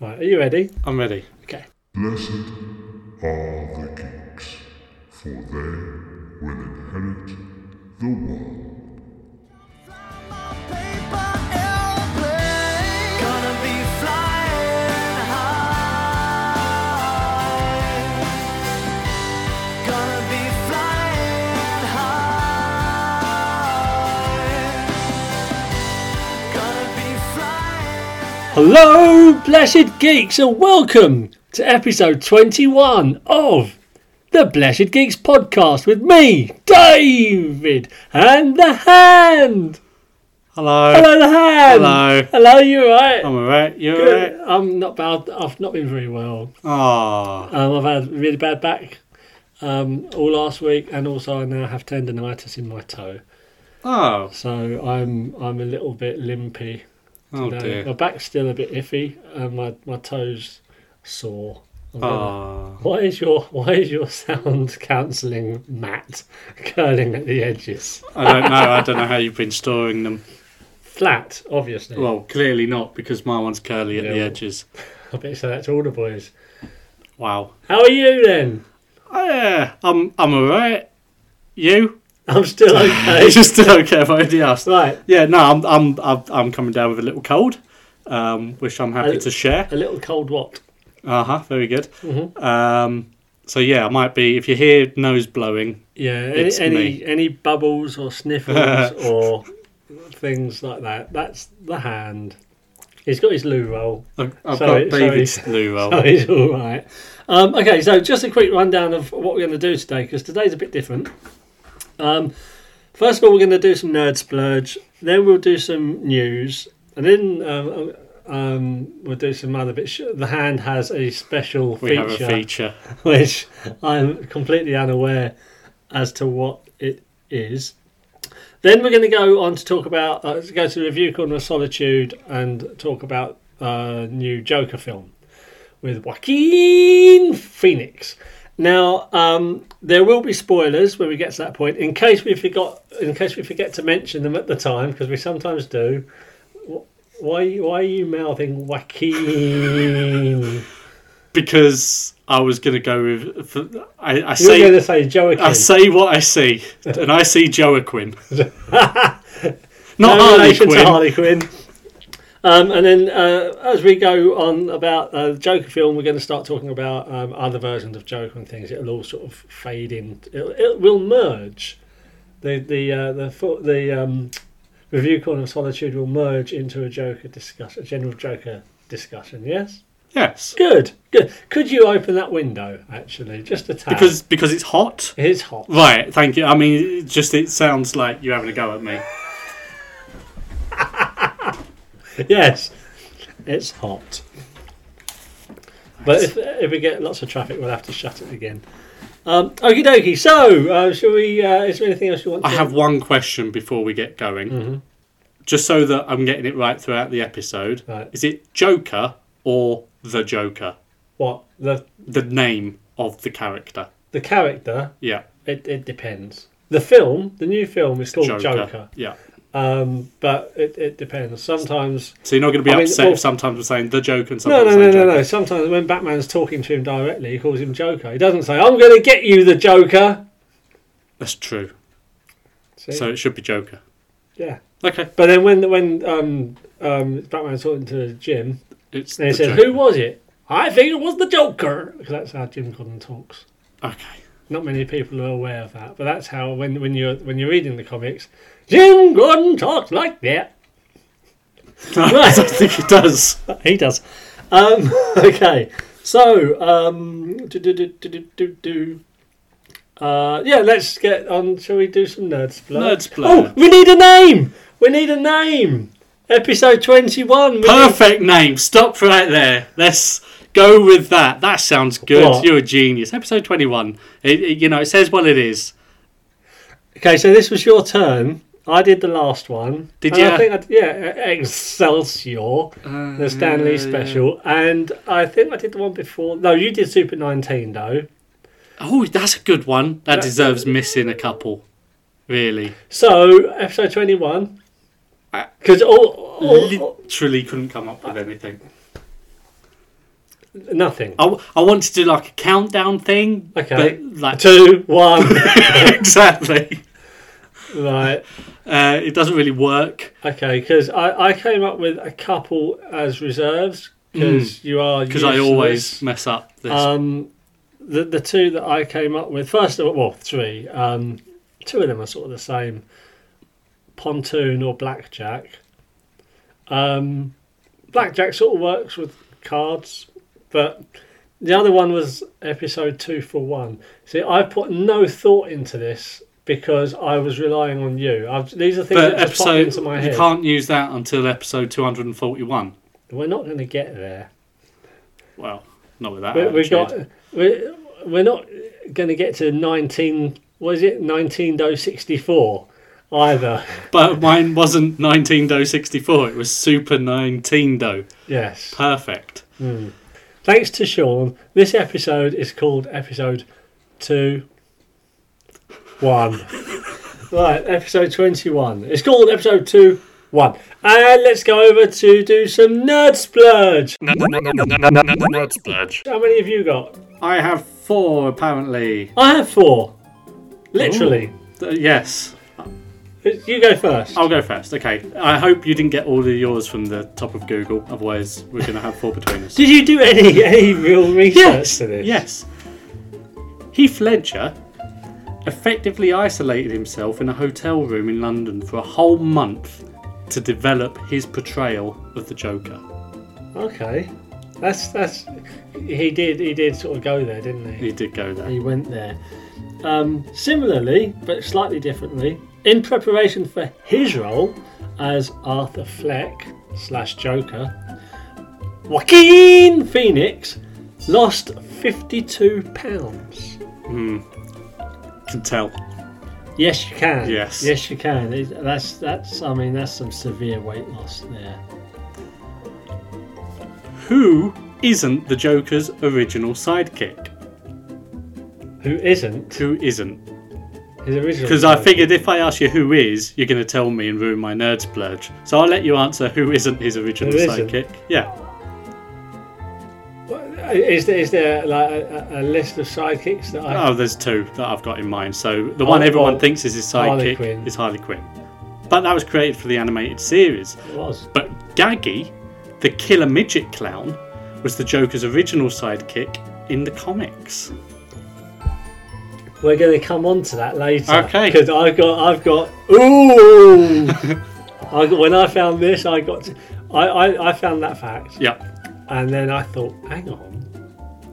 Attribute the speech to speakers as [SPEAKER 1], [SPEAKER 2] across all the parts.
[SPEAKER 1] Right, are you ready?
[SPEAKER 2] I'm ready.
[SPEAKER 1] Okay.
[SPEAKER 3] Blessed are the geeks, for they will inherit the world.
[SPEAKER 4] Gonna be flying high. Gonna be flying high. Gonna be flying.
[SPEAKER 1] Hello, blessed geeks, and welcome to episode 21 of the Blessed Geeks podcast with me, David, and the hand.
[SPEAKER 2] Hello.
[SPEAKER 1] Hello, the hand.
[SPEAKER 2] Hello.
[SPEAKER 1] Hello, you alright?
[SPEAKER 2] I'm alright. You
[SPEAKER 1] Good.
[SPEAKER 2] alright?
[SPEAKER 1] I'm not bad. I've not been very well.
[SPEAKER 2] Ah.
[SPEAKER 1] Um, I've had a really bad back um, all last week, and also I now have tendonitis in my toe.
[SPEAKER 2] Oh.
[SPEAKER 1] So I'm I'm a little bit limpy.
[SPEAKER 2] Oh
[SPEAKER 1] today. My
[SPEAKER 2] dear.
[SPEAKER 1] back's still a bit iffy, and my, my toes sore. I'm gonna-
[SPEAKER 2] Ah.
[SPEAKER 1] Why is your Why is your sound cancelling mat curling at the edges?
[SPEAKER 2] I don't know. I don't know how you've been storing them.
[SPEAKER 1] Flat, obviously.
[SPEAKER 2] Well, clearly not because my one's curly at the
[SPEAKER 1] Yeah.
[SPEAKER 2] edges.
[SPEAKER 1] I bet you say that to all the boys.
[SPEAKER 2] Wow.
[SPEAKER 1] How are you then?
[SPEAKER 2] Oh, Yeah. I'm. I'm alright. You?
[SPEAKER 1] I'm still okay.
[SPEAKER 2] It's just don't care if I already asked.
[SPEAKER 1] right,
[SPEAKER 2] Yeah. No. I'm. I'm. I'm, I'm coming down with a little cold. Um, which I'm happy
[SPEAKER 1] Uh,
[SPEAKER 2] to share.
[SPEAKER 1] a little cold what?
[SPEAKER 2] Uh huh. Very good.
[SPEAKER 1] Mm-hmm.
[SPEAKER 2] Um, so yeah, I might be. If you hear nose blowing,
[SPEAKER 1] Yeah, any
[SPEAKER 2] It's
[SPEAKER 1] any,
[SPEAKER 2] me.
[SPEAKER 1] any bubbles or sniffles or things like that. That's the hand. He's got his loo roll.
[SPEAKER 2] I've, I've
[SPEAKER 1] Sorry,
[SPEAKER 2] got David's loo roll.
[SPEAKER 1] Oh, he's all right. Um, okay, so just a quick rundown of what we're going to do today because today's a bit different. Um, first of all, we're going to do some nerd splurge. Then we'll do some news, and then um, um, we'll do some other bits. The hand has a special
[SPEAKER 2] We
[SPEAKER 1] feature,
[SPEAKER 2] have a feature.
[SPEAKER 1] which I'm completely unaware as to what it is. Then we're going to go on to talk about uh, go to the review corner of solitude and talk about uh, new Joker film with Joaquin Phoenix. Now um, there will be spoilers when we get to that point. In case we forgot, in case we forget to mention them at the time, because we sometimes do. Wh- Why why are you mouthing Joaquin?
[SPEAKER 2] Because I was going to go with. For, I, I
[SPEAKER 1] You're going
[SPEAKER 2] say
[SPEAKER 1] to say Joaquin.
[SPEAKER 2] I say what I see, and I see Joaquin. Not
[SPEAKER 1] no
[SPEAKER 2] Harley
[SPEAKER 1] relation to
[SPEAKER 2] Quinn.
[SPEAKER 1] Harley Quinn. Um, and then uh, as we go on about uh, the Joker film, we're going to start talking about um, other versions of Joker and things. It'll all sort of fade in. It'll, it will merge. The the uh, the fo- the um, review corner of solitude will merge into a Joker discussion, a general Joker discussion. Yes.
[SPEAKER 2] Yes,
[SPEAKER 1] Good. Good. Could you open that window actually, just a tad?
[SPEAKER 2] because because it's hot.
[SPEAKER 1] it is hot.
[SPEAKER 2] Right. Thank you. I mean, it just it sounds like you're having a go at me.
[SPEAKER 1] yes, it's hot. But if, if we get lots of traffic, we'll have to shut it again. Um, Okie dokie. So, uh, shall we? Uh, is there anything else you want?
[SPEAKER 2] I
[SPEAKER 1] to
[SPEAKER 2] have one question before we get going,
[SPEAKER 1] Mm-hmm.
[SPEAKER 2] just so that I'm getting it right throughout the episode.
[SPEAKER 1] Right.
[SPEAKER 2] Is it Joker or the Joker?
[SPEAKER 1] what the
[SPEAKER 2] The name of the character.
[SPEAKER 1] the character.
[SPEAKER 2] Yeah.
[SPEAKER 1] It, it depends. The film, the new film, is called Joker,
[SPEAKER 2] Yeah.
[SPEAKER 1] Um, but it, it depends. Sometimes
[SPEAKER 2] So you're not going to be
[SPEAKER 1] I mean,
[SPEAKER 2] upset
[SPEAKER 1] well-
[SPEAKER 2] if sometimes we're saying the Joker and
[SPEAKER 1] no,
[SPEAKER 2] sometimes
[SPEAKER 1] no, no,
[SPEAKER 2] we're saying
[SPEAKER 1] no,
[SPEAKER 2] Joker.
[SPEAKER 1] no. Sometimes when Batman's talking to him directly, he calls him Joker. He doesn't say, "I'm going to get you, the Joker."
[SPEAKER 2] That's true.
[SPEAKER 1] See?
[SPEAKER 2] So it should be Joker.
[SPEAKER 1] yeah.
[SPEAKER 2] Okay.
[SPEAKER 1] But then when when um, um, Batman's talking to Jim,
[SPEAKER 2] It's
[SPEAKER 1] And he
[SPEAKER 2] the
[SPEAKER 1] says,
[SPEAKER 2] Joker.
[SPEAKER 1] "Who was it?" I think it was the Joker, because that's how Jim Gordon talks.
[SPEAKER 2] Okay.
[SPEAKER 1] Not many people are aware of that, but that's how when, when you're when you're reading the comics, Jim Gordon talks like that.
[SPEAKER 2] I don't think he does.
[SPEAKER 1] He does. Um, okay, so um, do, do, do, do, do, do, do. Uh, yeah, let's get on. Shall we do some nerd splurge?
[SPEAKER 2] Nerd splurge.
[SPEAKER 1] Oh, we need a name. We need a name. Episode twenty-one. we need-
[SPEAKER 2] Perfect name. Stop right there. Let's go with that. That sounds good.
[SPEAKER 1] What?
[SPEAKER 2] You're a genius. Episode 21. It, it- you know, it says what it is.
[SPEAKER 1] Okay, so this was your turn. I did the last one.
[SPEAKER 2] Did
[SPEAKER 1] And I
[SPEAKER 2] ya? Uh,
[SPEAKER 1] think I, d- yeah, e-, Excelsior, the Stanley special, and I think I did the one before. No, you did Super Nineteen though.
[SPEAKER 2] Oh, that's a good one. That deserves missing a couple. Really.
[SPEAKER 1] So episode twenty one,
[SPEAKER 2] I-
[SPEAKER 1] because all, all, all-
[SPEAKER 2] Literally couldn't come up with anything.
[SPEAKER 1] Nothing.
[SPEAKER 2] I, w- I want to do like a countdown thing.
[SPEAKER 1] Okay.
[SPEAKER 2] But like
[SPEAKER 1] Two, one.
[SPEAKER 2] exactly.
[SPEAKER 1] right.
[SPEAKER 2] Uh, it doesn't really work
[SPEAKER 1] Okay, because I, I came up with a couple as reserves because you are
[SPEAKER 2] because Hmm. I
[SPEAKER 1] useless.
[SPEAKER 2] always mess up this.
[SPEAKER 1] um the the two that I came up with first of all well three um two of them are sort of the same pontoon or blackjack um blackjack sort of works with cards but the other one was episode two for one see I put no thought into this because I was relying on you I've, these are things
[SPEAKER 2] but
[SPEAKER 1] that just popped
[SPEAKER 2] episode
[SPEAKER 1] into my
[SPEAKER 2] you
[SPEAKER 1] head
[SPEAKER 2] can't use that until episode 241.
[SPEAKER 1] we're not going to get there
[SPEAKER 2] Well, not with that.
[SPEAKER 1] we, we
[SPEAKER 2] attitude.
[SPEAKER 1] got we're, we're not going to get to 19 what is it 19064 either
[SPEAKER 2] But mine wasn't 19 dough 64. It was super 19 dough.
[SPEAKER 1] yes
[SPEAKER 2] Perfect.
[SPEAKER 1] thanks to sean this episode is called episode 2 1 right episode 21 it's called episode 2 1 and let's go over to do some nerd splurge how many have you got
[SPEAKER 2] I have four apparently.
[SPEAKER 1] i have four literally
[SPEAKER 2] Uh, yes,
[SPEAKER 1] you go first
[SPEAKER 2] I'll go first. Okay. I hope you didn't get all of yours from the top of Google. Otherwise, we're going to have four between us.
[SPEAKER 1] Did you do any any real research
[SPEAKER 2] yes.
[SPEAKER 1] to this?
[SPEAKER 2] Yes. Heath Ledger effectively isolated himself in a hotel room in London for a whole month to develop his portrayal of the Joker.
[SPEAKER 1] Okay. That's that's he did he did sort of go there, didn't he?
[SPEAKER 2] He did go there.
[SPEAKER 1] He went there. Um, similarly, but slightly differently, in preparation for his role as Arthur Fleck slash Joker, Joaquin Phoenix lost fifty-two pounds.
[SPEAKER 2] Can tell.
[SPEAKER 1] Yes, you can.
[SPEAKER 2] Yes.
[SPEAKER 1] Yes, you can. It- That's that's. I mean, that's some severe weight loss there.
[SPEAKER 2] Who isn't the Joker's original sidekick?
[SPEAKER 1] Who isn't
[SPEAKER 2] Who isn't?
[SPEAKER 1] his original?
[SPEAKER 2] Because I
[SPEAKER 1] Joker.
[SPEAKER 2] figured if I ask you who is, you're going to tell me and ruin my nerd splurge. So I'll let you answer who isn't his original
[SPEAKER 1] Who isn't?
[SPEAKER 2] sidekick. Yeah.
[SPEAKER 1] Is there, is there like a, a a list of sidekicks that I
[SPEAKER 2] Oh, there's two that I've got in mind. So the one
[SPEAKER 1] Oh,
[SPEAKER 2] everyone
[SPEAKER 1] oh,
[SPEAKER 2] thinks is his
[SPEAKER 1] Harley
[SPEAKER 2] sidekick
[SPEAKER 1] Quinn.
[SPEAKER 2] is Harley Quinn. But that was created for the animated series.
[SPEAKER 1] was?
[SPEAKER 2] But Gaggy, the killer midget clown, was the Joker's original sidekick in the comics.
[SPEAKER 1] We're going to come on to that later.
[SPEAKER 2] Okay.
[SPEAKER 1] Because I've got, I've got, ooh! I got, when I found this, I got, to, I, I, I found that fact,
[SPEAKER 2] Yeah.
[SPEAKER 1] and then I thought, hang on.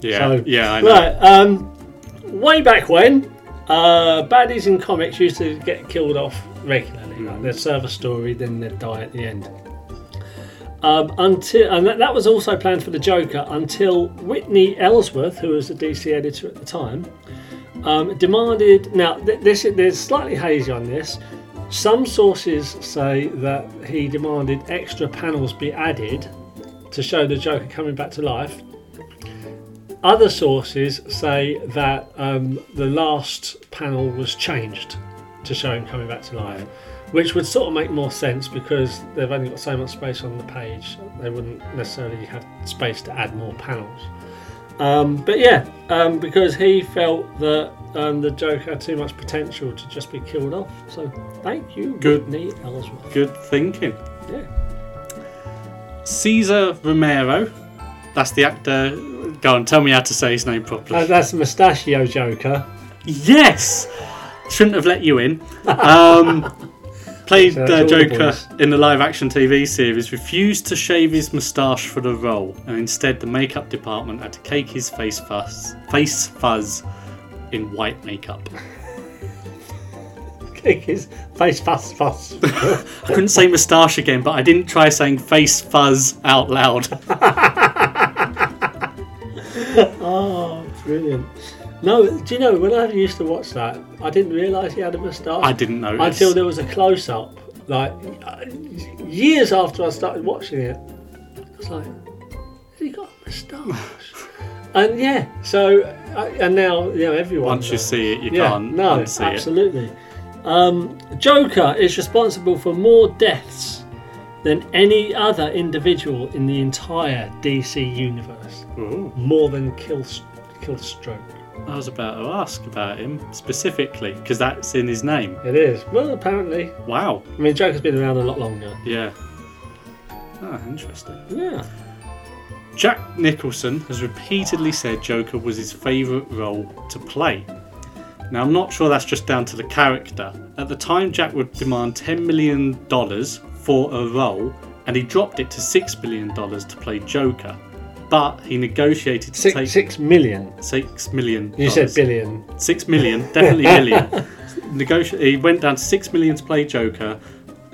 [SPEAKER 2] Yeah.
[SPEAKER 1] So,
[SPEAKER 2] yeah, I know.
[SPEAKER 1] Right, um, way back when, uh, baddies in comics used to get killed off regularly.
[SPEAKER 2] Mm.
[SPEAKER 1] Like they'd serve a story, then they'd die at the end. Um, until and that, that was also planned for the Joker until Whitney Ellsworth, who was the DC editor at the time, um, demanded. Now th- this there's slightly hazy on this. Some sources say that he demanded extra panels be added to show the Joker coming back to life. Other sources say that um, the last panel was changed to show him coming back to life, which would sort of make more sense because they've only got so much space on the page. They wouldn't necessarily have space to add more panels. Um, but yeah, um, because he felt that um, the Joker had too much potential to just be killed off. So thank you,
[SPEAKER 2] Good.
[SPEAKER 1] Whitney Ellsworth.
[SPEAKER 2] Good thinking.
[SPEAKER 1] Yeah.
[SPEAKER 2] Caesar Romero. That's the actor. Go on, tell me how to say his name properly.
[SPEAKER 1] Uh, that's Mustachio Joker.
[SPEAKER 2] Yes, shouldn't have let you in. Um, played
[SPEAKER 1] So it's
[SPEAKER 2] uh,
[SPEAKER 1] all the
[SPEAKER 2] Joker
[SPEAKER 1] boys.
[SPEAKER 2] in the live-action TV series. Refused to shave his moustache for the role, and instead the makeup department had to cake his face fuzz, face fuzz in white makeup.
[SPEAKER 1] Kick his face fast, fast.
[SPEAKER 2] I couldn't say moustache again, but I didn't try saying face fuzz out loud.
[SPEAKER 1] Oh, brilliant. No, do you know, when I used to watch that, I didn't realise he had a moustache.
[SPEAKER 2] I didn't notice.
[SPEAKER 1] Until there was a close up, like uh, years after I started watching it. I was like, has he got a moustache? and yeah, so, uh, and now, you know, everyone.
[SPEAKER 2] Once you
[SPEAKER 1] knows.
[SPEAKER 2] see it, you
[SPEAKER 1] yeah,
[SPEAKER 2] can't
[SPEAKER 1] No,
[SPEAKER 2] unsee it.
[SPEAKER 1] absolutely. Um, Joker is responsible for more deaths than any other individual in the entire DC universe.
[SPEAKER 2] Ooh.
[SPEAKER 1] More than Kill, Killstroke.
[SPEAKER 2] I was about to ask about him specifically because that's in his name.
[SPEAKER 1] It is. Well, apparently.
[SPEAKER 2] Wow.
[SPEAKER 1] I mean, Joker's been around a lot longer.
[SPEAKER 2] Yeah. Ah, interesting.
[SPEAKER 1] Yeah.
[SPEAKER 2] Jack Nicholson has repeatedly said Joker was his favourite role to play. Now, I'm not sure that's just down to the character. At the time, Jack would demand $10 million for a role, and he dropped it to $6 million to play Joker. But he negotiated to take Oh,
[SPEAKER 1] Six, six million.
[SPEAKER 2] $6 million.
[SPEAKER 1] You said billion.
[SPEAKER 2] Six million, definitely million. Negoti- he went down to six million to play Joker,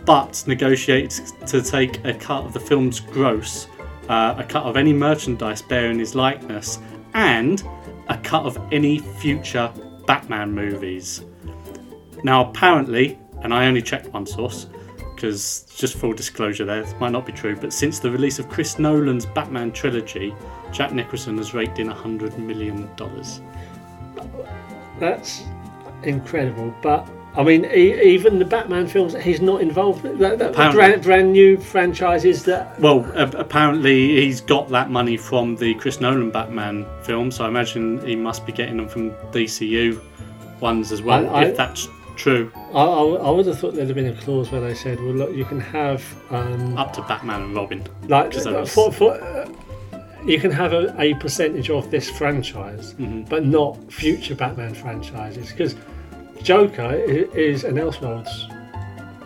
[SPEAKER 2] but negotiated to take a cut of the film's gross, uh, a cut of any merchandise bearing his likeness, and a cut of any future Batman movies. Now, apparently, and I only checked one source because just full disclosure there, it might not be true, but since the release of Chris Nolan's Batman trilogy, Jack Nicholson has raked in $100 million.
[SPEAKER 1] That's incredible. But I mean, e- even the Batman films, he's not involved. in- That, that
[SPEAKER 2] Apparently.
[SPEAKER 1] brand, brand new franchises that
[SPEAKER 2] Well, a- apparently he's got that money from the Chris Nolan Batman film, so I imagine he must be getting them from DCU ones as well,
[SPEAKER 1] Oh, I- I-
[SPEAKER 2] if that's true,
[SPEAKER 1] I, I, I would have thought there'd have been a clause where they said, "Well, look, you can have um,
[SPEAKER 2] up to Batman and Robin.
[SPEAKER 1] like
[SPEAKER 2] 'cause that
[SPEAKER 1] uh,
[SPEAKER 2] was-
[SPEAKER 1] for, for, uh, you can have a, a percentage of this franchise,
[SPEAKER 2] Mm-hmm.
[SPEAKER 1] but not future Batman franchises." Because Joker i- is an Elseworlds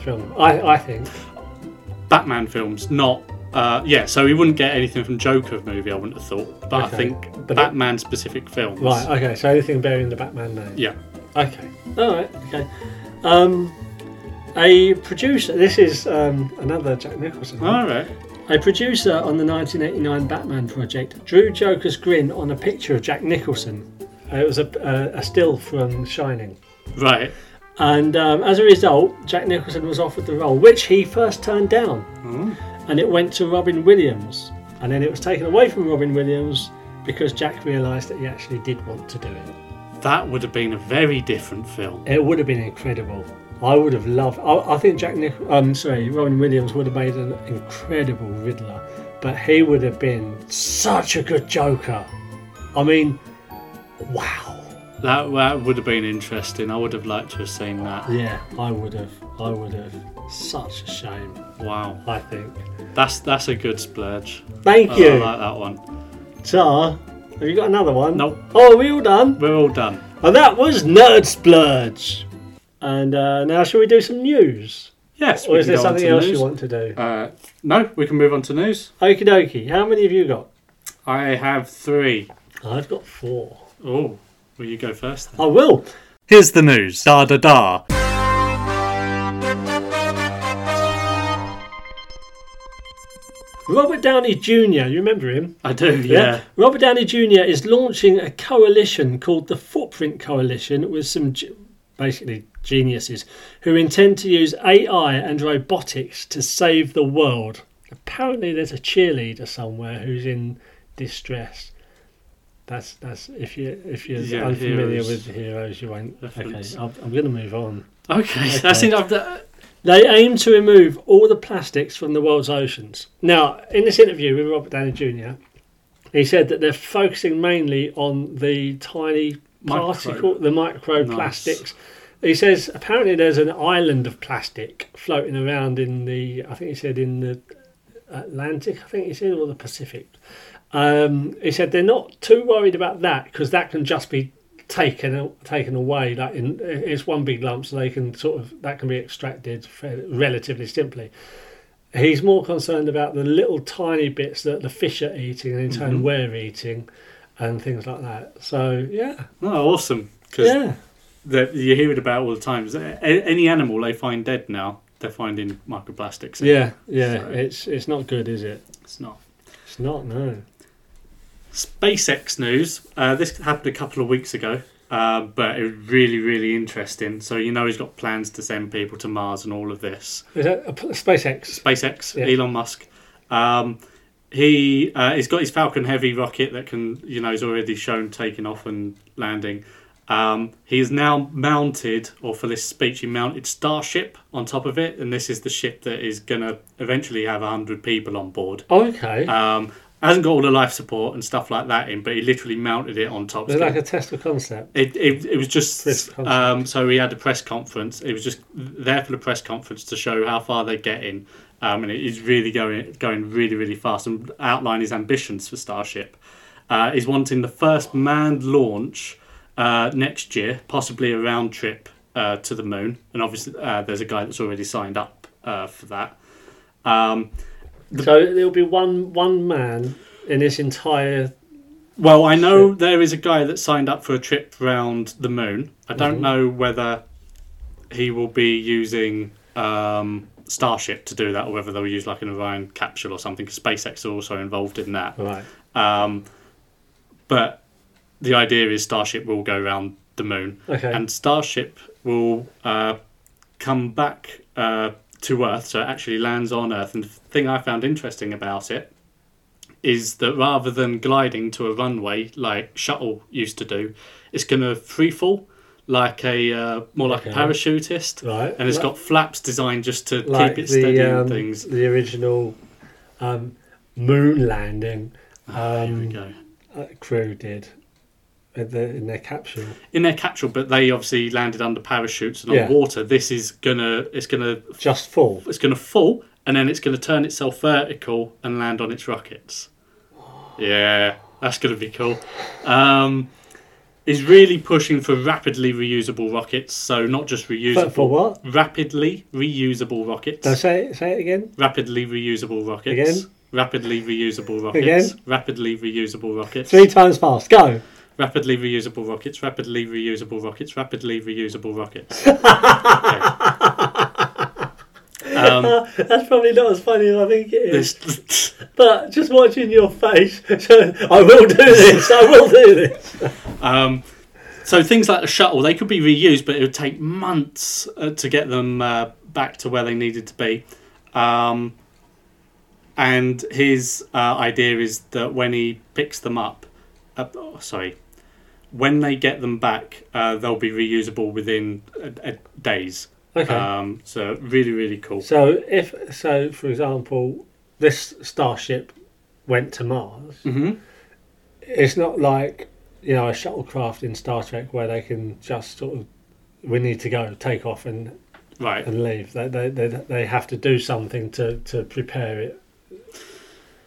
[SPEAKER 1] film, I, I think.
[SPEAKER 2] Batman films, not. Uh, yeah, so he wouldn't get anything from Joker movie, I wouldn't have thought, but I
[SPEAKER 1] Okay,
[SPEAKER 2] think
[SPEAKER 1] but it-
[SPEAKER 2] Batman specific films.
[SPEAKER 1] Right. Okay. So anything bearing the Batman name.
[SPEAKER 2] Yeah.
[SPEAKER 1] Okay. All right. Okay. Um, a producer. This is um, another Jack Nicholson.
[SPEAKER 2] All right.
[SPEAKER 1] A producer on the 1989 Batman project drew Joker's grin on a picture of Jack Nicholson. Uh, It was a, a, a still from Shining.
[SPEAKER 2] Right.
[SPEAKER 1] And um, as a result, Jack Nicholson was offered the role, which he first turned down. And it went to Robin Williams. And then it was taken away from Robin Williams because Jack realised that he actually did want to do it.
[SPEAKER 2] That would have been a very different film.
[SPEAKER 1] It would have been incredible. I would have loved. I, I think Jack Nich. Um, sorry, Robin Williams would have made an incredible Riddler, but he would have been such a good Joker. I mean, wow.
[SPEAKER 2] That, that would have been interesting. I would have liked to have seen that.
[SPEAKER 1] Yeah, I would have. I would have. Such a shame.
[SPEAKER 2] Wow.
[SPEAKER 1] I think.
[SPEAKER 2] That's that's a good splurge.
[SPEAKER 1] Thank
[SPEAKER 2] I, I
[SPEAKER 1] you,
[SPEAKER 2] Uh, like that one.
[SPEAKER 1] Tar. Have you got another one?
[SPEAKER 2] Nope.
[SPEAKER 1] Oh, are we all done?
[SPEAKER 2] We're all done.
[SPEAKER 1] And that was Nerd Splurge. And uh, now, shall we do some news,
[SPEAKER 2] Yes.
[SPEAKER 1] or
[SPEAKER 2] we
[SPEAKER 1] is
[SPEAKER 2] can
[SPEAKER 1] there
[SPEAKER 2] go on
[SPEAKER 1] something
[SPEAKER 2] to
[SPEAKER 1] else
[SPEAKER 2] news.
[SPEAKER 1] you want to do?
[SPEAKER 2] Uh, no, we can move on to news.
[SPEAKER 1] Okie dokie. How many have you got?
[SPEAKER 2] I have three.
[SPEAKER 1] I've got four. Oh,
[SPEAKER 2] Oh, will you go first? Then?
[SPEAKER 1] I will.
[SPEAKER 2] Here's the news. Da da da.
[SPEAKER 1] Robert Downey Jr., you remember him?
[SPEAKER 2] I do. Yeah.
[SPEAKER 1] Robert Downey Jr. is launching a coalition called the Footprint Coalition with some ge- basically geniuses who intend to use AI and robotics to save the world. Apparently, there's a cheerleader somewhere who's in distress. That's that's if you if you're
[SPEAKER 2] Yeah,
[SPEAKER 1] unfamiliar
[SPEAKER 2] Heroes.
[SPEAKER 1] with heroes, you won't.
[SPEAKER 2] Reference.
[SPEAKER 1] Okay, I'm, I'm going to move on.
[SPEAKER 2] Okay. I think I've. d-
[SPEAKER 1] They aim to remove all the plastics from the world's oceans. Now, in this interview with Robert Downey Jr., he said that they're focusing mainly on the tiny
[SPEAKER 2] Micro.
[SPEAKER 1] particle, the microplastics. He says apparently there's an island of plastic floating around in the, I think he said in the Atlantic, I think he said, or the Pacific. Um, he said they're not too worried about that because that can just be taken taken away. Like in, it's one big lump, so they can sort of that can be extracted fairly- relatively simply. He's more concerned about the little tiny bits that the fish are eating, and in turn we're eating, and things like that. So yeah,
[SPEAKER 2] No, Oh, awesome. Because
[SPEAKER 1] yeah,
[SPEAKER 2] you hear it about all the time. A- Any animal they find dead now, they're finding microplastics. in.
[SPEAKER 1] yeah, yeah.
[SPEAKER 2] So-
[SPEAKER 1] It's it's not good, is it?
[SPEAKER 2] It's not.
[SPEAKER 1] It's not no.
[SPEAKER 2] SpaceX news. Uh, this happened a couple of weeks ago, uh, but it was really, really interesting. So you know he's got plans to send people to Mars and all of this.
[SPEAKER 1] Is that a, SpaceX?
[SPEAKER 2] SpaceX,
[SPEAKER 1] Yeah.
[SPEAKER 2] Elon Musk. Um, he uh, he's got his Falcon Heavy rocket that can you know he's already shown taking off and landing, Um, he is now mounted, or for this speech, he mounted Starship on top of it, and this is the ship that is going to eventually have 100 people on board.
[SPEAKER 1] Okay.
[SPEAKER 2] Um, hasn't got all the life support and stuff like that in, but he literally mounted it on top.
[SPEAKER 1] They're like a test of concept.
[SPEAKER 2] It, it, it was
[SPEAKER 1] Press
[SPEAKER 2] just
[SPEAKER 1] conference.
[SPEAKER 2] um, so we had a press conference. It was just there for the press conference to show how far they're getting, um, and it is really going going really really fast. And outline his ambitions for Starship. Uh, he's wanting the first manned launch uh, next year, possibly a round trip uh, to the moon. And obviously, uh, there's a guy that's already signed up uh, for that. Um,
[SPEAKER 1] So there'll be one one man in this entire.
[SPEAKER 2] Well, I know there is a guy that signed up for a trip round the moon. I don't know whether he will be using um, Starship to do that or whether they'll use like an Orion capsule or something because SpaceX are also involved in that.
[SPEAKER 1] Right.
[SPEAKER 2] Um, but the idea is Starship will go round the moon,
[SPEAKER 1] Okay.
[SPEAKER 2] and Starship will uh, come back uh, to Earth. So it actually lands on Earth. And the thing I found interesting about it is that rather than gliding to a runway like Shuttle used to do, it's going to free fall like a uh, more like a
[SPEAKER 1] Okay.
[SPEAKER 2] parachutist.
[SPEAKER 1] Right.
[SPEAKER 2] And it's
[SPEAKER 1] Like-
[SPEAKER 2] got flaps designed just to
[SPEAKER 1] Like
[SPEAKER 2] keep it steady
[SPEAKER 1] the
[SPEAKER 2] and
[SPEAKER 1] um,
[SPEAKER 2] things.
[SPEAKER 1] the original um, moon landing
[SPEAKER 2] Here we
[SPEAKER 1] um,
[SPEAKER 2] go.
[SPEAKER 1] uh, crew did with the, in their capsule.
[SPEAKER 2] in their capsule, but they obviously landed under parachutes and on
[SPEAKER 1] Yeah.
[SPEAKER 2] water. This is gonna it's gonna
[SPEAKER 1] Just full.
[SPEAKER 2] it's gonna fall and then it's gonna turn itself vertical and land on its rockets. Yeah, that's gonna be cool. Um, is really pushing for rapidly reusable rockets, so not just reusable.
[SPEAKER 1] But for what?
[SPEAKER 2] Rapidly reusable rockets.
[SPEAKER 1] No, say it, say it again.
[SPEAKER 2] rapidly reusable rockets.
[SPEAKER 1] Again?
[SPEAKER 2] Rapidly reusable rockets.
[SPEAKER 1] Again?
[SPEAKER 2] Rapidly reusable rockets.
[SPEAKER 1] Three times fast. Go.
[SPEAKER 2] Rapidly reusable rockets, rapidly reusable rockets, rapidly reusable rockets. Okay. Um,
[SPEAKER 1] That's probably not as funny as I think it is.
[SPEAKER 2] this,
[SPEAKER 1] But just watching your face, so I will do this. I will do this.
[SPEAKER 2] um, so things like the shuttle, they could be reused, but it would take months uh, to get them uh, back to where they needed to be. Um, and his uh, idea is that when he picks them up, uh, oh, sorry, when they get them back, uh, they'll be reusable within uh, uh, days.
[SPEAKER 1] Okay.
[SPEAKER 2] Um, so really, really cool.
[SPEAKER 1] So if so, for example, this starship went to Mars.
[SPEAKER 2] Mhm.
[SPEAKER 1] It's not like you know a shuttlecraft in Star Trek where they can just sort of we need to go take off and,
[SPEAKER 2] Right.
[SPEAKER 1] and leave. They, they they they have to do something to to prepare it.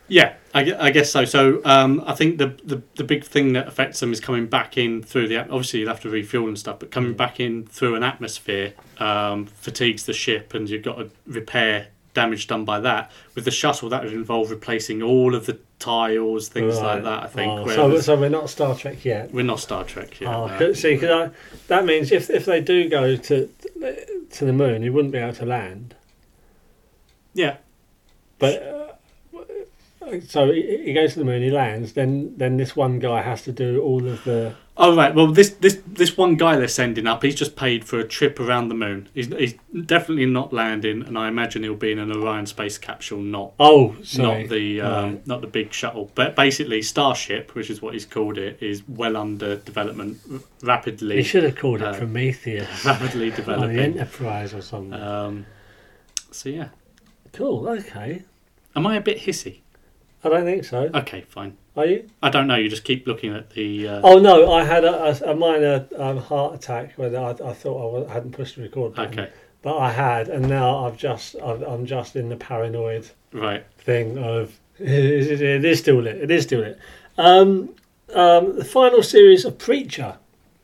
[SPEAKER 2] Yeah, I, gue- I guess so. So um, I think the, the the big thing that affects them is coming back in through the at- obviously you'll have to refuel and stuff, but coming back in through an atmosphere um, fatigues the ship, and you've got to repair damage done by that. With the shuttle, that would involve replacing all of the tiles, things
[SPEAKER 1] Right.
[SPEAKER 2] like that. I think.
[SPEAKER 1] Oh, so
[SPEAKER 2] whereas
[SPEAKER 1] so we're not Star Trek yet.
[SPEAKER 2] we're not Star Trek. Uh, Yeah.
[SPEAKER 1] Oh,
[SPEAKER 2] no.
[SPEAKER 1] 'cause- see, because that means if if they do go to to the moon, you wouldn't be able to land.
[SPEAKER 2] yeah.
[SPEAKER 1] But uh, so he he goes to the moon, he lands. Then then this one guy has to do all of the.
[SPEAKER 2] Oh right, well this this this one guy they're sending up, he's just paid for a trip around the moon. He's, he's definitely not landing, and I imagine he'll be in an Orion space capsule, not
[SPEAKER 1] Oh, sorry.
[SPEAKER 2] not the um,
[SPEAKER 1] Right.
[SPEAKER 2] not the big shuttle. But basically, Starship, which is what he's called it, is well under development, r-
[SPEAKER 1] He
[SPEAKER 2] rapidly
[SPEAKER 1] should Oh, have called it
[SPEAKER 2] Uh,
[SPEAKER 1] Prometheus
[SPEAKER 2] rapidly
[SPEAKER 1] or the
[SPEAKER 2] developing.
[SPEAKER 1] Enterprise or something.
[SPEAKER 2] Um, so yeah,
[SPEAKER 1] cool. Okay.
[SPEAKER 2] am I a bit hissy?
[SPEAKER 1] I don't think so.
[SPEAKER 2] Okay, fine.
[SPEAKER 1] Are you?
[SPEAKER 2] I don't know. You just keep looking at the. Uh,
[SPEAKER 1] Oh no, I had a, a, a minor um, heart attack when I, I thought I wa- I hadn't pushed the record button,
[SPEAKER 2] okay,
[SPEAKER 1] but I had, and now I've just I've, I'm just in the paranoid
[SPEAKER 2] right.
[SPEAKER 1] thing of it is still lit. It is still lit. Um, um, the final series of Preacher,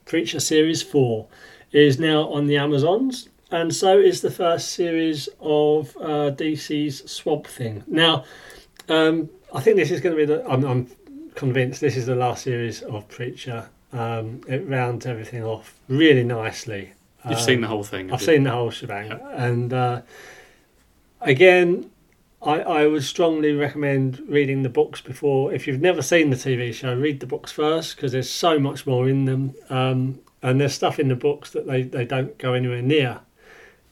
[SPEAKER 1] Preacher series four, is now on the Amazons, and so is the first series of uh, DC's Swamp Thing. Now, um, I think this is going to be the. I'm, I'm convinced this is the last series of Preacher. Um, it rounds everything off really nicely.
[SPEAKER 2] You've
[SPEAKER 1] Um,
[SPEAKER 2] seen the whole thing.
[SPEAKER 1] I've
[SPEAKER 2] have you?
[SPEAKER 1] seen the whole shebang, and uh, again, I, I would strongly recommend reading the books before. If you've never seen the TV show, read the books first because there's so much more in them, um, and there's stuff in the books that they, they don't go anywhere near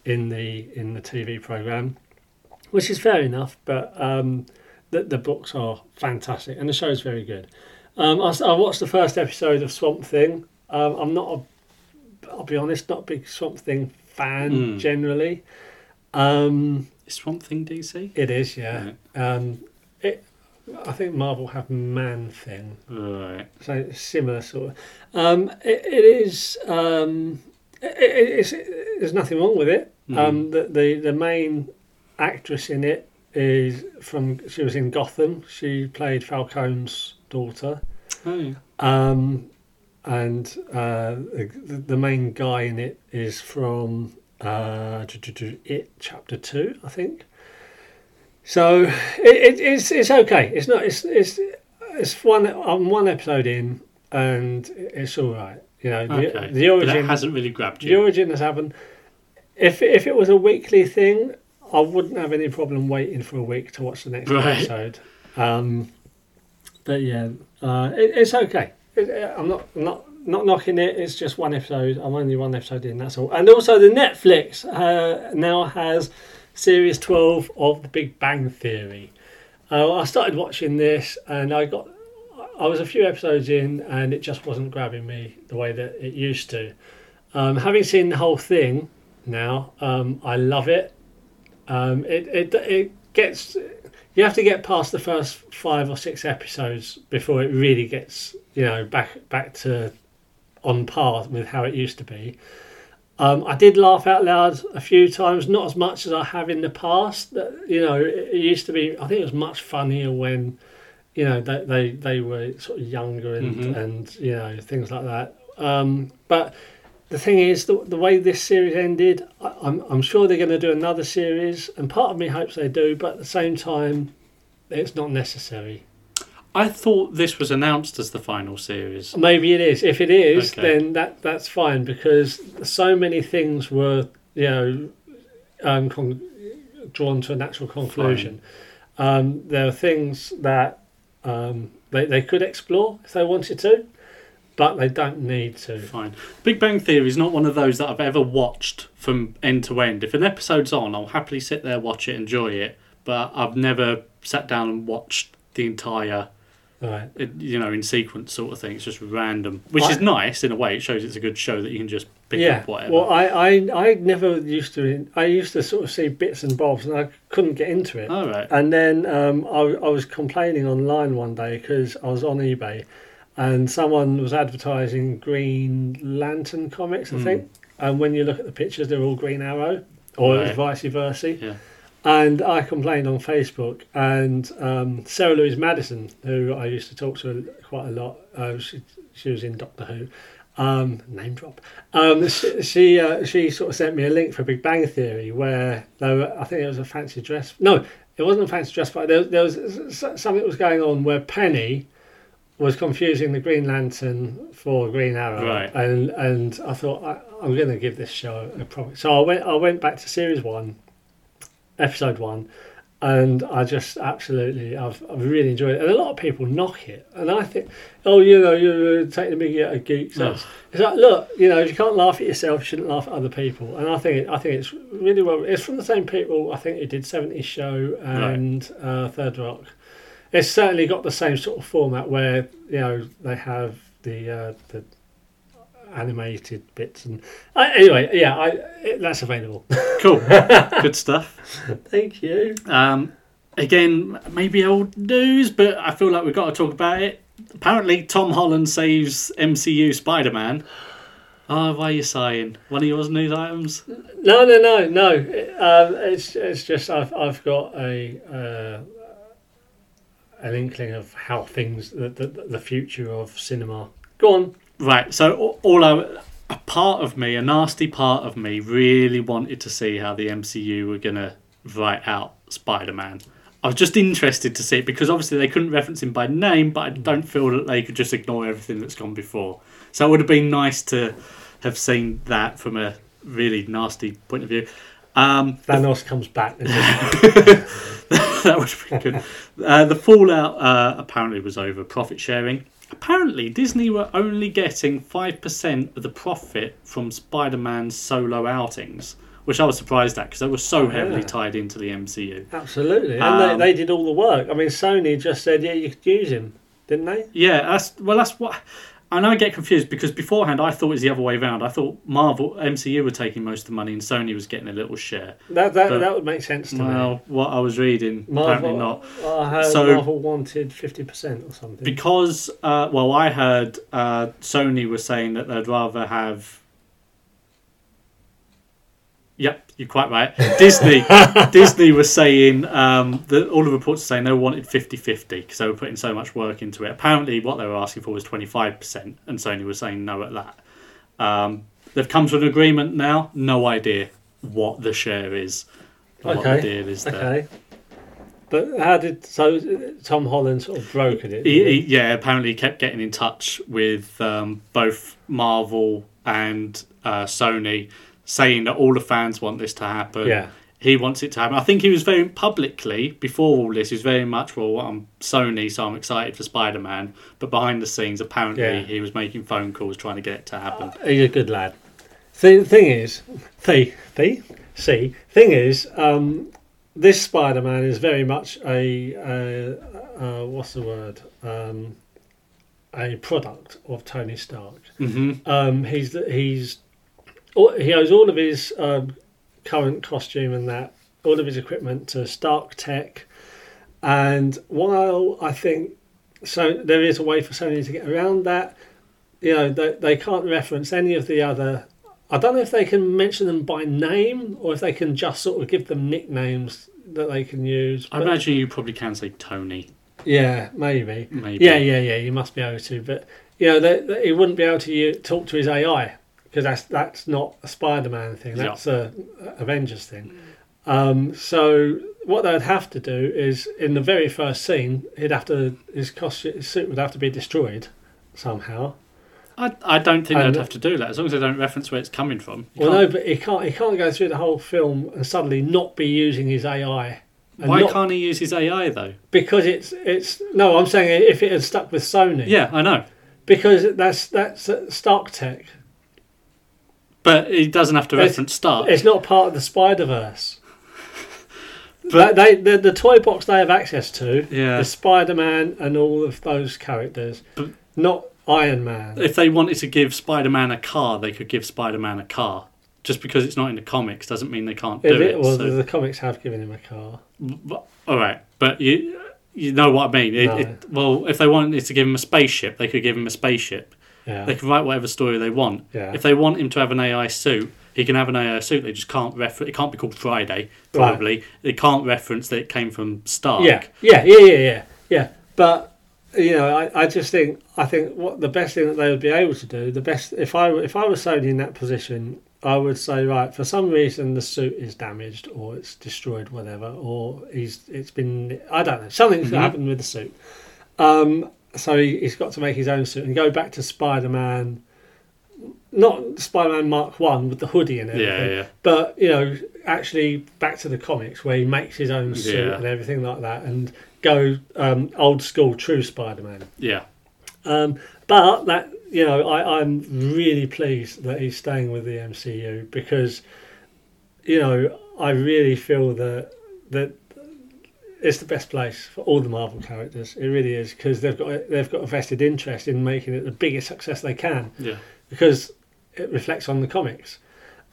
[SPEAKER 1] in the in the TV program, which is fair enough. But um, the the books are fantastic, and the show's very good. Um, I, s- I watched the first episode of Swamp Thing. Um, I'm not a I'll be honest, not a big Swamp Thing fan generally. Um,
[SPEAKER 2] Is Swamp Thing DC?
[SPEAKER 1] it is, yeah. Um, it, I think Marvel have Man Thing,
[SPEAKER 2] Right.
[SPEAKER 1] so similar sort of. Um, it, it is. Um, it, it, it's, there's nothing wrong with it. Um, the, the the main actress in it is from. She was in Gotham. She played Falcone's daughter.
[SPEAKER 2] Oh, yeah.
[SPEAKER 1] Um, and uh, the, the main guy in it is from uh, do- do- do- It Chapter Two, I think. So it, it, it's it's okay. It's not. It's it's it's one. I'm one episode in, and it's all right. You know, the,
[SPEAKER 2] Okay.
[SPEAKER 1] the
[SPEAKER 2] But
[SPEAKER 1] origin
[SPEAKER 2] it hasn't really grabbed
[SPEAKER 1] the
[SPEAKER 2] you.
[SPEAKER 1] origin has happened. If if it was a weekly thing, I wouldn't have any problem waiting for a week to watch the next
[SPEAKER 2] Right.
[SPEAKER 1] episode. Um, but yeah, uh, it, it's okay. It, uh, I'm not I'm not not knocking it. It's just one episode. I'm only one episode in. That's all. And also, the Netflix uh, now has series twelve of The Big Bang Theory. Uh, I started watching this, and I got I was a few episodes in, and it just wasn't grabbing me the way that it used to. Um, having seen the whole thing now, um, I love it. Um, it, it it gets you have to get past the first five or six episodes before it really gets you know back back to on par with how it used to be. Um, I did laugh out loud a few times, not as much as I have in the past. That you know, it, it used to be. I think it was much funnier when you know they they, they were sort of younger and
[SPEAKER 2] Mhm.
[SPEAKER 1] and you know things like that. Um, but the thing is, the, the way this series ended, I, I'm I'm sure they're going to do another series, and part of me hopes they do. But at the same time, it's not necessary.
[SPEAKER 2] I thought this was announced as the final series.
[SPEAKER 1] Maybe it is. If it is,
[SPEAKER 2] Okay.
[SPEAKER 1] then that that's fine because so many things were you know um, con- drawn to a natural conclusion. Um, there are things that um, they they could explore if they wanted to, but they don't need to.
[SPEAKER 2] Fine. Big Bang Theory is not one of those that I've ever watched from end to end. If an episode's on, I'll happily sit there, watch it, enjoy it. But I've never sat down and watched the entire,
[SPEAKER 1] Right.
[SPEAKER 2] uh, you know, in sequence sort of thing. It's just random, which
[SPEAKER 1] I-
[SPEAKER 2] is nice in a way. It shows it's a good show that you can just pick
[SPEAKER 1] Yeah.
[SPEAKER 2] up whatever.
[SPEAKER 1] Well, I, I I never used to. I used to sort of see bits and bobs, and I couldn't get into it.
[SPEAKER 2] All right.
[SPEAKER 1] And then um, I, I was complaining online one day because I was on eBay and someone was advertising Green Lantern comics, I think. And when you look at the pictures, they're all Green Arrow or
[SPEAKER 2] Right.
[SPEAKER 1] vice versa.
[SPEAKER 2] Yeah.
[SPEAKER 1] And I complained on Facebook. And um, Sarah Louise Madison, who I used to talk to quite a lot, uh, she, she was in Doctor Who. Um, name drop. Um, she she, uh, she sort of sent me a link for Big Bang Theory, where they were, I think it was a fancy dress. No, it wasn't a fancy dress, but there, there was s- s- something was going on where Penny was confusing the Green Lantern for Green Arrow,
[SPEAKER 2] Right.
[SPEAKER 1] and and I thought I, I'm going to give this show a proper. So I went I went back to series one, episode one, and I just absolutely I've, I've really enjoyed it. And a lot of people knock it, and I think, oh, you know, you're taking the mickey out of geeks.
[SPEAKER 2] No.
[SPEAKER 1] It's like, look, you know, if you can't laugh at yourself, you shouldn't laugh at other people. And I think I think it's really well. It's from the same people. I think who did 70s Show and uh, Third Rock. It's certainly got the same sort of format where you know they have the uh, the animated bits and I, anyway, yeah, I it, that's available.
[SPEAKER 2] Cool. good stuff.
[SPEAKER 1] Thank you.
[SPEAKER 2] Um, again, maybe old news, but I feel like we've got to talk about it. Apparently, Tom Holland saves MCU Spider Man. Oh, why are you sighing? One of yours news items?
[SPEAKER 1] No, no, no, no. Um, it's it's just I've I've got a uh, an inkling of how things the, the the future of cinema. Go on.
[SPEAKER 2] Right, so all- all I. A part of me, a nasty part of me, really wanted to see how the MCU were going to write out Spider Man. I was just interested to see it because obviously they couldn't reference him by name, but I don't feel that they could just ignore everything that's gone before. So it would have been nice to have seen that from a really nasty point of view. Um,
[SPEAKER 1] Thanos comes back. And just,
[SPEAKER 2] that would have been good. Uh, the fallout uh, apparently was over profit sharing. Apparently, Disney were only getting 5% of the profit from Spider Man's solo outings, which I was surprised at because they were so heavily
[SPEAKER 1] Yeah.
[SPEAKER 2] tied into the MCU.
[SPEAKER 1] absolutely, and
[SPEAKER 2] Um,
[SPEAKER 1] they, they did all the work. I mean, Sony just said, yeah, you could use him, didn't they?
[SPEAKER 2] Yeah, that's well, that's what And I get confused because beforehand I thought it was the other way around. I thought Marvel MCU were taking most of the money and Sony was getting a little share.
[SPEAKER 1] That that,
[SPEAKER 2] But-
[SPEAKER 1] that would make sense to me.
[SPEAKER 2] Well, what I was reading, apparently not.
[SPEAKER 1] I heard
[SPEAKER 2] So-
[SPEAKER 1] Marvel wanted fifty percent or something.
[SPEAKER 2] Because, uh, well, I heard uh, Sony was saying that they'd rather have. Yep, you're quite right. Disney Disney was saying um, that all the reports are saying they wanted 50 50 because they were putting so much work into it. Apparently, what they were asking for was 25%, and Sony was saying no at that. Um, they've come to an agreement now, no idea what the share is. or What the
[SPEAKER 1] Okay,
[SPEAKER 2] deal is there.
[SPEAKER 1] okay. But how did so uh, Tom Holland sort of brokered it?
[SPEAKER 2] he,
[SPEAKER 1] did
[SPEAKER 2] he- yeah, apparently he kept getting in touch with um, both Marvel and uh, Sony, saying that all the fans want this to happen.
[SPEAKER 1] Yeah.
[SPEAKER 2] He wants it to happen. I think he was very publicly before all this. He was very much well. I'm Sony, so I'm excited for Spider Man. But behind the scenes, apparently
[SPEAKER 1] Yeah. Uh,
[SPEAKER 2] he was making phone calls trying to get it to happen.
[SPEAKER 1] He's a good lad. The thing is, the the see thing is, um, this Spider Man is very much a uh, uh, what's the word? Um, a product of Tony Stark. Mm-hmm. Um, he's the- he's all- he owes all of his um, current costume and that all of his equipment to Stark Tech. And while I think so, there is a way for Sony to get around that you know they, they can't reference any of the other i don't know if they can mention them by name or if they can just sort of give them nicknames that they can use
[SPEAKER 2] I
[SPEAKER 1] but-
[SPEAKER 2] imagine you probably can say Tony.
[SPEAKER 1] yeah maybe
[SPEAKER 2] Maybe.
[SPEAKER 1] yeah yeah yeah you must be able to but you know they, they- he wouldn't be able to u- talk to his ai because that's that's not a spider-man thing
[SPEAKER 2] Yeah.
[SPEAKER 1] that's a, a avengers thing um, so what they'd have to do is in the very first scene he'd have to his costume his suit would have to be destroyed somehow
[SPEAKER 2] I, I don't think
[SPEAKER 1] And-
[SPEAKER 2] they'd have to do that as long as they don't reference where it's coming from. You
[SPEAKER 1] Well, no,
[SPEAKER 2] can't-
[SPEAKER 1] but he can't. He can't go through the whole film and suddenly not be using his AI. And
[SPEAKER 2] why
[SPEAKER 1] not-
[SPEAKER 2] can't he use his AI though?
[SPEAKER 1] Because it's it's no. I'm saying if it had stuck with Sony.
[SPEAKER 2] Yeah, I know.
[SPEAKER 1] Because that's that's Stark Tech.
[SPEAKER 2] But it doesn't have to
[SPEAKER 1] It's-
[SPEAKER 2] reference start.
[SPEAKER 1] It's not part of the Spider Verse. But they, the, the toy box they have access to
[SPEAKER 2] Yeah.
[SPEAKER 1] is Spider Man and all of those characters,
[SPEAKER 2] But-
[SPEAKER 1] not Iron Man.
[SPEAKER 2] If they wanted to give Spider Man a car, they could give Spider Man a car. Just because it's not in the comics doesn't mean they can't do
[SPEAKER 1] If
[SPEAKER 2] it.
[SPEAKER 1] it was,
[SPEAKER 2] so-
[SPEAKER 1] the comics have given him a car.
[SPEAKER 2] but- all right, but you you know what I mean. It,
[SPEAKER 1] No.
[SPEAKER 2] it, well, if they wanted to give him a spaceship, they could give him a spaceship.
[SPEAKER 1] Yeah.
[SPEAKER 2] They can write whatever story they want.
[SPEAKER 1] Yeah.
[SPEAKER 2] If they want him to have an AI suit, he can have an AI suit. They just can't reference. It can't be called Friday. Probably it can't reference that it came from Stark.
[SPEAKER 1] Yeah, yeah, yeah, yeah, yeah, yeah. But you know, I, I just think I think what the best thing that they would be able to do, the best if I were- if I was Sony in that position, I would say right for some reason the suit is damaged or it's destroyed, whatever, or he's it's been I don't know something's happened with the suit. Um, so he, he's got to make his own suit and go back to Spider Man. Not Spider-Man Mark One with the hoodie and everything,
[SPEAKER 2] yeah.
[SPEAKER 1] but you know, actually back to the comics where he makes his own suit
[SPEAKER 2] Yeah.
[SPEAKER 1] and everything like that, and go um, old school, true Spider-Man.
[SPEAKER 2] Yeah.
[SPEAKER 1] Um, but that you know, I, I'm really pleased that he's staying with the MCU because you know I really feel that that it's the best place for all the Marvel characters. It really is because they've got they've got a vested interest in making it the biggest success they can
[SPEAKER 2] Yeah.
[SPEAKER 1] because it reflects on the comics.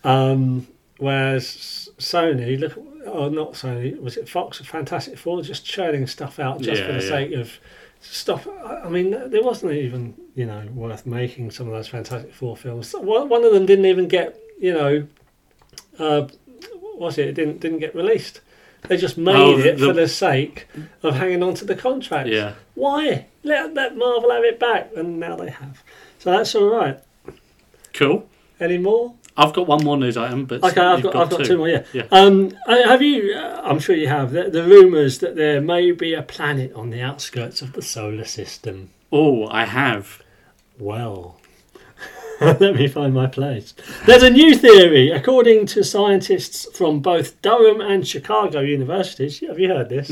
[SPEAKER 1] Um, whereas Sony, look, or not Sony, was it Fox or Fantastic Four, just churning stuff out just for
[SPEAKER 2] Yeah,
[SPEAKER 1] the
[SPEAKER 2] yeah.
[SPEAKER 1] sake of stuff? I I mean, there wasn't even you know worth making some of those Fantastic Four films. So One one of them didn't even get you know, uh, what was it? it didn't didn't get released. They just made
[SPEAKER 2] Oh,
[SPEAKER 1] it
[SPEAKER 2] the-
[SPEAKER 1] for the sake of hanging on to the contract.
[SPEAKER 2] Yeah.
[SPEAKER 1] Why? Let, let Marvel have it back, and now they have. So that's all right.
[SPEAKER 2] Cool.
[SPEAKER 1] Any more?
[SPEAKER 2] I've got one more news item, but
[SPEAKER 1] Okay, I've
[SPEAKER 2] you've
[SPEAKER 1] got, I've got two. more. Yeah.
[SPEAKER 2] Yeah.
[SPEAKER 1] Um, uh, have you? Uh, I'm sure you have. The, the rumours that there may be a planet on the outskirts of the solar system.
[SPEAKER 2] Oh, I have.
[SPEAKER 1] Well, let me find my place. There's a new theory, according to scientists from both Durham and Chicago universities. Have you heard this?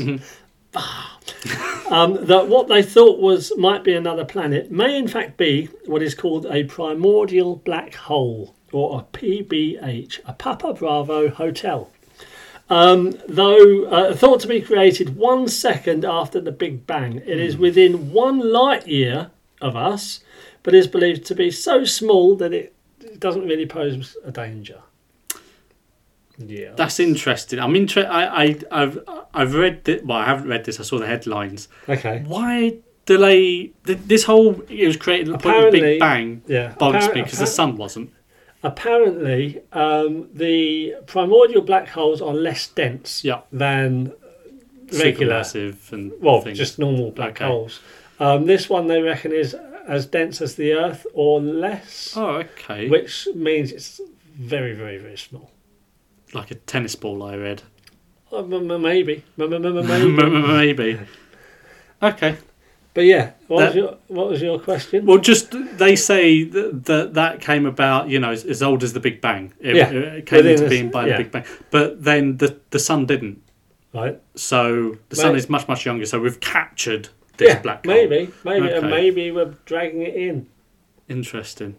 [SPEAKER 1] um, that what they thought was might be another planet may in fact be what is called a primordial black hole or a PBH, a Papa Bravo hotel. Um, though uh, thought to be created one Hmm. second after the Big Bang, it is within one light year of us, but is believed to be so small that it doesn't really pose a danger. Yeah.
[SPEAKER 2] That's interesting. I'm inter- I, I, I've, I've read that. Well, I haven't read this. I saw the headlines.
[SPEAKER 1] okay.
[SPEAKER 2] Why do they? th- This whole it was created at the point of the
[SPEAKER 1] Apparently-
[SPEAKER 2] Big Bang.
[SPEAKER 1] Yeah.
[SPEAKER 2] Bugs
[SPEAKER 1] Appar-
[SPEAKER 2] because the sun wasn't.
[SPEAKER 1] Apparently, um, the primordial black holes are less dense
[SPEAKER 2] Yeah.
[SPEAKER 1] than regular,
[SPEAKER 2] Supermassive and
[SPEAKER 1] well,
[SPEAKER 2] things.
[SPEAKER 1] just normal black
[SPEAKER 2] Okay.
[SPEAKER 1] holes. Um, this one they reckon is as dense as the Earth or less,
[SPEAKER 2] oh okay,
[SPEAKER 1] which means it's very, very, very small.
[SPEAKER 2] like a tennis ball. I read
[SPEAKER 1] Uh, m- m- Maybe, M- m- m- maybe.
[SPEAKER 2] maybe. Okay.
[SPEAKER 1] But yeah, what was
[SPEAKER 2] That-
[SPEAKER 1] your what was your question?
[SPEAKER 2] Well, just they say that that, that came about, you know, as, as old as the Big Bang. It,
[SPEAKER 1] Yeah.
[SPEAKER 2] it came
[SPEAKER 1] Within
[SPEAKER 2] into
[SPEAKER 1] a-
[SPEAKER 2] being by
[SPEAKER 1] yeah.
[SPEAKER 2] the Big Bang, but then the the sun didn't.
[SPEAKER 1] right.
[SPEAKER 2] So the sun
[SPEAKER 1] Right.
[SPEAKER 2] is much much younger. So we've captured this
[SPEAKER 1] yeah,
[SPEAKER 2] black hole.
[SPEAKER 1] maybe, maybe, and
[SPEAKER 2] Okay.
[SPEAKER 1] maybe we're dragging it in.
[SPEAKER 2] Interesting.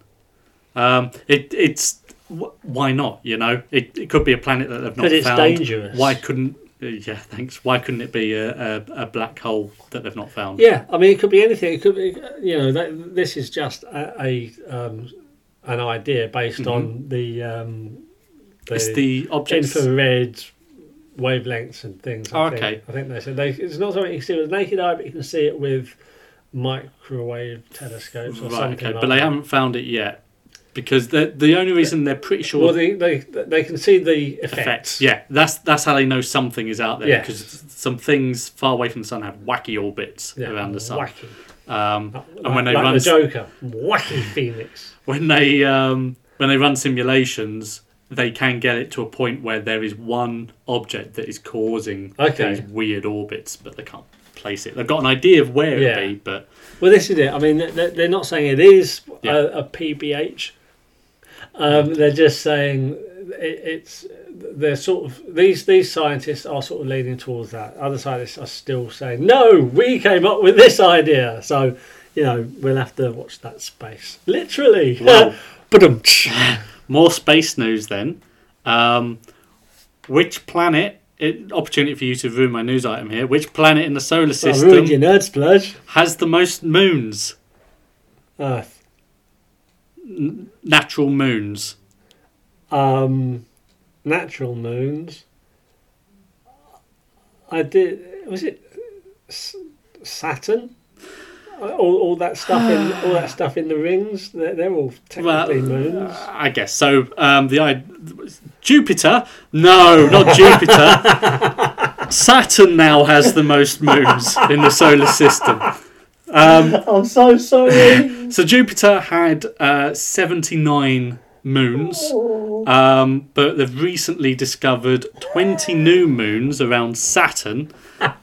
[SPEAKER 2] Um, it it's wh- why not? You know, it, it could be a planet that they've not
[SPEAKER 1] But it's
[SPEAKER 2] found.
[SPEAKER 1] dangerous.
[SPEAKER 2] Why couldn't? uh, Yeah, thanks. Why couldn't it be a, a, a black hole that they've not found?
[SPEAKER 1] Yeah, I mean, it could be anything. It could be, you know, that, this is just a, a um, an idea based on the, um, the,
[SPEAKER 2] Mm-hmm. It's the object.
[SPEAKER 1] infrared wavelengths and things. I
[SPEAKER 2] Oh,
[SPEAKER 1] think.
[SPEAKER 2] okay.
[SPEAKER 1] I think they said they, it's not something you can see with the naked eye, but you can see it with microwave telescopes or
[SPEAKER 2] Right,
[SPEAKER 1] something.
[SPEAKER 2] okay,
[SPEAKER 1] like
[SPEAKER 2] but they
[SPEAKER 1] that.
[SPEAKER 2] haven't found it yet because the the only reason they're pretty sure
[SPEAKER 1] Well, they, they they can see the effects.
[SPEAKER 2] effects. Yeah, that's that's how they know something is out there
[SPEAKER 1] Yes.
[SPEAKER 2] because some things far away from the sun have wacky orbits
[SPEAKER 1] Yeah,
[SPEAKER 2] around the sun.
[SPEAKER 1] Wacky. Oh.
[SPEAKER 2] Um, and
[SPEAKER 1] Like-
[SPEAKER 2] when they
[SPEAKER 1] like
[SPEAKER 2] run
[SPEAKER 1] the Joker, wacky Phoenix.
[SPEAKER 2] when they um, when they run simulations, they can get it to a point where there is one object that is causing
[SPEAKER 1] Okay.
[SPEAKER 2] these weird orbits, but they can't place it. They've got an idea of where
[SPEAKER 1] Yeah.
[SPEAKER 2] it'd be, but
[SPEAKER 1] Well, this is it. I mean, they're, they're not saying it is
[SPEAKER 2] Yeah.
[SPEAKER 1] a, a PBH. Um, they're just saying it, it's. They're sort of these these scientists are sort of leaning towards that. Other scientists are still saying no. We came up with this idea, so you know we'll have to watch that space. Literally.
[SPEAKER 2] Wow.
[SPEAKER 1] Ba-dum-tsh.
[SPEAKER 2] more space news then. Um, which planet? It, opportunity for you to ruin my news item here. Which planet in the solar
[SPEAKER 1] I ruined your
[SPEAKER 2] system
[SPEAKER 1] nerd splurge. Ah,
[SPEAKER 2] has the most moons?
[SPEAKER 1] Earth.
[SPEAKER 2] Natural moons.
[SPEAKER 1] Um, natural moons. I did. Was it S- Saturn? Uh, All, all that stuff in all that stuff in the rings. They're, they're all technically moons.
[SPEAKER 2] I guess so. Um, the I Jupiter? No, not Jupiter. Saturn now has the most moons in the solar system.
[SPEAKER 1] I'm so sorry.
[SPEAKER 2] So Jupiter had uh, seventy-nine moons, um, but they've recently discovered twenty new moons around Saturn.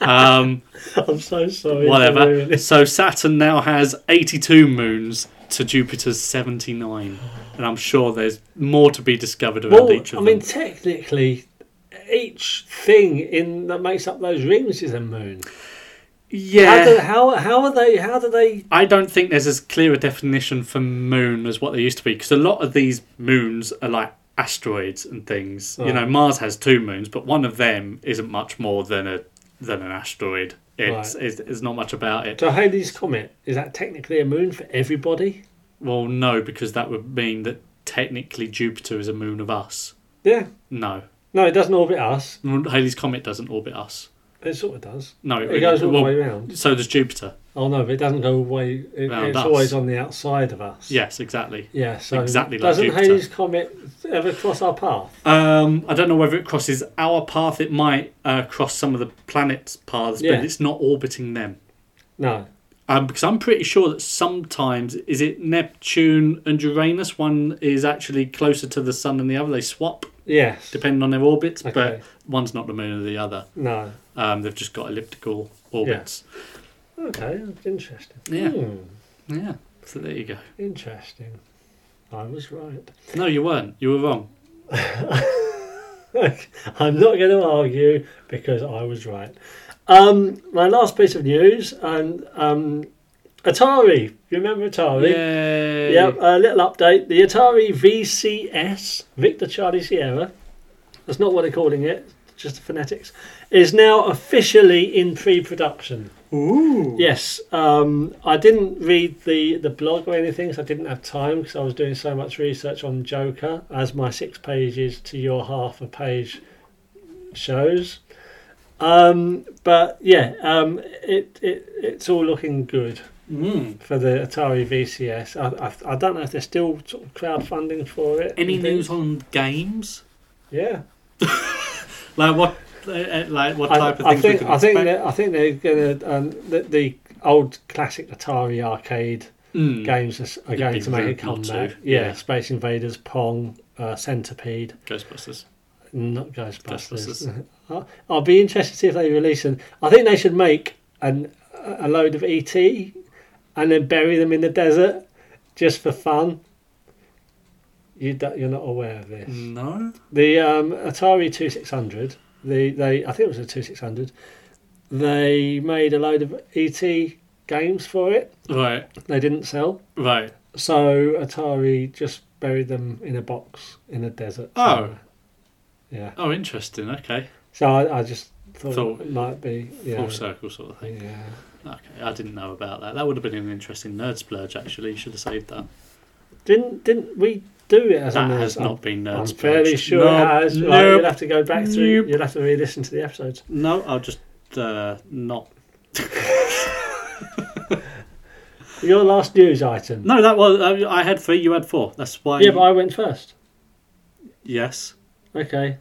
[SPEAKER 2] Um,
[SPEAKER 1] I'm so sorry. for ruining
[SPEAKER 2] whatever.
[SPEAKER 1] this.
[SPEAKER 2] So Saturn now has 82 moons to Jupiter's 79. And I'm sure there's more to be discovered around
[SPEAKER 1] Well,
[SPEAKER 2] each
[SPEAKER 1] I
[SPEAKER 2] of
[SPEAKER 1] mean,
[SPEAKER 2] them.
[SPEAKER 1] technically, each thing in that makes up those rings is a moon. How, do,
[SPEAKER 2] Yeah.
[SPEAKER 1] how how are they? How do they?
[SPEAKER 2] I don't think there's as clear a definition for moon as what there used to be because a lot of these moons are like asteroids and things.
[SPEAKER 1] Oh.
[SPEAKER 2] You know, Mars has two moons, but one of them isn't much more than a than an asteroid. It's
[SPEAKER 1] Right.
[SPEAKER 2] it's, it's not much about it.
[SPEAKER 1] So Halley's comet is that technically a moon for everybody?
[SPEAKER 2] Well, no, because that would mean that technically Jupiter is a moon of us.
[SPEAKER 1] Yeah.
[SPEAKER 2] No,
[SPEAKER 1] No, it doesn't orbit us.
[SPEAKER 2] Halley's Comet doesn't orbit us.
[SPEAKER 1] It sort of does.
[SPEAKER 2] No, it,
[SPEAKER 1] It
[SPEAKER 2] really-
[SPEAKER 1] goes all
[SPEAKER 2] well,
[SPEAKER 1] the way round.
[SPEAKER 2] So does Jupiter.
[SPEAKER 1] Oh no, but it doesn't go away. It,
[SPEAKER 2] Round
[SPEAKER 1] it's
[SPEAKER 2] us.
[SPEAKER 1] always on the outside of us.
[SPEAKER 2] Yes, exactly.
[SPEAKER 1] Yeah. So
[SPEAKER 2] Exactly like
[SPEAKER 1] doesn't
[SPEAKER 2] Jupiter.
[SPEAKER 1] Halley's comet ever cross our path?
[SPEAKER 2] Um, I don't know whether it crosses our path. It might uh, cross some of the planets' paths,
[SPEAKER 1] Yeah.
[SPEAKER 2] but it's not orbiting them.
[SPEAKER 1] No.
[SPEAKER 2] Um, because I'm pretty sure that sometimes is it Neptune and Uranus. One is actually closer to the sun than the other. They swap
[SPEAKER 1] Yes.
[SPEAKER 2] depending on their orbits,
[SPEAKER 1] Okay.
[SPEAKER 2] but one's not the moon of the other.
[SPEAKER 1] no.
[SPEAKER 2] Um, they've just got elliptical orbits.
[SPEAKER 1] Okay. Interesting.
[SPEAKER 2] Yeah.
[SPEAKER 1] Hmm,
[SPEAKER 2] Yeah. So there you go.
[SPEAKER 1] interesting. I was right.
[SPEAKER 2] No, you weren't. You were wrong.
[SPEAKER 1] I'm not going to argue because I was right. Um, my last piece of news and um, Atari. You remember Atari?
[SPEAKER 2] Yay.
[SPEAKER 1] Yep, a little update. The Atari VCS, Victor Charlie Sierra, that's not what they're calling it, it's just the phonetics, is now officially in pre production.
[SPEAKER 2] Ooh.
[SPEAKER 1] Yes, um, I didn't read the, the blog or anything, so I didn't have time because I was doing so much research on Joker, as my six pages to your half a page shows. Um, but yeah, um, it, it it's all looking good
[SPEAKER 2] Mm.
[SPEAKER 1] for the Atari VCS. I, I, I don't know if they're still sort of crowdfunding for it.
[SPEAKER 2] Any
[SPEAKER 1] and things.
[SPEAKER 2] news on games?
[SPEAKER 1] Yeah,
[SPEAKER 2] Like what? uh, Uh, like what
[SPEAKER 1] I,
[SPEAKER 2] type
[SPEAKER 1] I
[SPEAKER 2] of things we
[SPEAKER 1] think
[SPEAKER 2] can
[SPEAKER 1] I think
[SPEAKER 2] expect?
[SPEAKER 1] they're, I think they're gonna um, the, the old classic Atari arcade
[SPEAKER 2] Mm.
[SPEAKER 1] games is- are
[SPEAKER 2] It'd
[SPEAKER 1] going
[SPEAKER 2] be
[SPEAKER 1] to make a
[SPEAKER 2] rude not to,
[SPEAKER 1] comeback.
[SPEAKER 2] yeah.
[SPEAKER 1] Yeah, Space Invaders, Pong, uh, Centipede,
[SPEAKER 2] Ghostbusters.
[SPEAKER 1] not
[SPEAKER 2] Ghostbusters.
[SPEAKER 1] Ghostbusters. I- I'll be interested to see if they release them. I think they should make an, a load of ET and then bury them in the desert just for fun. You do, you're not aware of
[SPEAKER 2] Mm.
[SPEAKER 1] this.
[SPEAKER 2] No.
[SPEAKER 1] The um, Atari 2600, the, they I think it was a 2600, they made a load of ET games for it.
[SPEAKER 2] Right.
[SPEAKER 1] They didn't sell.
[SPEAKER 2] Right.
[SPEAKER 1] So Atari just buried them in a box in a desert.
[SPEAKER 2] Oh.
[SPEAKER 1] somewhere. yeah.
[SPEAKER 2] Oh, interesting. Okay.
[SPEAKER 1] So I, I just thought,
[SPEAKER 2] Thought-
[SPEAKER 1] it might be yeah.
[SPEAKER 2] Full circle sort of thing.
[SPEAKER 1] yeah.
[SPEAKER 2] Okay, I didn't know about that. That would have been an interesting nerd splurge. Actually, you should have saved that.
[SPEAKER 1] Didn't didn't we do it as
[SPEAKER 2] that
[SPEAKER 1] a nerd?
[SPEAKER 2] has
[SPEAKER 1] I'm-
[SPEAKER 2] not been nerd
[SPEAKER 1] I'm
[SPEAKER 2] splurged.
[SPEAKER 1] fairly sure
[SPEAKER 2] no,
[SPEAKER 1] it has.
[SPEAKER 2] No,
[SPEAKER 1] Right, you'll have to go back through.
[SPEAKER 2] Nope.
[SPEAKER 1] You'll have to re-listen to the episodes.
[SPEAKER 2] no, I'll just uh, not.
[SPEAKER 1] Your last news item.
[SPEAKER 2] No, that was uh, I, I had three. You had four. That's why.
[SPEAKER 1] Yeah, but I went first.
[SPEAKER 2] Yes.
[SPEAKER 1] Okay,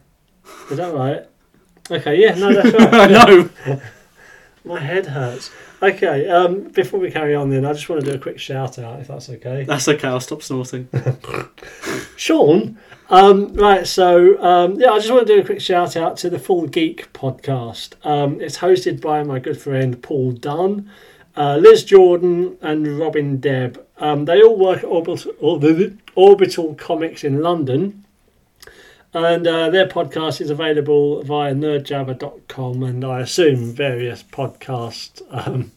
[SPEAKER 1] is that right? Okay, yeah, no, that's right.
[SPEAKER 2] no.
[SPEAKER 1] My head hurts. Okay, um, before we carry on, then I just want to do a quick shout out, if that's okay.
[SPEAKER 2] That's okay. I'll stop snorting.
[SPEAKER 1] Sean. Um, right, so um, yeah, I just want to do a quick shout out to the Full Geek podcast. Um, it's hosted by my good friend Paul Dunn, uh, Liz Jordan, and Robin Deb. Um, they all work at Orbital, Orbital- Orbital Comics in London, and uh, their podcast is available via nerdjabber.com and I assume various podcast um,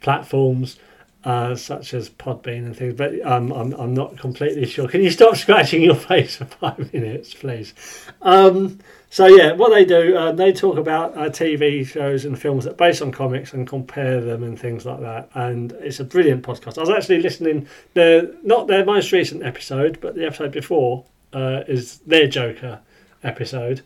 [SPEAKER 1] platforms uh, such as Podbean and things, but um, I'm, I'm not completely sure. Can you stop scratching your face for five minutes, please? Um, so, yeah, what they do, uh, they talk about uh, TV shows and films that are based on comics and compare them and things like that. And it's a brilliant podcast. I was actually listening, their, not their most recent episode, but the episode before uh, is their Joker episode.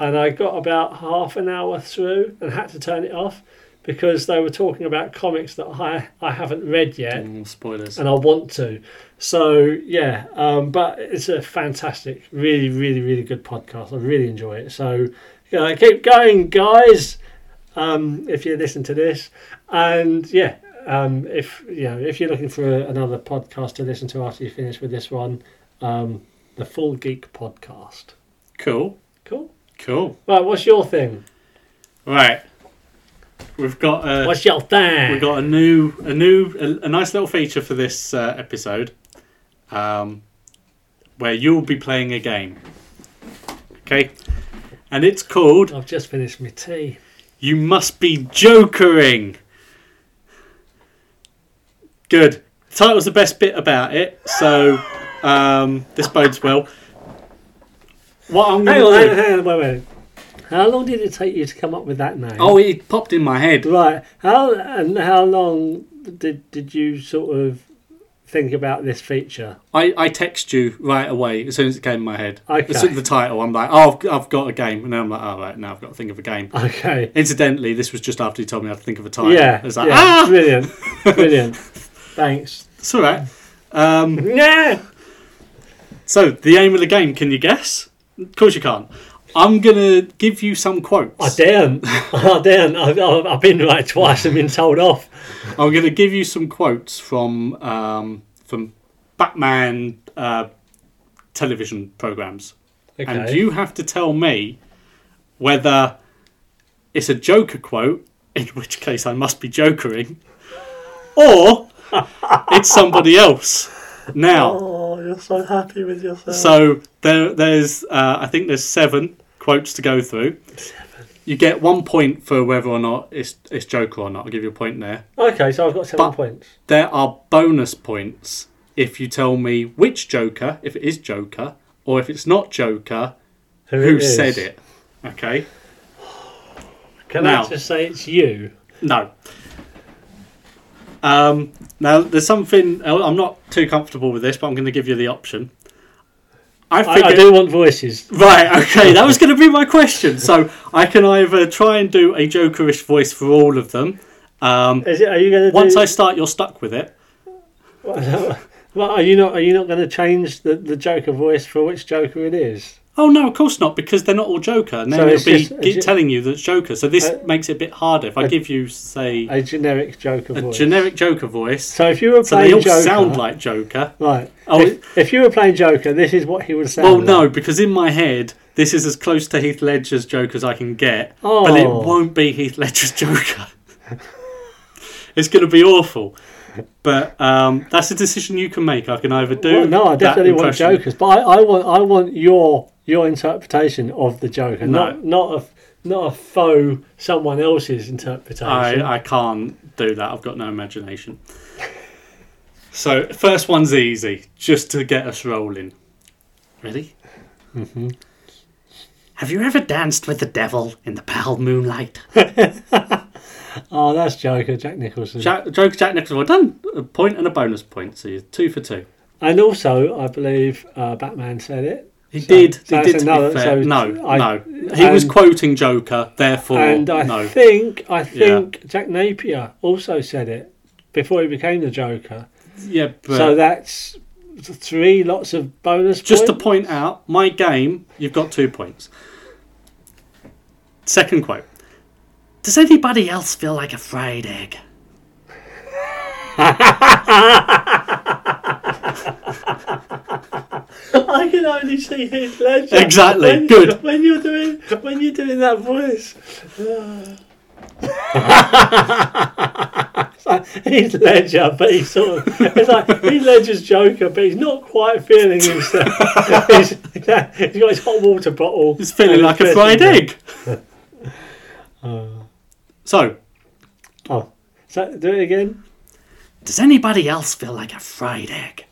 [SPEAKER 1] And I got about half an hour through and had to turn it off because they were talking about comics that I, I haven't read yet
[SPEAKER 2] Mm, spoilers.
[SPEAKER 1] and I want to. So yeah, um, but it's a fantastic, really, really, really good podcast. I really enjoy it. So yeah, keep going, guys. Um, if you listen to this, and yeah, um, if you know if you're looking for a, another podcast to listen to after you finish with this one, um, the Full Geek Podcast.
[SPEAKER 2] Cool.
[SPEAKER 1] Cool.
[SPEAKER 2] Cool.
[SPEAKER 1] Right, what's your thing?
[SPEAKER 2] Right. We've got uh, a
[SPEAKER 1] What's your thing?
[SPEAKER 2] we've got a new a new a, a nice little feature for this uh, episode, um, where you'll be playing a game. Okay, and it's called
[SPEAKER 1] I've just finished my tea.
[SPEAKER 2] You Must Be Jokering. Good. The title's the best bit about it, so um, this bodes well. What I'm
[SPEAKER 1] Hang on,
[SPEAKER 2] going
[SPEAKER 1] hang on,
[SPEAKER 2] to do?
[SPEAKER 1] hang on, wait, wait. How long did it take you to come up with that name?
[SPEAKER 2] Oh, it popped in my head.
[SPEAKER 1] Right. How and how long did did you sort of think about this feature?
[SPEAKER 2] I, I text you right away as soon as it came in my head.
[SPEAKER 1] Okay.
[SPEAKER 2] As soon as the title, I'm like, oh, I've, I've got a game. And then I'm like, oh, right, now I've got to think of a game.
[SPEAKER 1] Okay.
[SPEAKER 2] Incidentally, this was just after you told me I had to think of a title.
[SPEAKER 1] Yeah.
[SPEAKER 2] I was like,
[SPEAKER 1] yeah.
[SPEAKER 2] ah,
[SPEAKER 1] Brilliant. Brilliant. Thanks.
[SPEAKER 2] it's all right. Um,
[SPEAKER 1] Yeah.
[SPEAKER 2] so, the aim of the game, can you guess? Of course you can't. I'm going to give you some quotes.
[SPEAKER 1] I daren't. I daren't. I've, I've I've been right twice and been told off.
[SPEAKER 2] I'm going to give you some quotes from um, from Batman uh, television programs.
[SPEAKER 1] Okay.
[SPEAKER 2] and you have to tell me whether it's a Joker quote, in which case I must be jokering, or it's somebody else. Now,
[SPEAKER 1] Oh, you're so happy with yourself.
[SPEAKER 2] so there, there's uh, I think there's seven quotes to go through. You get one point for whether or not it's it's Joker or not. I'll give you a point there.
[SPEAKER 1] okay, so I've got seven
[SPEAKER 2] But-
[SPEAKER 1] points.
[SPEAKER 2] There are bonus points if you tell me which Joker, if it is Joker, or if it's not Joker,
[SPEAKER 1] Who,
[SPEAKER 2] who
[SPEAKER 1] is?
[SPEAKER 2] said it. Okay.
[SPEAKER 1] Can
[SPEAKER 2] Now.
[SPEAKER 1] I just say it's you?
[SPEAKER 2] No. Um, now, there's something. I'm not too comfortable with this, but I'm going to give you the option. I
[SPEAKER 1] I,
[SPEAKER 2] figured.
[SPEAKER 1] I do want voices.
[SPEAKER 2] Right, okay, that was going to be my question. So I can either try and do a Jokerish voice for all of them. Um,
[SPEAKER 1] Is it, are you going to
[SPEAKER 2] once I start, you're stuck with it.
[SPEAKER 1] Well, are you not? Are you not going to change the, the Joker voice for which Joker it is?
[SPEAKER 2] Oh no, of course not, because they're not all Joker. And then
[SPEAKER 1] So
[SPEAKER 2] it'll
[SPEAKER 1] it's
[SPEAKER 2] be
[SPEAKER 1] just-
[SPEAKER 2] ge-
[SPEAKER 1] it's-
[SPEAKER 2] telling you that it's Joker. So this
[SPEAKER 1] Uh,
[SPEAKER 2] makes it a bit harder. If I
[SPEAKER 1] a-
[SPEAKER 2] give you, say,
[SPEAKER 1] A generic Joker
[SPEAKER 2] a
[SPEAKER 1] voice.
[SPEAKER 2] generic Joker voice,
[SPEAKER 1] So if you were
[SPEAKER 2] so they
[SPEAKER 1] playing
[SPEAKER 2] all
[SPEAKER 1] Joker,
[SPEAKER 2] sound like Joker.
[SPEAKER 1] right?
[SPEAKER 2] Oh.
[SPEAKER 1] If, if you were playing Joker, this is what he would sound.
[SPEAKER 2] Well,
[SPEAKER 1] like.
[SPEAKER 2] no, because in my head, this is as close to Heath Ledger's Joker as I can get. But it
[SPEAKER 1] Oh.
[SPEAKER 2] won't be Heath Ledger's Joker. it's going to be awful. But um, that's a decision you can make. I can either do.
[SPEAKER 1] Well, no, I
[SPEAKER 2] that
[SPEAKER 1] definitely want
[SPEAKER 2] impression-
[SPEAKER 1] Jokers, but I, I want I want your your interpretation of the Joker, not not a not a faux someone else's interpretation.
[SPEAKER 2] I, I can't do that. I've got no imagination. So, first one's easy, just to get us rolling. Ready? Mm-hmm. Have you ever danced with the devil in the pale moonlight?
[SPEAKER 1] oh, that's Joker, Jack Nicholson,
[SPEAKER 2] Jack, Joker Hmm. Jack Nicholson. Well done. A point and a bonus point. So you're two for two.
[SPEAKER 1] and also I believe uh, Batman said it,
[SPEAKER 2] He did.
[SPEAKER 1] so
[SPEAKER 2] he
[SPEAKER 1] that's
[SPEAKER 2] did. To
[SPEAKER 1] another-
[SPEAKER 2] be fair.
[SPEAKER 1] so
[SPEAKER 2] no,
[SPEAKER 1] I-
[SPEAKER 2] no. He was
[SPEAKER 1] and-
[SPEAKER 2] quoting Joker. Therefore,
[SPEAKER 1] and I
[SPEAKER 2] Oh, no.
[SPEAKER 1] think I think Jack Napier also said it before he became the Joker.
[SPEAKER 2] yeah, but
[SPEAKER 1] so that's three lots of bonus.
[SPEAKER 2] just to
[SPEAKER 1] points.
[SPEAKER 2] point out, my game. You've got two points. Second quote. Does anybody else feel like a fried egg?
[SPEAKER 1] I can only see his Ledger.
[SPEAKER 2] Exactly,
[SPEAKER 1] When-
[SPEAKER 2] good.
[SPEAKER 1] When you're doing when you're doing that voice, It's like Heath Ledger, but he's sort of it's like Heath Ledger's Joker, but he's not quite feeling himself. he's, he's got his hot water bottle.
[SPEAKER 2] It's feeling
[SPEAKER 1] and
[SPEAKER 2] like a
[SPEAKER 1] dressing
[SPEAKER 2] fried
[SPEAKER 1] gown.
[SPEAKER 2] egg. Uh.
[SPEAKER 1] Uh.
[SPEAKER 2] so,
[SPEAKER 1] Oh, so do it again.
[SPEAKER 2] does anybody else feel like a fried egg?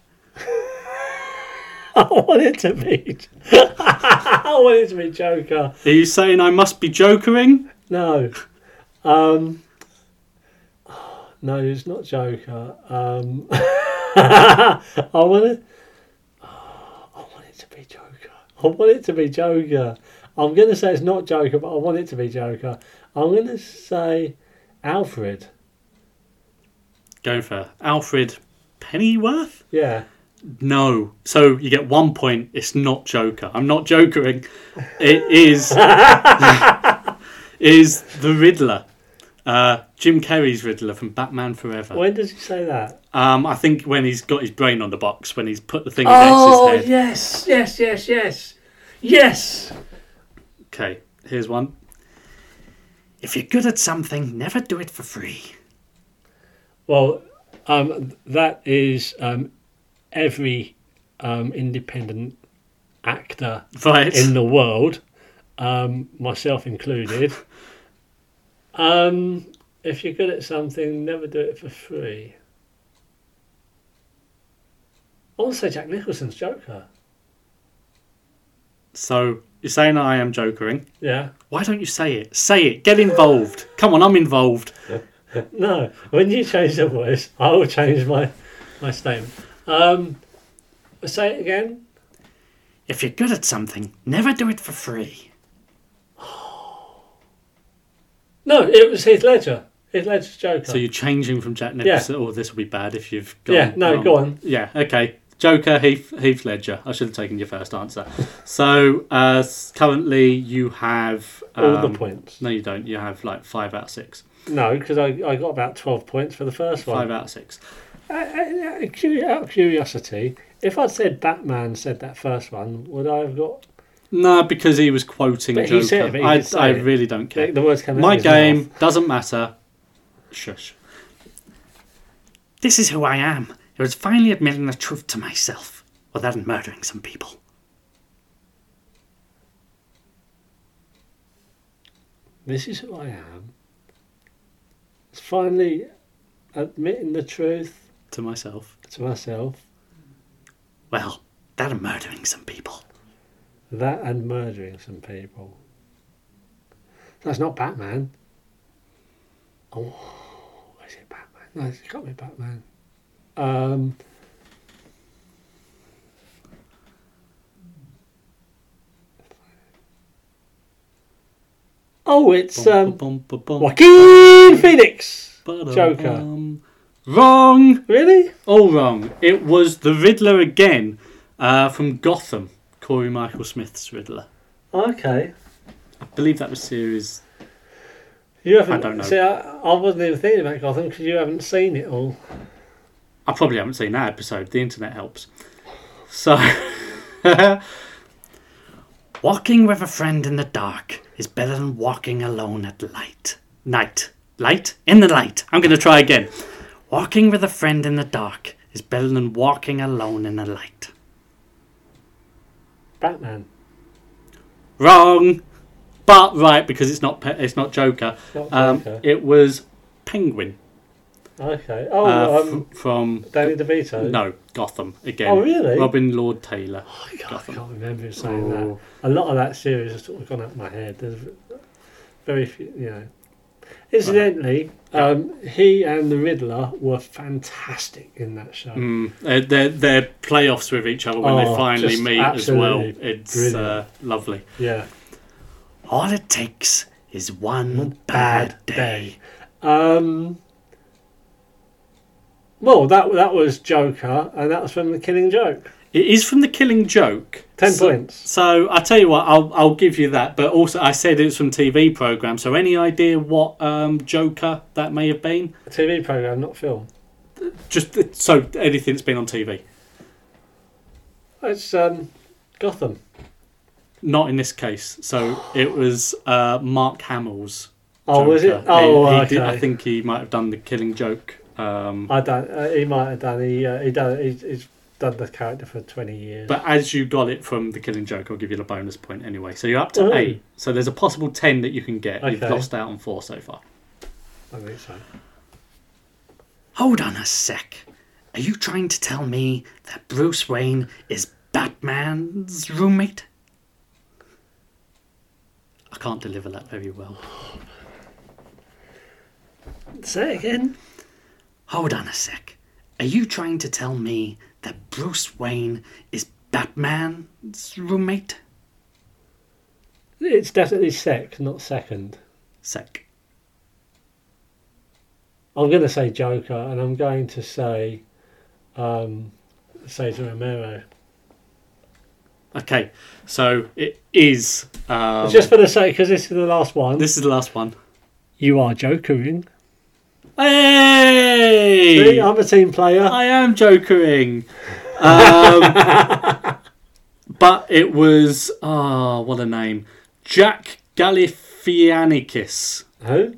[SPEAKER 1] I want it to be. I want it to be Joker.
[SPEAKER 2] Are you saying I must be jokering?
[SPEAKER 1] No. Um, no, it's not Joker. Um, I want it. I want it to be Joker. I want it to be Joker. I'm going to say it's not Joker, but I want it to be Joker. I'm going to say Alfred.
[SPEAKER 2] Going for Alfred Pennyworth?
[SPEAKER 1] Yeah.
[SPEAKER 2] No. So you get one point. It's not Joker. I'm not jokering. It is is the Riddler, uh, Jim Carrey's Riddler from Batman Forever.
[SPEAKER 1] When does he say that?
[SPEAKER 2] Um, I think when he's got his brain on the box, when he's put the thing
[SPEAKER 1] Oh,
[SPEAKER 2] against his head.
[SPEAKER 1] yes, yes, yes, yes. Yes.
[SPEAKER 2] Okay, here's one. If you're good at something, never do it for free.
[SPEAKER 1] Well, um, that is um, every um, independent actor
[SPEAKER 2] Right.
[SPEAKER 1] in the world, um, myself included. um, if you're good at something, never do it for free. I want to say Jack Nicholson's Joker.
[SPEAKER 2] so you're saying I am jokering.
[SPEAKER 1] Yeah.
[SPEAKER 2] Why don't you say it? Say it. Get involved. Come on, I'm involved.
[SPEAKER 1] No, when you change the voice, I will change my, my statement. Um, say it again.
[SPEAKER 2] If you're good at something, never do it for free.
[SPEAKER 1] No, it was Heath Ledger. Heath Ledger's Joker.
[SPEAKER 2] So you're changing from Jack Nicholson. Oh, this will be bad if you've gone.
[SPEAKER 1] Yeah, no,
[SPEAKER 2] wrong.
[SPEAKER 1] go on.
[SPEAKER 2] Yeah, okay. Joker, Heath, Heath Ledger. I should have taken your first answer. so uh, s- currently you have.
[SPEAKER 1] All
[SPEAKER 2] um,
[SPEAKER 1] the points.
[SPEAKER 2] No, you don't. You have like five out of six.
[SPEAKER 1] No, because I, I got about 12 points for the first
[SPEAKER 2] Five
[SPEAKER 1] one.
[SPEAKER 2] out of six.
[SPEAKER 1] Uh, curi- out of curiosity, if I'd said Batman said that first one, would I have got
[SPEAKER 2] No, because he was quoting
[SPEAKER 1] But
[SPEAKER 2] Joker.
[SPEAKER 1] he said it, but he
[SPEAKER 2] I,
[SPEAKER 1] did say
[SPEAKER 2] I
[SPEAKER 1] it.
[SPEAKER 2] really don't care.
[SPEAKER 1] the, the words coming out
[SPEAKER 2] My
[SPEAKER 1] of his mouth?
[SPEAKER 2] game doesn't matter. Shush. This is who I am. It was finally admitting the truth to myself without murdering some people.
[SPEAKER 1] This is who I am. It's finally admitting the truth
[SPEAKER 2] To myself.
[SPEAKER 1] to myself
[SPEAKER 2] Well, that murdering some people.
[SPEAKER 1] that and murdering some people. That's not Batman. Oh, is it Batman? No, it's got to be Batman. Um, oh, it's um,
[SPEAKER 2] Bum, bum, bum, bum.
[SPEAKER 1] Joaquin Phoenix.
[SPEAKER 2] Ba-dum,
[SPEAKER 1] Joker.
[SPEAKER 2] um, Wrong.
[SPEAKER 1] Really?
[SPEAKER 2] All wrong. It was the Riddler again uh, from Gotham. Corey Michael Smith's Riddler.
[SPEAKER 1] Okay.
[SPEAKER 2] I believe that was series.
[SPEAKER 1] You haven't.
[SPEAKER 2] don't know.
[SPEAKER 1] See, I, I wasn't even thinking about Gotham because you haven't seen it all.
[SPEAKER 2] I probably haven't seen that episode. The internet helps. So. walking with a friend in the dark is better than walking alone at light. Night. Light? In the light. I'm going to try again. Walking with a friend in the dark is better than walking alone in the light.
[SPEAKER 1] Batman.
[SPEAKER 2] Wrong, but right because it's not Pe- it's not Joker.
[SPEAKER 1] Not
[SPEAKER 2] Um,
[SPEAKER 1] Joker.
[SPEAKER 2] it was Penguin
[SPEAKER 1] Okay.
[SPEAKER 2] uh,
[SPEAKER 1] Oh, um,
[SPEAKER 2] f- from
[SPEAKER 1] Danny DeVito.
[SPEAKER 2] no Gotham again.
[SPEAKER 1] Oh, really?
[SPEAKER 2] Robin Lord Taylor.
[SPEAKER 1] I can't, I can't remember him saying
[SPEAKER 2] Oh.
[SPEAKER 1] that. A lot of that series has sort of gone out of my head. There's very few, you know. Incidentally, um, he and the Riddler were fantastic in that show.
[SPEAKER 2] Mm, uh, their their playoffs with each other when
[SPEAKER 1] Oh,
[SPEAKER 2] they finally
[SPEAKER 1] just
[SPEAKER 2] meet as well.
[SPEAKER 1] absolutely
[SPEAKER 2] It's uh,
[SPEAKER 1] brilliant.
[SPEAKER 2] lovely.
[SPEAKER 1] Yeah.
[SPEAKER 2] All it takes is one
[SPEAKER 1] bad day. Um, well, that that was Joker, and that was from The Killing Joke.
[SPEAKER 2] It is from the Killing Joke.
[SPEAKER 1] Ten
[SPEAKER 2] So-
[SPEAKER 1] points.
[SPEAKER 2] So I tell you what, I'll I'll give you that. But also, I said it was from TV program. So any idea what um, Joker that may have been?
[SPEAKER 1] A TV program, not film.
[SPEAKER 2] Just th- so anything that's been on TV.
[SPEAKER 1] It's um, Gotham.
[SPEAKER 2] Not in this case. So it was uh, Mark Hamill's.
[SPEAKER 1] Oh, was it?
[SPEAKER 2] Joker.
[SPEAKER 1] Oh,
[SPEAKER 2] He- he
[SPEAKER 1] okay.
[SPEAKER 2] did- I think he might have done the Killing Joke. Um,
[SPEAKER 1] I don't. Uh, he might have done. He uh, he done. He's, he's done the character for twenty years.
[SPEAKER 2] but as you got it from the Killing Joke, I'll give you the bonus point anyway. So you're up to
[SPEAKER 1] Oh.
[SPEAKER 2] eight. So there's a possible ten that you can get. You've
[SPEAKER 1] Okay.
[SPEAKER 2] lost out on four so far.
[SPEAKER 1] I think so.
[SPEAKER 2] Hold on a sec. Are you trying to tell me that Bruce Wayne is Batman's roommate? I can't deliver that very well.
[SPEAKER 1] Say it again.
[SPEAKER 2] Hold on a sec. Are you trying to tell me that Bruce Wayne is Batman's roommate?
[SPEAKER 1] It's definitely sec, not second.
[SPEAKER 2] Sec.
[SPEAKER 1] I'm going to say Joker, and I'm going to say, um, Cesar Romero,
[SPEAKER 2] Okay, so it is. Um,
[SPEAKER 1] just for the sake, because this is the last one.
[SPEAKER 2] this is the last one.
[SPEAKER 1] you are jokering. See,
[SPEAKER 2] Hey!
[SPEAKER 1] I'm a team player.
[SPEAKER 2] I am jokering. Um, but it was ah, what a name, Jack Galifianakis,
[SPEAKER 1] Who?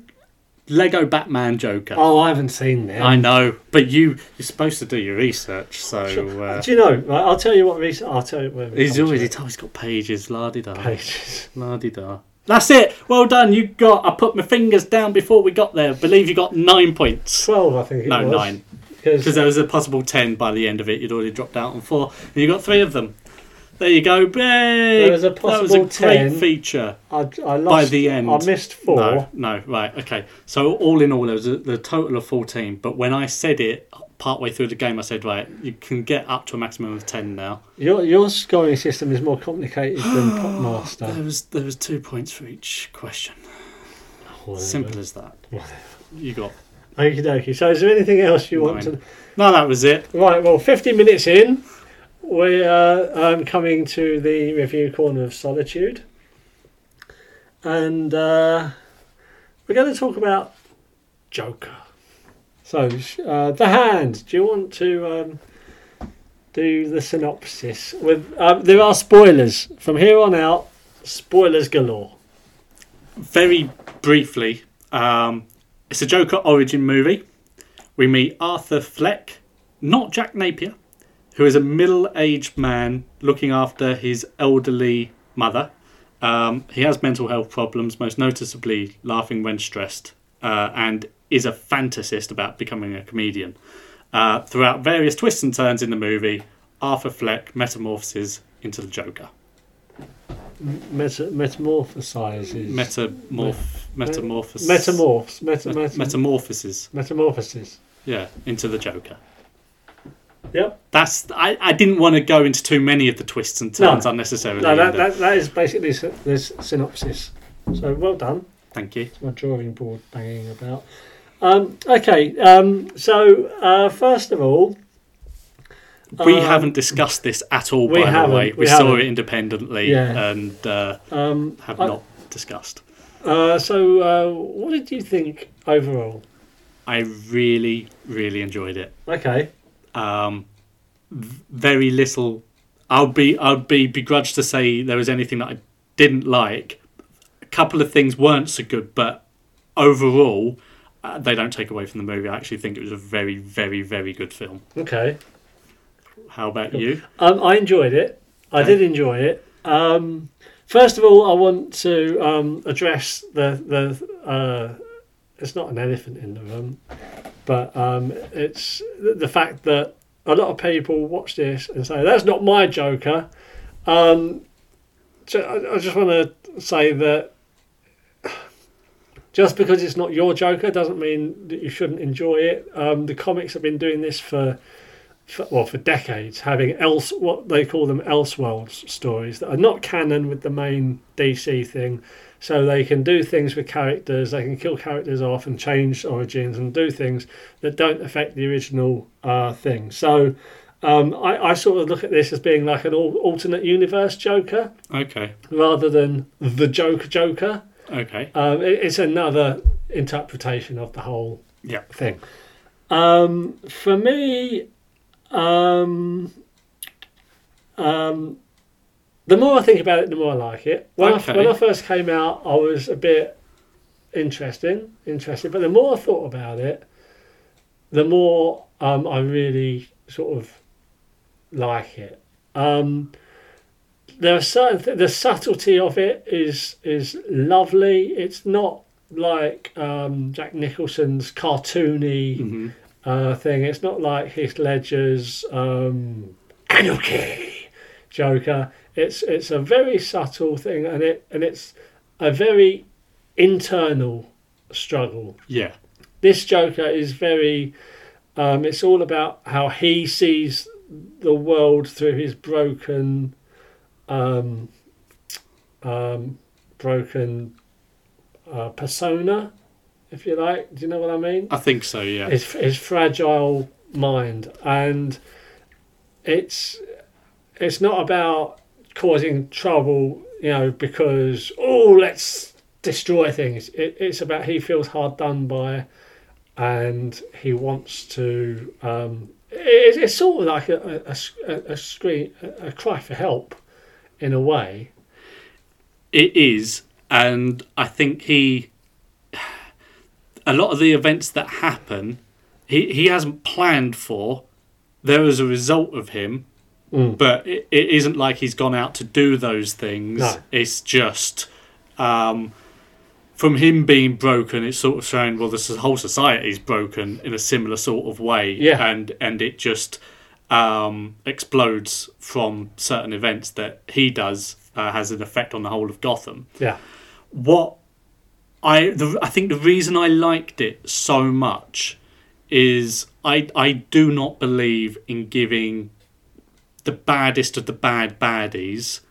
[SPEAKER 2] Lego Batman Joker.
[SPEAKER 1] Oh, I haven't seen that.
[SPEAKER 2] I know, but you you're supposed to do your research, so uh,
[SPEAKER 1] Do you know? Right, I'll tell you what reason. I'll tell you what.
[SPEAKER 2] he's already told he's got pages, la di da,
[SPEAKER 1] pages.
[SPEAKER 2] la di da. That's it. Well done. You got. I put my fingers down before we got there. Believe you got nine points.
[SPEAKER 1] Twelve, I think it
[SPEAKER 2] No,
[SPEAKER 1] was.
[SPEAKER 2] nine. uh, because there was a possible 10 by the end of it. You'd already dropped out on four, and you got three of them. There you go. Yay!
[SPEAKER 1] There was a possible
[SPEAKER 2] that was a great
[SPEAKER 1] 10
[SPEAKER 2] feature
[SPEAKER 1] I, I lost.
[SPEAKER 2] by the end.
[SPEAKER 1] I missed four.
[SPEAKER 2] No, no, right, okay. So, all in all, there was a, the total of 14, but when I said it partway through the game, I said, right, you can get up to a maximum of 10 now.
[SPEAKER 1] Your your scoring system is more complicated than Popmaster.
[SPEAKER 2] There was, there was two points for each question. Simple as that. You got
[SPEAKER 1] Okie dokie. So, is there anything else you want to?
[SPEAKER 2] nine. No, that was it.
[SPEAKER 1] Right. Well, fifty minutes in, we are um, coming to the review corner of solitude, and uh, we're going to talk about Joker. So, sh- uh, the hand. Do you want to um, do the synopsis? With um, there are spoilers from here on out. Spoilers galore.
[SPEAKER 2] very briefly, um, it's a Joker origin movie. We meet Arthur Fleck, not Jack Napier, who is a middle aged man looking after his elderly mother. Um, he has mental health problems, most noticeably laughing when stressed, uh, and is a fantasist about becoming a comedian. Uh, throughout various twists and turns in the movie, Arthur Fleck metamorphoses into the Joker.
[SPEAKER 1] meta, metamorphosizes.
[SPEAKER 2] Metamorph, metamorphosis.
[SPEAKER 1] metamorphs. Meta,
[SPEAKER 2] Met-
[SPEAKER 1] meta,
[SPEAKER 2] metamorphoses.
[SPEAKER 1] metamorphoses.
[SPEAKER 2] Yeah, into the Joker.
[SPEAKER 1] Yep.
[SPEAKER 2] That's I, I didn't want to go into too many of the twists and turns
[SPEAKER 1] No.
[SPEAKER 2] unnecessarily.
[SPEAKER 1] No, that,
[SPEAKER 2] either.
[SPEAKER 1] that, that is basically sy- this synopsis. So well done.
[SPEAKER 2] Thank you.
[SPEAKER 1] my drawing board banging about. Um, okay, um, so uh, first of all,
[SPEAKER 2] we
[SPEAKER 1] Um,
[SPEAKER 2] haven't discussed this at all,
[SPEAKER 1] we
[SPEAKER 2] by the
[SPEAKER 1] haven't,
[SPEAKER 2] way. We,
[SPEAKER 1] we
[SPEAKER 2] saw
[SPEAKER 1] haven't.
[SPEAKER 2] it independently
[SPEAKER 1] Yeah.
[SPEAKER 2] and uh,
[SPEAKER 1] um,
[SPEAKER 2] have
[SPEAKER 1] I-
[SPEAKER 2] not discussed.
[SPEAKER 1] uh, so uh, what did you think overall?
[SPEAKER 2] I really, really enjoyed it.
[SPEAKER 1] Okay,
[SPEAKER 2] Um, v- very little. I'll be I'll be begrudged to say there was anything that I didn't like. A couple of things weren't so good, but overall, uh, they don't take away from the movie. I actually think it was a very, very, very good film.
[SPEAKER 1] okay.
[SPEAKER 2] How about you?
[SPEAKER 1] Um, I enjoyed it. I
[SPEAKER 2] Okay.
[SPEAKER 1] did enjoy it. Um, first of all, I want to um, address the the. Uh, it's not an elephant in the room, but um, it's the the fact that a lot of people watch this and say that's not my Joker. Um, so I, I just want to say that just because it's not your Joker doesn't mean that you shouldn't enjoy it. Um, the comics have been doing this for for, well for decades having else what they call them elseworlds stories that are not canon with the main DC thing so they can do things with characters they can kill characters off and change origins and do things that don't affect the original uh, thing so um, I, I sort of look at this as being like an al- alternate universe Joker
[SPEAKER 2] Okay,
[SPEAKER 1] rather than the Joker Joker
[SPEAKER 2] okay,
[SPEAKER 1] um, it, it's another interpretation of the whole
[SPEAKER 2] yeah.
[SPEAKER 1] thing. Um, for me, um, um, the more I think about it, the more I like it. When,
[SPEAKER 2] Okay.
[SPEAKER 1] I, when I first came out, I was a bit interesting, interested. But the more I thought about it, the more um, I really sort of like it. Um, there are certain th- the subtlety of it is is lovely. It's not like um, Jack Nicholson's cartoony
[SPEAKER 2] hmm
[SPEAKER 1] uh, thing. It's not like Heath Ledger's um, Anarchy Joker. It's it's a very subtle thing, and it and it's a very internal struggle.
[SPEAKER 2] Yeah.
[SPEAKER 1] This Joker is very. Um, it's all about how he sees the world through his broken, um, um, broken uh, persona, if you like. Do you know what I mean?
[SPEAKER 2] I think so, yeah.
[SPEAKER 1] his, his fragile mind and it's it's not about causing trouble you know because oh let's destroy things it, it's about he feels hard done by and he wants to um it, it's sort of like a, a, a, a scream a, a cry for help in a way
[SPEAKER 2] It is, and I think he. A lot of the events that happen, he, he hasn't planned for. There is a result of him,
[SPEAKER 1] Mm.
[SPEAKER 2] but it, it isn't like he's gone out to do those things.
[SPEAKER 1] No.
[SPEAKER 2] It's just um, from him being broken, it's sort of showing, well, this whole society's broken in a similar sort of way.
[SPEAKER 1] Yeah.
[SPEAKER 2] And, and it just um, explodes from certain events that he does uh, has an effect on the whole of Gotham.
[SPEAKER 1] yeah
[SPEAKER 2] What I the, I think the reason I liked it so much is I I do not believe in giving the baddest of the bad baddies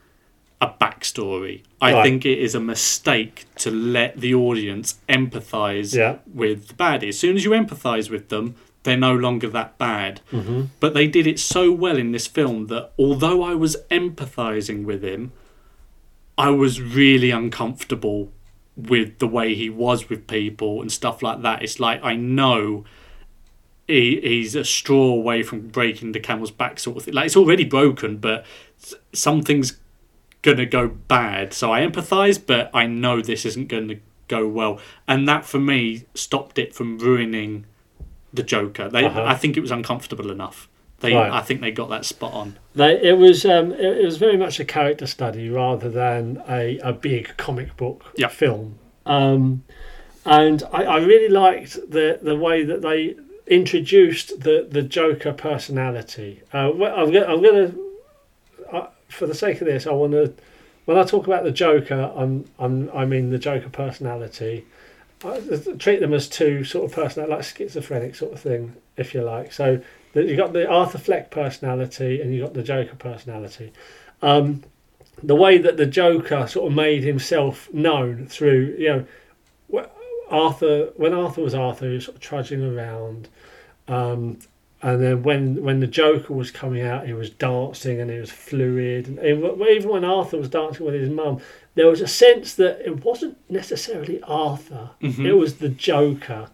[SPEAKER 2] a backstory. I
[SPEAKER 1] Right.
[SPEAKER 2] think it is a mistake to let the audience empathize
[SPEAKER 1] Yeah.
[SPEAKER 2] with the baddie. As soon as you empathize with them, they're no longer that bad. But they did it so well in this film that although I was empathizing with him, I was really uncomfortable with the way he was with people and stuff like that. It's like I know he, he's a straw away from breaking the camel's back, sort of thing. Like it's already broken, but s- something's gonna go bad. So I empathise, but I know this isn't gonna go well, and that for me stopped it from ruining the Joker. They,
[SPEAKER 1] Uh-huh.
[SPEAKER 2] I think it was uncomfortable enough. They,
[SPEAKER 1] Right.
[SPEAKER 2] I think they got that spot on.
[SPEAKER 1] They, it was um, it, it was very much a character study rather than a, a big comic book
[SPEAKER 2] Yeah.
[SPEAKER 1] film. Um, and I, I really liked the the way that they introduced the, the Joker personality. Uh, well, I'm going I'm gonna uh, for the sake of this, I want to when I talk about the Joker, I'm, I'm I mean the Joker personality. I treat them as two sort of personal, like schizophrenic sort of thing, if you like. So that you got the Arthur Fleck personality and you got the Joker personality. Um, the way that the Joker sort of made himself known through, you know, wh- Arthur when Arthur was Arthur, he was sort of trudging around, um, and then when when the Joker was coming out, he was dancing and he was fluid, and even even when Arthur was dancing with his mum, there was a sense that it wasn't necessarily Arthur, it was the Joker,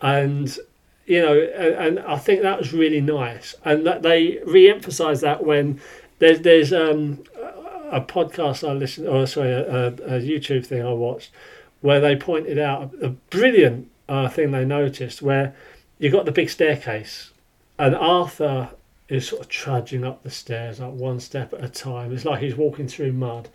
[SPEAKER 1] and you know, and, and I think that was really nice, and that they re-emphasised that when there's there's um, a podcast I listened, or sorry, a, a, a YouTube thing I watched, where they pointed out a brilliant uh, thing they noticed where you got the big staircase, and Arthur is sort of trudging up the stairs like one step at a time. It's like he's walking through mud.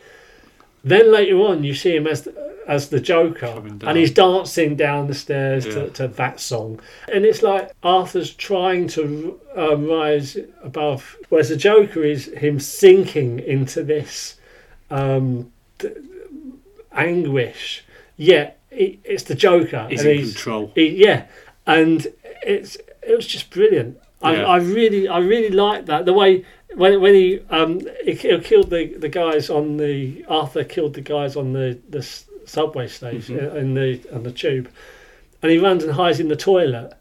[SPEAKER 1] Then later on, you see him as as the Joker,
[SPEAKER 2] Coming down.
[SPEAKER 1] and he's dancing down the stairs
[SPEAKER 2] Yeah.
[SPEAKER 1] to, to that song, and it's like Arthur's trying to uh, rise above, whereas the Joker is him sinking into this um, d- anguish. Yet it, it's the Joker,
[SPEAKER 2] He's
[SPEAKER 1] and
[SPEAKER 2] in
[SPEAKER 1] he's-
[SPEAKER 2] control.
[SPEAKER 1] he- yeah, and it's it was just brilliant. I,
[SPEAKER 2] Yeah.
[SPEAKER 1] I really I really liked that the way when when he um he, ki- killed the, the guys on the Arthur killed the guys on the the s- subway station uh, in the on the tube, and he runs and hides in the toilet,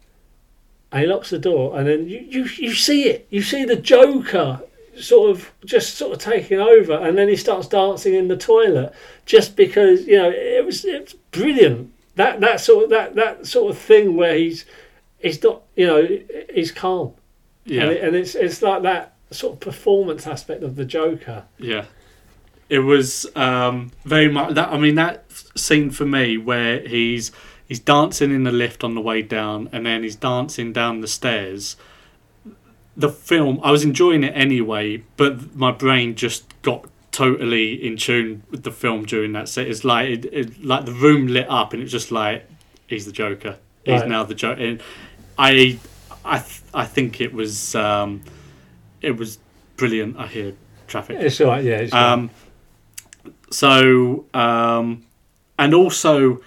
[SPEAKER 1] and he locks the door, and then you you, you see it you see the Joker sort of just sort of taking over and then he starts dancing in the toilet just because you know it was it's brilliant that that sort of that that sort of thing where he's he's not you know he's calm
[SPEAKER 2] Yeah.
[SPEAKER 1] and, it, and it's it's like that sort of performance aspect of the joker
[SPEAKER 2] Yeah. It was um, very much that. I mean, that scene for me where he's he's dancing in the lift on the way down, and then he's dancing down the stairs. The film, I was enjoying it anyway, but my brain just got totally in tune with the film during that set. It's like it, it, like the room lit up, and it's just like he's the Joker. He's
[SPEAKER 1] Right.
[SPEAKER 2] now the Joker. I I th- I think it was um, it was brilliant. I hear traffic.
[SPEAKER 1] it's all right yeah it's all right.
[SPEAKER 2] Um, so, um, and also,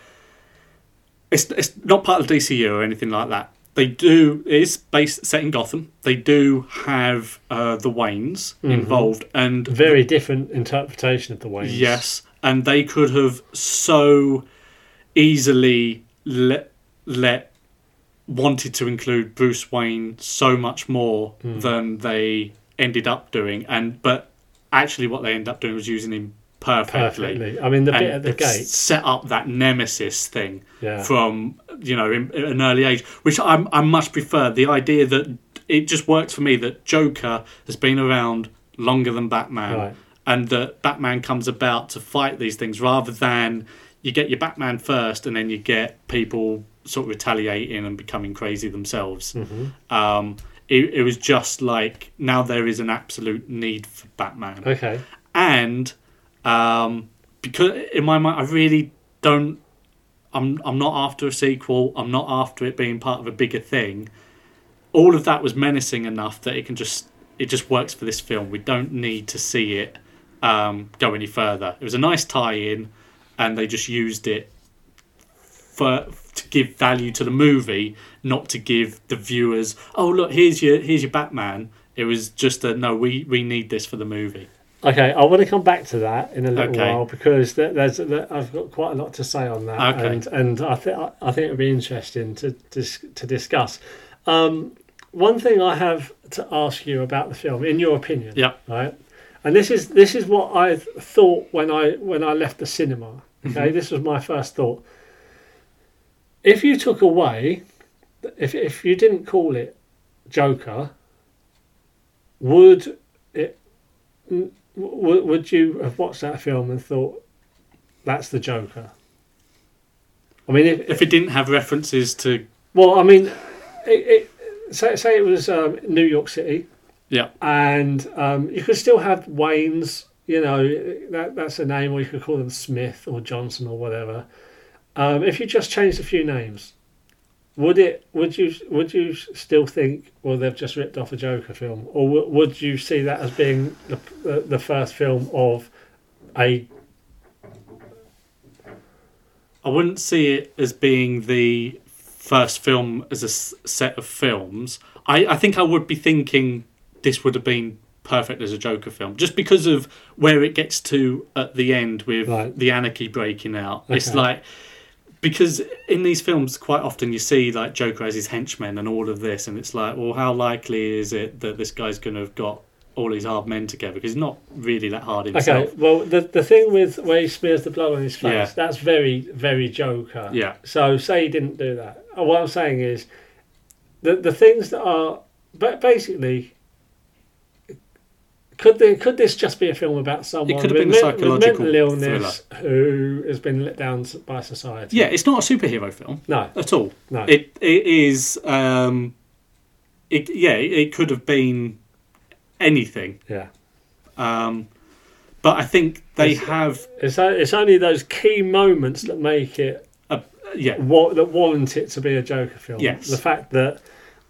[SPEAKER 2] it's it's not part of the DCU or anything like that. They do it is based set in Gotham. They do have uh, the Waynes involved, and
[SPEAKER 1] very different interpretation of the way
[SPEAKER 2] Yes, and they could have so easily let let wanted to include Bruce Wayne so much more than they ended up doing, and but actually what they ended up doing was using him perfectly.
[SPEAKER 1] perfectly i mean the bit
[SPEAKER 2] And
[SPEAKER 1] at the
[SPEAKER 2] they've
[SPEAKER 1] gate
[SPEAKER 2] set up that nemesis thing
[SPEAKER 1] Yeah.
[SPEAKER 2] from you know in, in an early age, which I I much prefer the idea that it just works for me that Joker has been around longer than Batman,
[SPEAKER 1] Right.
[SPEAKER 2] and that Batman comes about to fight these things rather than you get your Batman first and then you get people sort of retaliating and becoming crazy themselves.
[SPEAKER 1] Mm-hmm.
[SPEAKER 2] Um, it, it was just like now there is an absolute need for Batman
[SPEAKER 1] okay
[SPEAKER 2] and um, because in my mind I really don't. I'm I'm not after a sequel. I'm not after it being part of a bigger thing. All of that was menacing enough that it can just it just works for this film. We don't need to see it um, go any further. It was a nice tie-in, and they just used it for to give value to the movie, not to give the viewers. Oh look, here's your here's your Batman. It was just a no. We we need this for the movie.
[SPEAKER 1] Okay, I want to come back to that in a little
[SPEAKER 2] Okay.
[SPEAKER 1] while because there, there's there, I've got quite a lot to say on that,
[SPEAKER 2] Okay.
[SPEAKER 1] and and I think I think it'd be interesting to dis- to discuss. Um, one thing I have to ask you about the film, in your opinion,
[SPEAKER 2] Yeah.
[SPEAKER 1] right? And this is this is what I thought when I when I left the cinema. Okay, this was my first thought. If you took away, if if you didn't call it Joker, would it? w- w- Would you have watched that film and thought that's the Joker? I mean, if,
[SPEAKER 2] if it didn't have references to
[SPEAKER 1] well, I mean, it, it, say say it was um, New York City,
[SPEAKER 2] yeah
[SPEAKER 1] and um, you could still have Wayne's. You know, that that's a name, or you could call them Smith or Johnson or whatever. Um, if you just changed a few names, would it? Would you? Would you still think? Well, they've just ripped off a Joker film, or w- would you see that as being the the, the first film of a
[SPEAKER 2] I wouldn't see it as being the first film as a s- set of films. I, I think I would be thinking this would have been perfect as a Joker film, just because of where it gets to at the end with
[SPEAKER 1] Right.
[SPEAKER 2] the anarchy breaking out. It's
[SPEAKER 1] Okay.
[SPEAKER 2] like because in these films quite often you see like Joker as his henchmen and all of this, and it's like, well, how likely is it that this guy's going to have got all his hard men together? Because he's not really that hard himself.
[SPEAKER 1] okay. Well, the the thing with where he smears the blood on his face,
[SPEAKER 2] Yeah.
[SPEAKER 1] that's very very Joker.
[SPEAKER 2] Yeah.
[SPEAKER 1] So say he didn't do that. Uh, What I'm saying is, the the things that are, but basically. Could, the, could this just be a film about someone
[SPEAKER 2] could have
[SPEAKER 1] with
[SPEAKER 2] been
[SPEAKER 1] men-
[SPEAKER 2] a
[SPEAKER 1] with
[SPEAKER 2] psychological
[SPEAKER 1] mental illness who has been let down s- by society?
[SPEAKER 2] Yeah, it's not a superhero film.
[SPEAKER 1] No.
[SPEAKER 2] at all.
[SPEAKER 1] No.
[SPEAKER 2] It it is um it yeah, it could have been anything.
[SPEAKER 1] Yeah.
[SPEAKER 2] Um but I think they
[SPEAKER 1] It's-
[SPEAKER 2] have
[SPEAKER 1] It's, o- it's only those key moments that make it
[SPEAKER 2] a yeah,
[SPEAKER 1] wa- that warrant it to be a Joker film.
[SPEAKER 2] Yes.
[SPEAKER 1] The fact that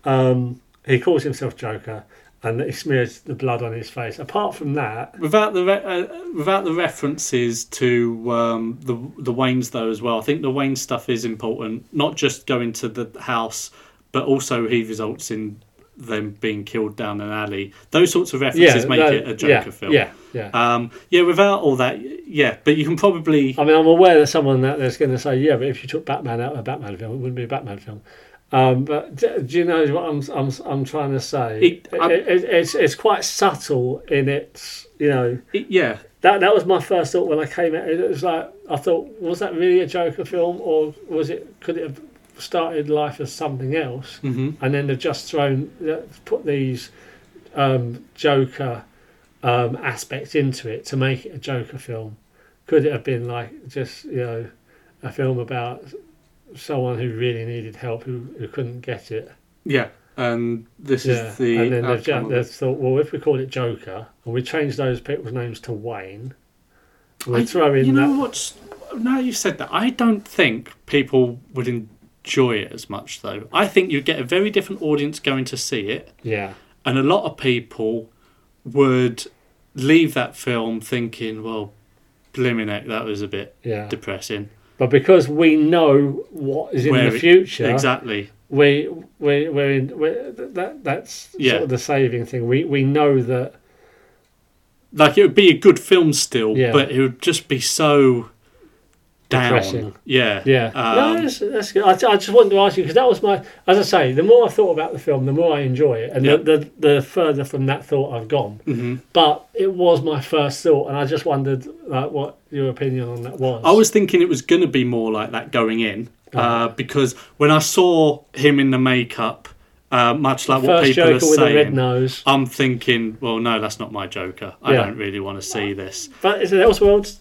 [SPEAKER 1] um, he calls himself Joker and that he smears the blood on his face. Apart from that,
[SPEAKER 2] without the re- uh, without the references to um, the the Waynes though as well. I think the Wayne stuff is important, not just going to the house, but also he results in them being killed down an alley. Those sorts of references make
[SPEAKER 1] no,
[SPEAKER 2] it a Joker
[SPEAKER 1] yeah,
[SPEAKER 2] film.
[SPEAKER 1] Yeah, yeah.
[SPEAKER 2] Um, yeah, without all that, yeah, but you can probably
[SPEAKER 1] I mean, I'm aware that someone out there's going to say, "Yeah, but if you took Batman out of a Batman film, it wouldn't be a Batman film." Um, but do, do you know what I'm I'm I'm trying to say?
[SPEAKER 2] It- um I'm-
[SPEAKER 1] It- it- it's it's quite subtle in its you know
[SPEAKER 2] it- yeah,
[SPEAKER 1] that that was my first thought when I came out. It was like I thought, was that really a Joker film, or was it? Could it have started life as something else,
[SPEAKER 2] hmm
[SPEAKER 1] and then they've just thrown uh, put these um, Joker um, aspects into it to make it a Joker film? Could it have been like just you know a film about someone who really needed help who, who couldn't get it?
[SPEAKER 2] Yeah, and this
[SPEAKER 1] Yeah,
[SPEAKER 2] is the
[SPEAKER 1] and then they've,
[SPEAKER 2] outcome
[SPEAKER 1] ju-
[SPEAKER 2] of
[SPEAKER 1] they've
[SPEAKER 2] it.
[SPEAKER 1] thought, well, if we call it Joker and we change those people's names to Wayne, we
[SPEAKER 2] I-
[SPEAKER 1] throw in
[SPEAKER 2] you know
[SPEAKER 1] that.
[SPEAKER 2] what's now you said that I don't think people would enjoy it as much though. I think you get a very different audience going to see it,
[SPEAKER 1] Yeah,
[SPEAKER 2] and a lot of people would leave that film thinking, well, blimmin' heck, that was a bit
[SPEAKER 1] yeah.
[SPEAKER 2] depressing.
[SPEAKER 1] But because we know what is in
[SPEAKER 2] Where
[SPEAKER 1] the
[SPEAKER 2] it-
[SPEAKER 1] future,
[SPEAKER 2] Exactly.
[SPEAKER 1] we we we're in we're, that that's
[SPEAKER 2] Yeah.
[SPEAKER 1] sort of the saving thing. We we know that
[SPEAKER 2] Like it would be a good film still,
[SPEAKER 1] Yeah.
[SPEAKER 2] but it would just be so down.
[SPEAKER 1] Depressing.
[SPEAKER 2] Yeah.
[SPEAKER 1] Yeah, no,
[SPEAKER 2] Um,
[SPEAKER 1] that's, that's good. I, I just wanted to ask you because that was my, as I say, the more I thought about the film, the more I enjoy it, and
[SPEAKER 2] Yeah.
[SPEAKER 1] the, the the further from that thought I've gone. Mm-hmm. But it was my first thought, and I just wondered like what your opinion on that was.
[SPEAKER 2] I was thinking it was going to be more like that going in
[SPEAKER 1] Oh.
[SPEAKER 2] uh, because when I saw him in the makeup, uh, much like what
[SPEAKER 1] first
[SPEAKER 2] people
[SPEAKER 1] Joker
[SPEAKER 2] are
[SPEAKER 1] with a red
[SPEAKER 2] saying,
[SPEAKER 1] nose,
[SPEAKER 2] I'm thinking, well, no, that's not my Joker. I
[SPEAKER 1] Yeah.
[SPEAKER 2] don't really want to see this.
[SPEAKER 1] but is it Elseworlds?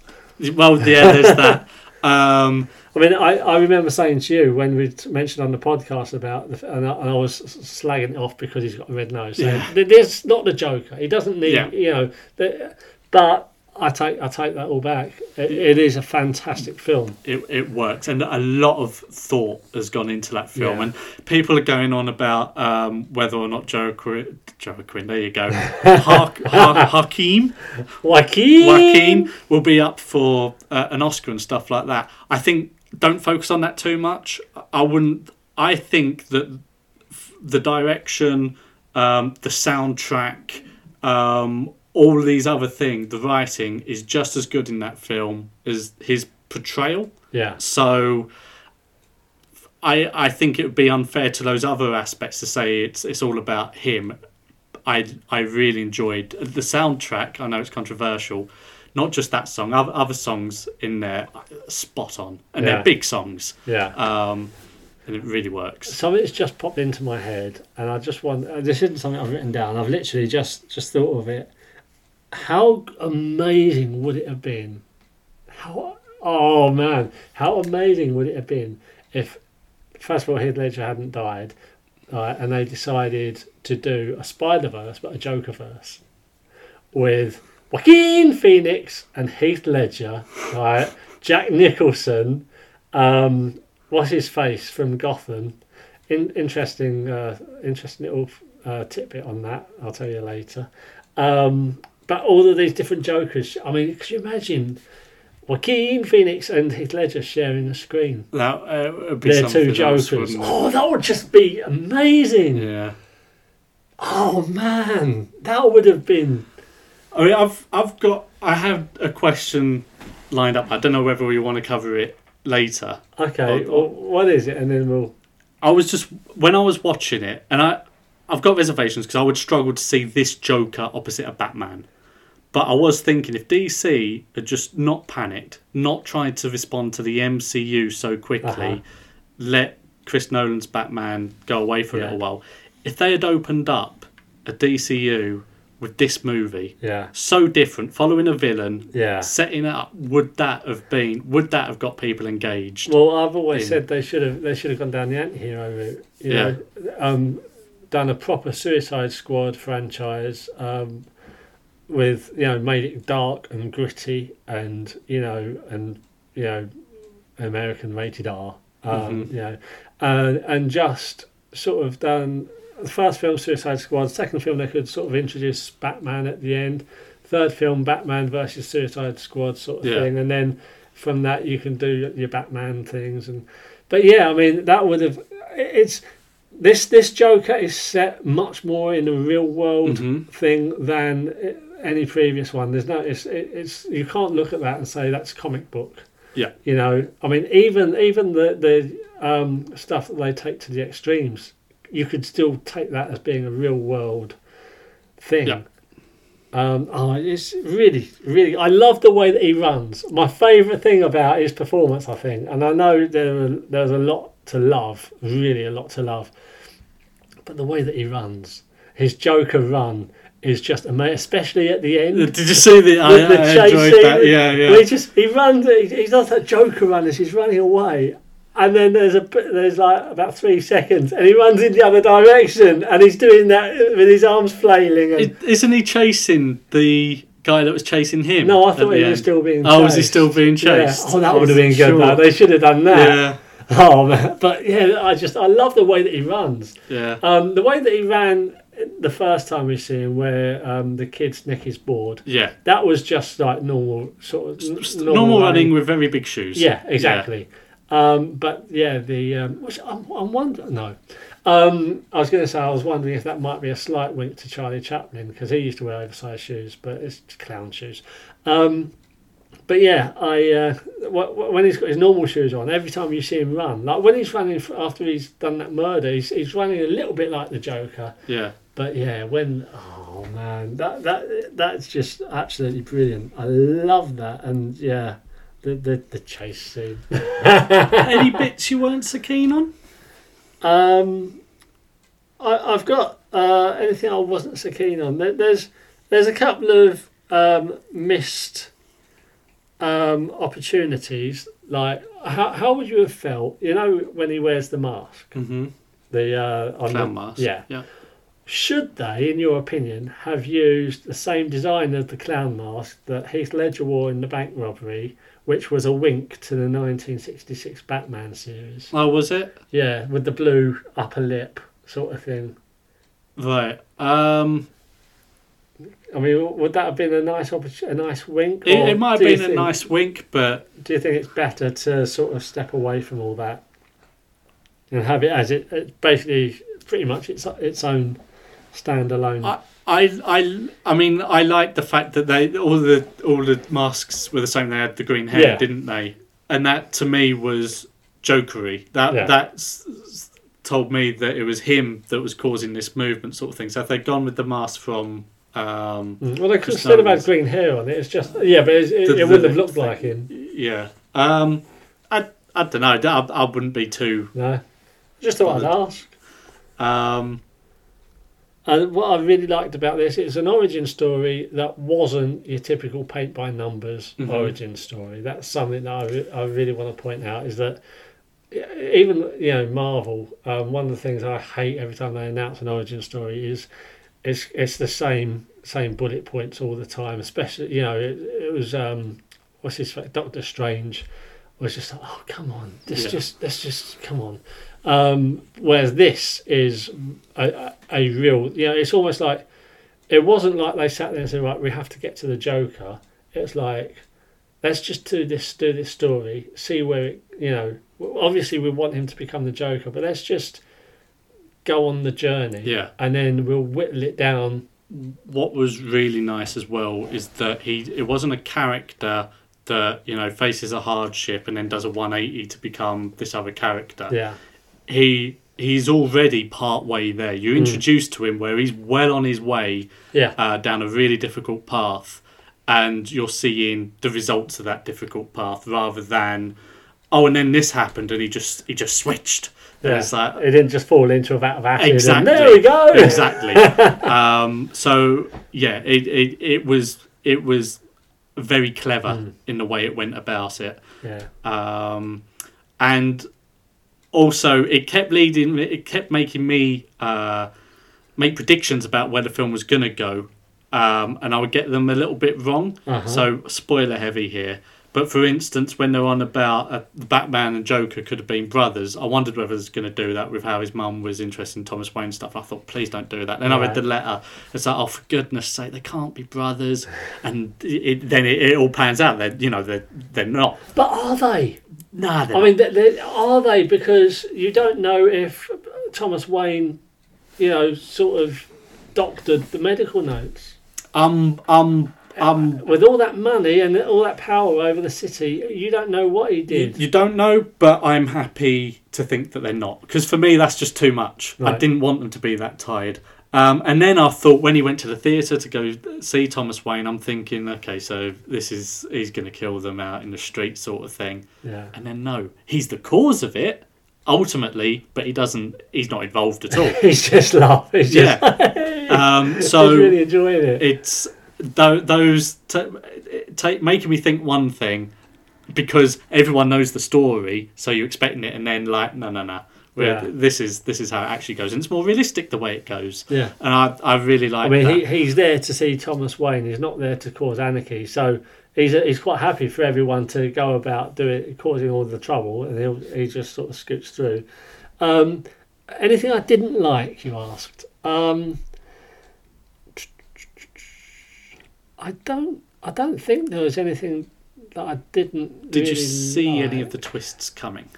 [SPEAKER 2] Well, yeah, there's that. Um,
[SPEAKER 1] I mean, I, I remember saying to you when we mentioned on the podcast about, the, f- and, I, and I was s- slagging it off because he's got a red nose. So
[SPEAKER 2] Yeah.
[SPEAKER 1] th- This not the Joker. He doesn't need,
[SPEAKER 2] Yeah.
[SPEAKER 1] you know. The, but I take I take that all back. It, it is a fantastic film.
[SPEAKER 2] it, it works and a lot of thought has gone into that film
[SPEAKER 1] Yeah.
[SPEAKER 2] and people are going on about um, whether or not Joaquin, Joaquin there you go Har- Har- Hakim
[SPEAKER 1] Joaquin.
[SPEAKER 2] Joaquin will be up for uh, an Oscar and stuff like that. I think don't focus on that too much. I wouldn't. I think that f- the direction, um, the soundtrack, um, all these other things, the writing is just as good in that film as his portrayal.
[SPEAKER 1] Yeah.
[SPEAKER 2] So. I, I think it would be unfair to those other aspects to say it's it's all about him. I I really enjoyed the soundtrack. I know it's controversial, not just that song, other, other songs in there, are spot on, and
[SPEAKER 1] Yeah.
[SPEAKER 2] they're big songs,
[SPEAKER 1] Yeah.
[SPEAKER 2] um, and it really works.
[SPEAKER 1] Something's just popped into my head, and I just want. uh, This isn't something I've written down. I've literally just just thought of it. How amazing would it have been? How oh man, how amazing would it have been if first of all Heath Ledger hadn't died, right, and they decided to do a Spider Verse but a Joker verse with Joaquin Phoenix and Heath Ledger, right, Jack Nicholson, um, what's his face from Gotham. In, interesting, uh, interesting little uh, tidbit on that. I'll tell you later. Um, But all of these different Jokers. I mean, could you imagine Joaquin Phoenix and Heath Ledger sharing the screen?
[SPEAKER 2] That uh, would be
[SPEAKER 1] They're
[SPEAKER 2] something
[SPEAKER 1] two
[SPEAKER 2] else,
[SPEAKER 1] Jokers.
[SPEAKER 2] wouldn't it?
[SPEAKER 1] Oh, that would just be amazing.
[SPEAKER 2] Yeah.
[SPEAKER 1] Oh man, that would have been.
[SPEAKER 2] I mean, I've I've got I have a question lined up. I don't know whether we want to cover it later.
[SPEAKER 1] Okay,
[SPEAKER 2] Oh,
[SPEAKER 1] well, what is it? And then we'll.
[SPEAKER 2] I was just when I was watching it, and I I've got reservations because I would struggle to see this Joker opposite a Batman. But I was thinking if DC had just not panicked, not tried to respond to the MCU so quickly,
[SPEAKER 1] Uh-huh.
[SPEAKER 2] let Chris Nolan's Batman go away for a
[SPEAKER 1] Yeah.
[SPEAKER 2] little while. If they had opened up a DCU with this movie,
[SPEAKER 1] Yeah.
[SPEAKER 2] so different, following a villain,
[SPEAKER 1] Yeah.
[SPEAKER 2] setting it up, would that have been? Would that have got people engaged?
[SPEAKER 1] Well, I've always
[SPEAKER 2] In-
[SPEAKER 1] said they should have they should have gone down the anti-hero route. You
[SPEAKER 2] Yeah.
[SPEAKER 1] know, um, done a proper Suicide Squad franchise um, with you know made it dark and gritty and you know and you know American rated R. Um, You know, and and just sort of done the first film Suicide Squad, second film they could sort of introduce Batman at the end, third film Batman versus Suicide Squad sort of
[SPEAKER 2] Yeah.
[SPEAKER 1] thing, and then from that you can do your Batman things and but yeah, I mean that would have it's this this Joker is set much more in a real world
[SPEAKER 2] Mhm.
[SPEAKER 1] thing than i- any previous one. There's no it's it, it's you can't look at that and say that's comic book.
[SPEAKER 2] Yeah.
[SPEAKER 1] You know, I mean even even the the um, stuff that they take to the extremes, you could still take that as being a real world thing.
[SPEAKER 2] Yeah.
[SPEAKER 1] Um, oh, it's really, really. I love the way that he runs. My favourite thing about his performance, I think, and I know there were, there's a lot to love, really a lot to love, but the way that he runs, his Joker run is just amazing, especially at the end.
[SPEAKER 2] Did you see the? I,
[SPEAKER 1] the
[SPEAKER 2] I
[SPEAKER 1] chase
[SPEAKER 2] enjoyed
[SPEAKER 1] scene,
[SPEAKER 2] that. Yeah,
[SPEAKER 1] where He
[SPEAKER 2] yeah.
[SPEAKER 1] just he runs. He, he does that Joker run as he's running away, and then there's a bit- there's like about three seconds, and he runs in the other direction, and he's doing that with his arms flailing. And,
[SPEAKER 2] is Isn't he chasing the guy that was chasing him?
[SPEAKER 1] No, I
[SPEAKER 2] at
[SPEAKER 1] thought
[SPEAKER 2] the
[SPEAKER 1] he
[SPEAKER 2] end?
[SPEAKER 1] was still being.
[SPEAKER 2] Oh, was he
[SPEAKER 1] chased.
[SPEAKER 2] still being chased?
[SPEAKER 1] Yeah. Oh, that
[SPEAKER 2] I
[SPEAKER 1] would have been good.
[SPEAKER 2] wasn't
[SPEAKER 1] though.
[SPEAKER 2] sure.
[SPEAKER 1] They should have done that.
[SPEAKER 2] Yeah,
[SPEAKER 1] Oh man, but yeah, I just I love the way that he runs.
[SPEAKER 2] yeah,
[SPEAKER 1] Um, the way that he ran the first time we see him, where um, the kid's neck is bored.
[SPEAKER 2] yeah.
[SPEAKER 1] That was just like normal sort of n-
[SPEAKER 2] Normal, running with very big shoes.
[SPEAKER 1] Yeah, exactly. Um, but yeah, the um, which I'm, I'm wondering. No, um, I was going to say I was wondering if that might be a slight wink to Charlie Chaplin because he used to wear oversized shoes, but it's clown shoes. Um, but yeah, I uh, wh- wh- when he's got his normal shoes on, every time you see him run, like when he's running f- after he's done that murder, he's, he's running a little bit like the Joker.
[SPEAKER 2] Yeah.
[SPEAKER 1] But yeah, when oh man, that that that's just absolutely brilliant. I love that, and yeah, the the, the chase scene.
[SPEAKER 2] Any bits you weren't so keen on?
[SPEAKER 1] Um, I, I've got uh, anything I wasn't so keen on. There, there's there's a couple of um, missed um, opportunities. Like how how would you have felt? You know when he wears the mask,
[SPEAKER 2] Mm-hmm.
[SPEAKER 1] the uh, on
[SPEAKER 2] Clown
[SPEAKER 1] the,
[SPEAKER 2] mask.
[SPEAKER 1] Yeah,
[SPEAKER 2] yeah.
[SPEAKER 1] Should they, in your opinion, have used the same design of the clown mask that Heath Ledger wore in the bank robbery, which was a wink to the 1966 Batman series?
[SPEAKER 2] Oh, was it?
[SPEAKER 1] Yeah, with the blue upper lip sort of thing.
[SPEAKER 2] Right. Um,
[SPEAKER 1] I mean, would that have been a nice opportu- a nice wink?
[SPEAKER 2] it,
[SPEAKER 1] or
[SPEAKER 2] it might have
[SPEAKER 1] do you
[SPEAKER 2] been a
[SPEAKER 1] think-
[SPEAKER 2] nice wink, but
[SPEAKER 1] Do you think it's better to sort of step away from all that and have it as it, it basically pretty much its its own standalone?
[SPEAKER 2] I, I, I, I mean, I like the fact that they all the all the masks were the same. They had the green hair,
[SPEAKER 1] Yeah.
[SPEAKER 2] didn't they? And that to me was jokery. That
[SPEAKER 1] Yeah.
[SPEAKER 2] that's told me that it was him that was causing this movement, sort of thing. So if they'd gone with the mask from, um,
[SPEAKER 1] Mm, Well, they could
[SPEAKER 2] Just
[SPEAKER 1] still have had
[SPEAKER 2] numbers.
[SPEAKER 1] green hair on it. It's just yeah, but it's, it,
[SPEAKER 2] The-
[SPEAKER 1] it wouldn't
[SPEAKER 2] the-
[SPEAKER 1] have looked like him.
[SPEAKER 2] yeah, um, I, I don't know. I, I wouldn't be too.
[SPEAKER 1] No, just thought I'd ask.
[SPEAKER 2] Um,
[SPEAKER 1] And what I really liked about this, it's an origin story that wasn't your typical paint by numbers
[SPEAKER 2] Mhm.
[SPEAKER 1] origin story. That's something that I, re- I really want to point out is that even you know Marvel, um, one of the things I hate every time they announce an origin story is it's it's the same same bullet points all the time. Especially you know it, it was um, what's his fa- Doctor Strange was just like oh come on let's
[SPEAKER 2] Yeah.
[SPEAKER 1] just let's just come on. Um, whereas this is a, a, a real you know it's almost like it wasn't like they sat there and said, right, we have to get to the Joker. It's like, let's just do this, do this story, see where it, you know. w- Obviously, we want him to become the Joker, but let's just go on the journey.
[SPEAKER 2] Yeah.
[SPEAKER 1] And then we'll whittle it down.
[SPEAKER 2] what was really nice as well is that he it wasn't a character that you know faces a hardship and then does a 180 to become this other character
[SPEAKER 1] Yeah.
[SPEAKER 2] he he's already part way there you're introduced to him where he's well on his way
[SPEAKER 1] Hmm. Yeah.
[SPEAKER 2] uh, down a really difficult path and you're seeing the results of that difficult path rather than oh and then this happened and he just he just switched And
[SPEAKER 1] yeah.
[SPEAKER 2] it's like
[SPEAKER 1] it didn't just fall into a vat of acid. and
[SPEAKER 2] Exactly.
[SPEAKER 1] there we go.
[SPEAKER 2] Exactly. um, so yeah, it, it it was it was very clever
[SPEAKER 1] Mm.
[SPEAKER 2] in the way it went about it,
[SPEAKER 1] Yeah.
[SPEAKER 2] um, and also it kept leading. It kept making me uh, make predictions about where the film was gonna go, um, and I would get them a little bit wrong.
[SPEAKER 1] Uh-huh.
[SPEAKER 2] So spoiler heavy here. But for instance, when they're on about uh, Batman and Joker could have been brothers, I wondered whether it's going to do that with how his mum was interested in Thomas Wayne stuff. And I thought, please don't do that. Then I
[SPEAKER 1] Right.
[SPEAKER 2] read the letter. It's like, oh, for goodness sake, they can't be brothers. And it, it, then it, it all pans out. They're, you know, they're, they're not.
[SPEAKER 1] But are they?
[SPEAKER 2] Nah, they're
[SPEAKER 1] I mean, they they are they? Because you don't know if Thomas Wayne, you know, sort of doctored the medical notes.
[SPEAKER 2] not. um, um, um,
[SPEAKER 1] With all that money and all that power over the city, you don't know what he
[SPEAKER 2] You,
[SPEAKER 1] did.
[SPEAKER 2] you don't know, but I'm happy to think that they're not. Because for me, that's just too much. I
[SPEAKER 1] Right.
[SPEAKER 2] didn't want them to be that tired. Um, and then I thought when he went to the theatre to go see Thomas Wayne, I'm thinking, okay, so this is, he's going to kill them out in the street sort of thing.
[SPEAKER 1] Yeah.
[SPEAKER 2] And then no, he's the cause of it, ultimately, but he doesn't, he's not involved at all.
[SPEAKER 1] He's just laughing. He's
[SPEAKER 2] yeah.
[SPEAKER 1] just,
[SPEAKER 2] Um, so
[SPEAKER 1] he's really enjoying it.
[SPEAKER 2] it's tho- those t- t- making me think one thing because everyone knows the story, so you're expecting it, and then like no, no, no. We're-
[SPEAKER 1] Yeah.
[SPEAKER 2] This is this is how it actually goes, and it's more realistic the way it goes.
[SPEAKER 1] Yeah.
[SPEAKER 2] and I I really like.
[SPEAKER 1] I mean,
[SPEAKER 2] that.
[SPEAKER 1] he, he's there to see Thomas Wayne. He's not there to cause anarchy. So he's he's quite happy for everyone to go about doing causing all the trouble, and he'll, he just sort of scoots through. Um, anything I didn't like, you asked. Um, I don't. I don't think there was anything that I didn't.
[SPEAKER 2] Did you
[SPEAKER 1] really
[SPEAKER 2] see any
[SPEAKER 1] like.
[SPEAKER 2] of the twists coming?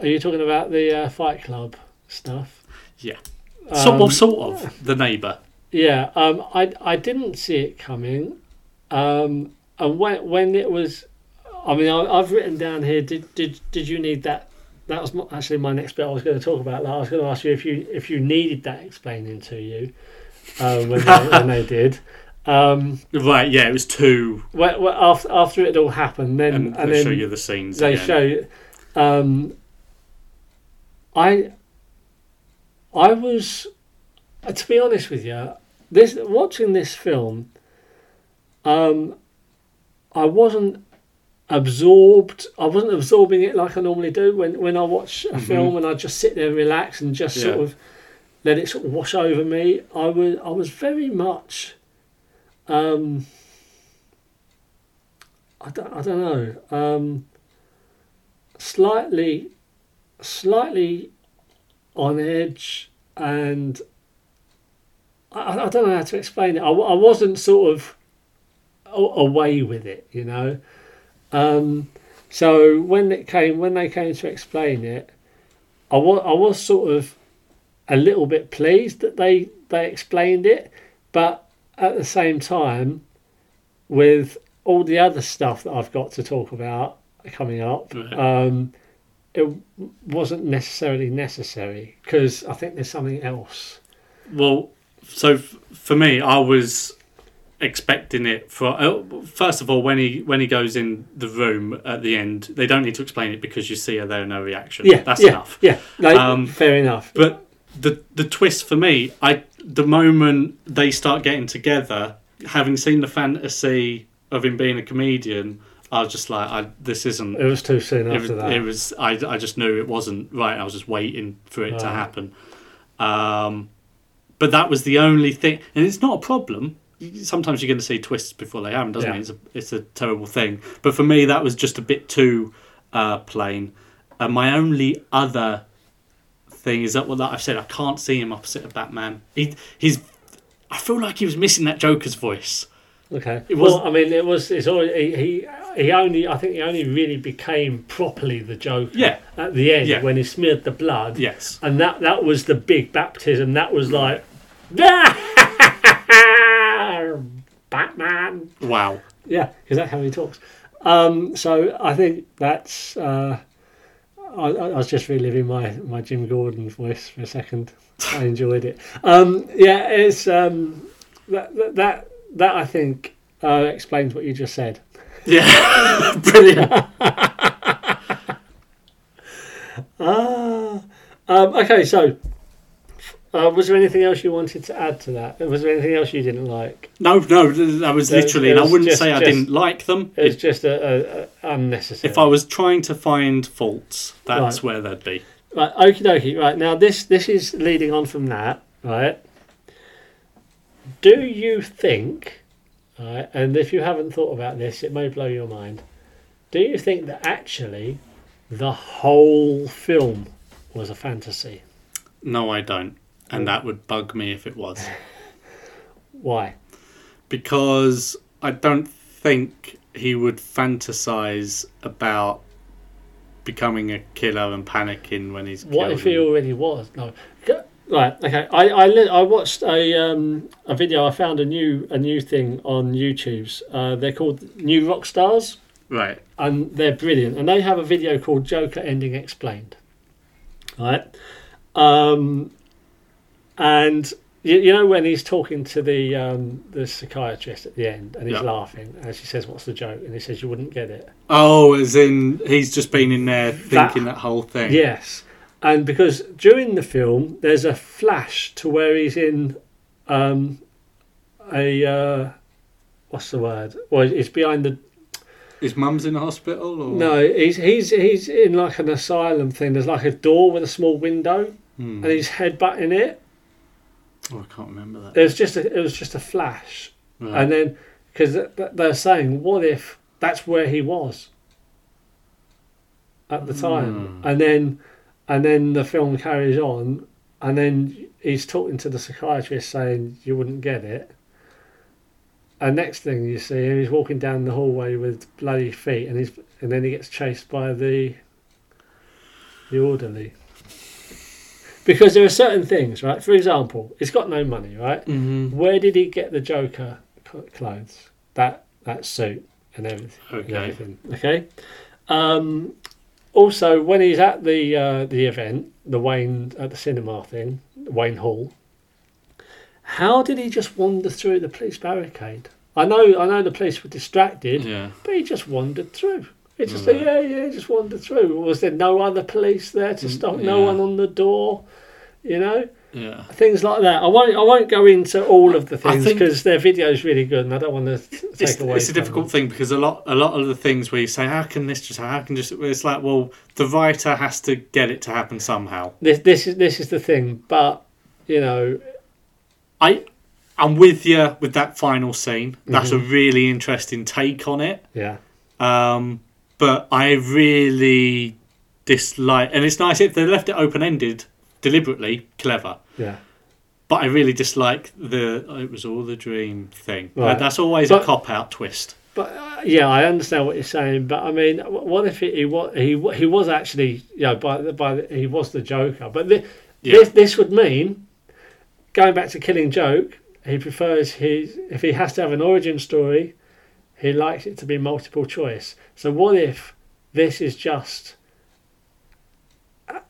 [SPEAKER 1] Are you talking about the uh, Fight Club stuff?
[SPEAKER 2] Yeah, sort
[SPEAKER 1] Um,
[SPEAKER 2] of, sort of. The neighbour.
[SPEAKER 1] Yeah, um, I I didn't see it coming, um, and when when it was, I mean, I, I've written down here. Did did did you need that? That was my, actually my next bit. I was going to talk about. Like, I was going to ask you if you if you needed that explaining to you um, when, they, when they did. Um,
[SPEAKER 2] Right, yeah, it was two.
[SPEAKER 1] well, well, after after it all happened, then
[SPEAKER 2] And,
[SPEAKER 1] and,
[SPEAKER 2] they
[SPEAKER 1] then
[SPEAKER 2] show you the scenes.
[SPEAKER 1] they
[SPEAKER 2] again.
[SPEAKER 1] show you. Um, I I was uh, to be honest with you, this watching this film, um, I wasn't absorbed. I wasn't absorbing it like I normally do when when I watch a film and I just sit there and relax and just sort
[SPEAKER 2] Yeah.
[SPEAKER 1] of let it sort of wash over me. I was I was very much. Um, I don't, I don't know. Um, slightly, slightly on edge, and I- I, I don't know how to explain it. I, wa- I wasn't sort of a- away with it, you know. Um, so when it came, when they came to explain it, I was I was sort of a little bit pleased that they they explained it, but at the same time, with all the other stuff that I've got to talk about coming up,
[SPEAKER 2] Right.
[SPEAKER 1] um, it wasn't necessarily necessary because I think there's something else.
[SPEAKER 2] Well, so f- for me, I was expecting it for oh, first of all when he when he goes in the room at the end they don't need to explain it because you see her there no reaction
[SPEAKER 1] Yeah,
[SPEAKER 2] that's
[SPEAKER 1] yeah,
[SPEAKER 2] enough
[SPEAKER 1] Yeah, like,
[SPEAKER 2] Um,
[SPEAKER 1] fair enough.
[SPEAKER 2] but the the twist for me i the moment they start getting together having seen the fantasy of him being a comedian i was just like I, this isn't
[SPEAKER 1] It was too soon
[SPEAKER 2] it
[SPEAKER 1] after
[SPEAKER 2] was,
[SPEAKER 1] that.
[SPEAKER 2] it was I, I just knew it wasn't right. I was just waiting for it to
[SPEAKER 1] Right.
[SPEAKER 2] happen. Um, but that was the only thing, and it's not a problem. Sometimes you're going to see twists before they happen, doesn't
[SPEAKER 1] Yeah.
[SPEAKER 2] it? It's a, it's a terrible thing. But for me, that was just a bit too uh, plain. And my only other thing is that what that I've said. I can't see him opposite of Batman. He, his I feel like he was missing that Joker's voice.
[SPEAKER 1] Okay.
[SPEAKER 2] It was-
[SPEAKER 1] well, I mean, it was. It's already, he he he only. I think he only really became properly the Joker.
[SPEAKER 2] Yeah.
[SPEAKER 1] At the end,
[SPEAKER 2] Yeah.
[SPEAKER 1] when he smeared the blood.
[SPEAKER 2] Yes.
[SPEAKER 1] And that that was the big baptism. That was like, Batman.
[SPEAKER 2] Wow.
[SPEAKER 1] Yeah, because that's how he talks. Um, so I think that's. Uh, I, I I was just reliving my, my Jim Gordon voice for a second. I enjoyed it. Um, yeah, it's um, that, that that that I think uh, explains what you just said.
[SPEAKER 2] Yeah. Brilliant.
[SPEAKER 1] Ah, um, okay. So, uh, was there anything else you wanted to add to that? Was there anything else you didn't like?
[SPEAKER 2] No, no, that was
[SPEAKER 1] It was-
[SPEAKER 2] literally,
[SPEAKER 1] it
[SPEAKER 2] and I
[SPEAKER 1] was
[SPEAKER 2] wouldn't
[SPEAKER 1] just-
[SPEAKER 2] say I
[SPEAKER 1] just-
[SPEAKER 2] didn't like them.
[SPEAKER 1] It was
[SPEAKER 2] If-
[SPEAKER 1] just a, a, a unnecessary.
[SPEAKER 2] if I was trying to find faults, that's
[SPEAKER 1] Right.
[SPEAKER 2] where they'd be.
[SPEAKER 1] Right, okie dokie. Right now, this this is leading on from that. Right. Do you think? Right, and if you haven't thought about this, it may blow your mind. Do you think that actually the whole film was a fantasy?
[SPEAKER 2] No, I don't. And that would bug me if it was.
[SPEAKER 1] Why?
[SPEAKER 2] because I don't think he would fantasize about becoming a killer and panicking when he's
[SPEAKER 1] What
[SPEAKER 2] killed
[SPEAKER 1] if he
[SPEAKER 2] and-
[SPEAKER 1] already was? No. G- Right. Okay. I I, li- I watched a um a video. I found a new a new thing on YouTube's. Uh, they're called New Rock Stars.
[SPEAKER 2] right
[SPEAKER 1] and they're brilliant. And they have a video called Joker Ending Explained. Right? Um, and you, you know when he's talking to the um, the psychiatrist at the end and he's
[SPEAKER 2] Yeah.
[SPEAKER 1] laughing and she says, What's the joke? And he says, You wouldn't get it.
[SPEAKER 2] oh as in he's just been in there thinking that, whole thing
[SPEAKER 1] Yes. And because during the film, there's a flash to where he's in um, a. Uh, what's the word? Well, it's behind the
[SPEAKER 2] his mum's in the hospital or
[SPEAKER 1] No, he's he's he's in like an asylum thing. There's like a door with a small window,
[SPEAKER 2] Hmm.
[SPEAKER 1] and he's headbutting it.
[SPEAKER 2] oh, I can't remember that
[SPEAKER 1] It was just a, it was just a flash,
[SPEAKER 2] Right.
[SPEAKER 1] and then because th- th- they're saying, what if that's where he was at the time, and then and then the film carries on, and then he's talking to the psychiatrist saying you wouldn't get it. And next thing you see him, he's walking down the hallway with bloody feet, and he's and then he gets chased by the the orderly. Because there are certain things, right? For example, he's got no money, right?
[SPEAKER 2] Mhm.
[SPEAKER 1] Where did he get the Joker cl- clothes? That that suit and everything. and
[SPEAKER 2] Okay.
[SPEAKER 1] everything, okay. Um, also, when he's at the uh, the event, the Wayne at the cinema thing, Wayne Hall. How did he just wander through the police barricade? I know, I know, the police were distracted,
[SPEAKER 2] yeah
[SPEAKER 1] but he just wandered through. He just
[SPEAKER 2] Right.
[SPEAKER 1] yeah, yeah, he just wandered through. Was there no other police there to stop? No
[SPEAKER 2] Mm, yeah.
[SPEAKER 1] one on the door, you know
[SPEAKER 2] yeah
[SPEAKER 1] things like that. I won't. I won't go into all of the
[SPEAKER 2] I
[SPEAKER 1] things
[SPEAKER 2] think-
[SPEAKER 1] because their video is really good, and I don't want to take
[SPEAKER 2] it's,
[SPEAKER 1] away.
[SPEAKER 2] it's a
[SPEAKER 1] from
[SPEAKER 2] difficult
[SPEAKER 1] them.
[SPEAKER 2] thing because a lot a lot of the things where you say how can this just how can just it's like well the writer has to get it to happen somehow
[SPEAKER 1] This, this is this is the thing, but you know,
[SPEAKER 2] I I'm with you with that final scene. That's a
[SPEAKER 1] Mm-hmm.
[SPEAKER 2] really interesting take on it.
[SPEAKER 1] yeah,
[SPEAKER 2] Um, but I really dislike, and it's nice if they left it open ended deliberately, clever.
[SPEAKER 1] yeah.
[SPEAKER 2] But I really dislike the it was all the dream thing.
[SPEAKER 1] Right.
[SPEAKER 2] That's always
[SPEAKER 1] But-
[SPEAKER 2] a cop out twist.
[SPEAKER 1] But uh, yeah, I understand what you're saying. But I mean, wh- what if he was he wa- he was actually you know by the, by the, he was the Joker? But thi-
[SPEAKER 2] Yeah.
[SPEAKER 1] this this would mean going back to Killing Joke. He prefers his if he has to have an origin story, he likes it to be multiple choice. So what if this is just a-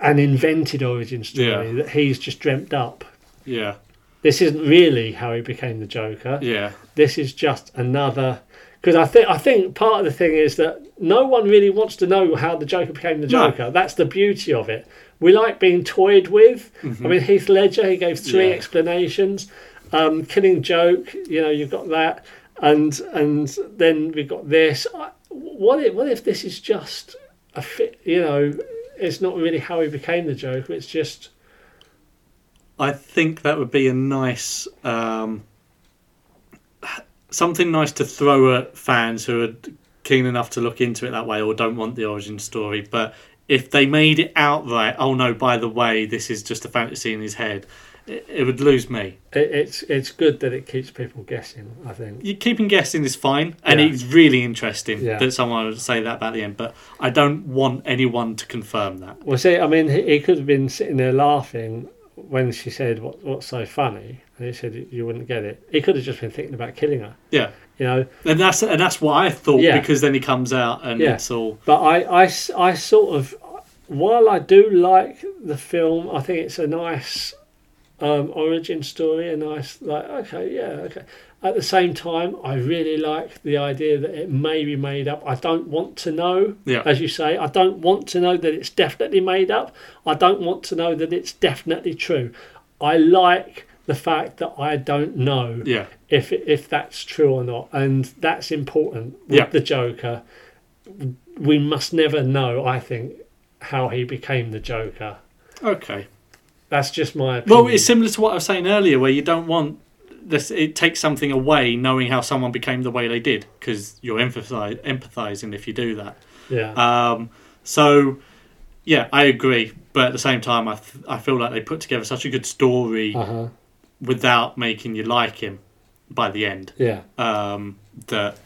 [SPEAKER 1] an invented origin story
[SPEAKER 2] Yeah.
[SPEAKER 1] that he's just dreamt up?
[SPEAKER 2] Yeah,
[SPEAKER 1] This isn't really how he became the Joker
[SPEAKER 2] yeah,
[SPEAKER 1] this is just another because I think I think part of the thing is that no one really wants to know how the Joker became the
[SPEAKER 2] No.
[SPEAKER 1] Joker. That's the beauty of it. We like being toyed with. I mean, Heath Ledger he gave three
[SPEAKER 2] Mm-hmm. Yeah.
[SPEAKER 1] explanations. Um, Killing Joke, you know, you've got that, and and then we've got this. I- What if what if this is just a fit? You know, it's not really how he became the Joker. It's just
[SPEAKER 2] I think that would be a nice um, something nice to throw at fans who are keen enough to look into it that way or don't want the origin story. But if they made it outright, oh no, by the way, this is just a fantasy in his head, it, it would lose me.
[SPEAKER 1] It, it's it's good that it keeps people guessing. I think.
[SPEAKER 2] You keeping guessing is fine, and
[SPEAKER 1] Yeah.
[SPEAKER 2] it's really interesting
[SPEAKER 1] Yeah.
[SPEAKER 2] that someone would say that about the end. But I don't want anyone to confirm that.
[SPEAKER 1] Well, see, I mean, he, he could have been sitting there laughing when she said, "What what's so funny?" And he said, "You wouldn't get it." He could have just been thinking about killing her.
[SPEAKER 2] Yeah,
[SPEAKER 1] You know.
[SPEAKER 2] and that's and that's what I thought
[SPEAKER 1] Yeah.
[SPEAKER 2] because then he comes out and
[SPEAKER 1] Yeah.
[SPEAKER 2] it's all
[SPEAKER 1] But I, I s- I sort of, while I do like the film, I think it's a nice um, origin story, a nice, like, okay, yeah, okay. At the same time, I really like the idea that it may be made up. I don't want to know,
[SPEAKER 2] Yeah.
[SPEAKER 1] as you say, I don't want to know that it's definitely made up. I don't want to know that it's definitely true. I like the fact that I don't know
[SPEAKER 2] yeah.
[SPEAKER 1] if if that's true or not, and that's important with
[SPEAKER 2] Yeah.
[SPEAKER 1] the Joker. We must never know. I think how he became the Joker.
[SPEAKER 2] Okay.
[SPEAKER 1] That's just my opinion.
[SPEAKER 2] Well, it's similar to what I was saying earlier, where you don't want this. It takes something away knowing how someone became the way they did, because you're emphasi empathizing if you do that.
[SPEAKER 1] yeah,
[SPEAKER 2] Um, so, yeah, I agree. But at the same time, I, th- I feel like they put together such a good story
[SPEAKER 1] uh-huh.
[SPEAKER 2] without making you like him by the end
[SPEAKER 1] yeah.
[SPEAKER 2] um, that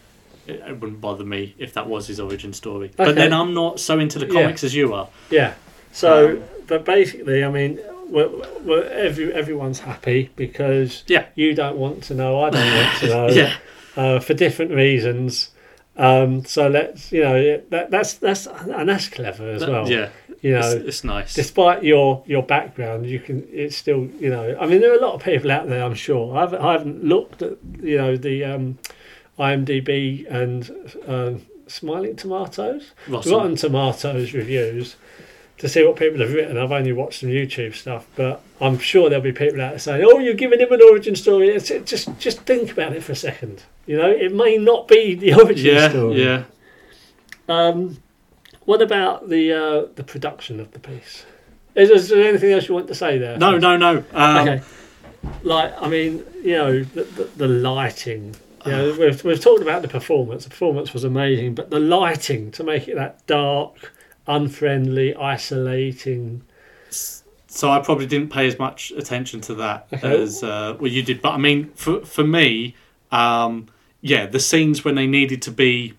[SPEAKER 2] it, it wouldn't bother me if that was his origin story.
[SPEAKER 1] Okay.
[SPEAKER 2] But then I'm not so into the
[SPEAKER 1] Yeah.
[SPEAKER 2] comics as you are.
[SPEAKER 1] Yeah. So,
[SPEAKER 2] Um,
[SPEAKER 1] but basically, I mean, we're, we're every, everyone's happy because
[SPEAKER 2] Yeah.
[SPEAKER 1] you don't want to know, I don't want to know,
[SPEAKER 2] Yeah.
[SPEAKER 1] uh, for different reasons. Um, so let's, you know, it- that, that's that's and that's clever as well.
[SPEAKER 2] yeah,
[SPEAKER 1] you know,
[SPEAKER 2] it's, it's nice.
[SPEAKER 1] despite your your background, you can it's still you know. I mean, there are a lot of people out there. I'm sure. I haven't, I haven't looked at you know the um, IMDb and um Smiling Tomatoes,
[SPEAKER 2] Rotten.
[SPEAKER 1] Rotten Tomatoes reviews to see what people have written. I've only watched some YouTube stuff, but I'm sure there'll be people out there saying, "Oh, you're giving him an origin story." It's, it, just just think about it for a second. You know, it may not be the origin
[SPEAKER 2] yeah,
[SPEAKER 1] story.
[SPEAKER 2] yeah.
[SPEAKER 1] Um, what about the uh, the production of the piece? Is, is there anything else you want to say there?
[SPEAKER 2] No, no, no. Um,
[SPEAKER 1] Okay. Like, I mean, you know, the, the, the lighting. You know, we've, we've talked about the performance. The performance was amazing, but the lighting to make it that dark, unfriendly, isolating.
[SPEAKER 2] so I probably didn't pay as much attention to that
[SPEAKER 1] Okay.
[SPEAKER 2] as uh, well you did. But I mean, for for me, um, yeah, the scenes when they needed to be.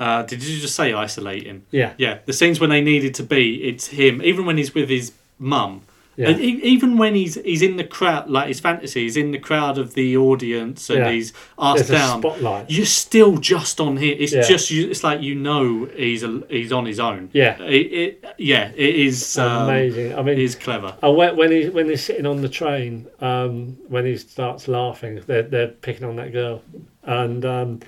[SPEAKER 2] Uh, did you just say isolating?
[SPEAKER 1] Yeah.
[SPEAKER 2] Yeah, the scenes when they needed to be, it's him. Even when he's with his mum,
[SPEAKER 1] Yeah.
[SPEAKER 2] and e- even when he's he's in the crowd, like his fantasy, he's in the crowd of the audience, and
[SPEAKER 1] Yeah.
[SPEAKER 2] he's asked
[SPEAKER 1] There's a
[SPEAKER 2] down.
[SPEAKER 1] spotlight.
[SPEAKER 2] You're still just on here. It's
[SPEAKER 1] Yeah.
[SPEAKER 2] just you. It's like you know he's a, he's on his own.
[SPEAKER 1] Yeah.
[SPEAKER 2] It, it, yeah. It is um,
[SPEAKER 1] amazing. I mean,
[SPEAKER 2] It is clever.
[SPEAKER 1] And when, when he when he's sitting on the train, um, when he starts laughing, they're they're picking on that girl, and um,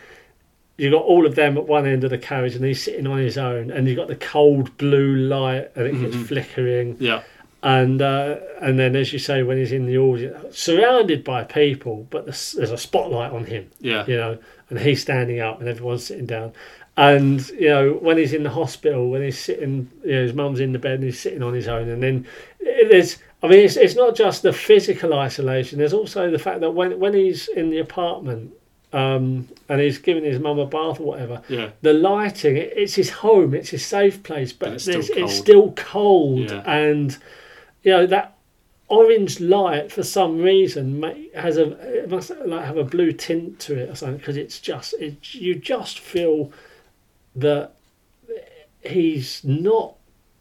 [SPEAKER 1] you got all of them at one end of the carriage, and he's sitting on his own, and you have got the cold blue light, and it keeps flickering,
[SPEAKER 2] Yeah.
[SPEAKER 1] and uh, and then as you say, when he's in the audience, surrounded by people, but there's, there's a spotlight on him,
[SPEAKER 2] Yeah.
[SPEAKER 1] you know, and he's standing up and everyone's sitting down. And, you know, when he's in the hospital, when he's sitting, you know, his mum's in the bed and he's sitting on his own. And then it- there's, I mean, it's, it's not just the physical isolation, there's also the fact that when, when he's in the apartment um, and he's giving his mum a bath or whatever,
[SPEAKER 2] Yeah.
[SPEAKER 1] the lighting, it, it's his home, it's his safe place, but
[SPEAKER 2] it's
[SPEAKER 1] it's
[SPEAKER 2] still
[SPEAKER 1] still
[SPEAKER 2] cold.
[SPEAKER 1] cold, it's still cold
[SPEAKER 2] Yeah.
[SPEAKER 1] and, you know, that orange light for some reason ma- has a it must like have a blue tint to it or something because it's just it, you just feel that he's not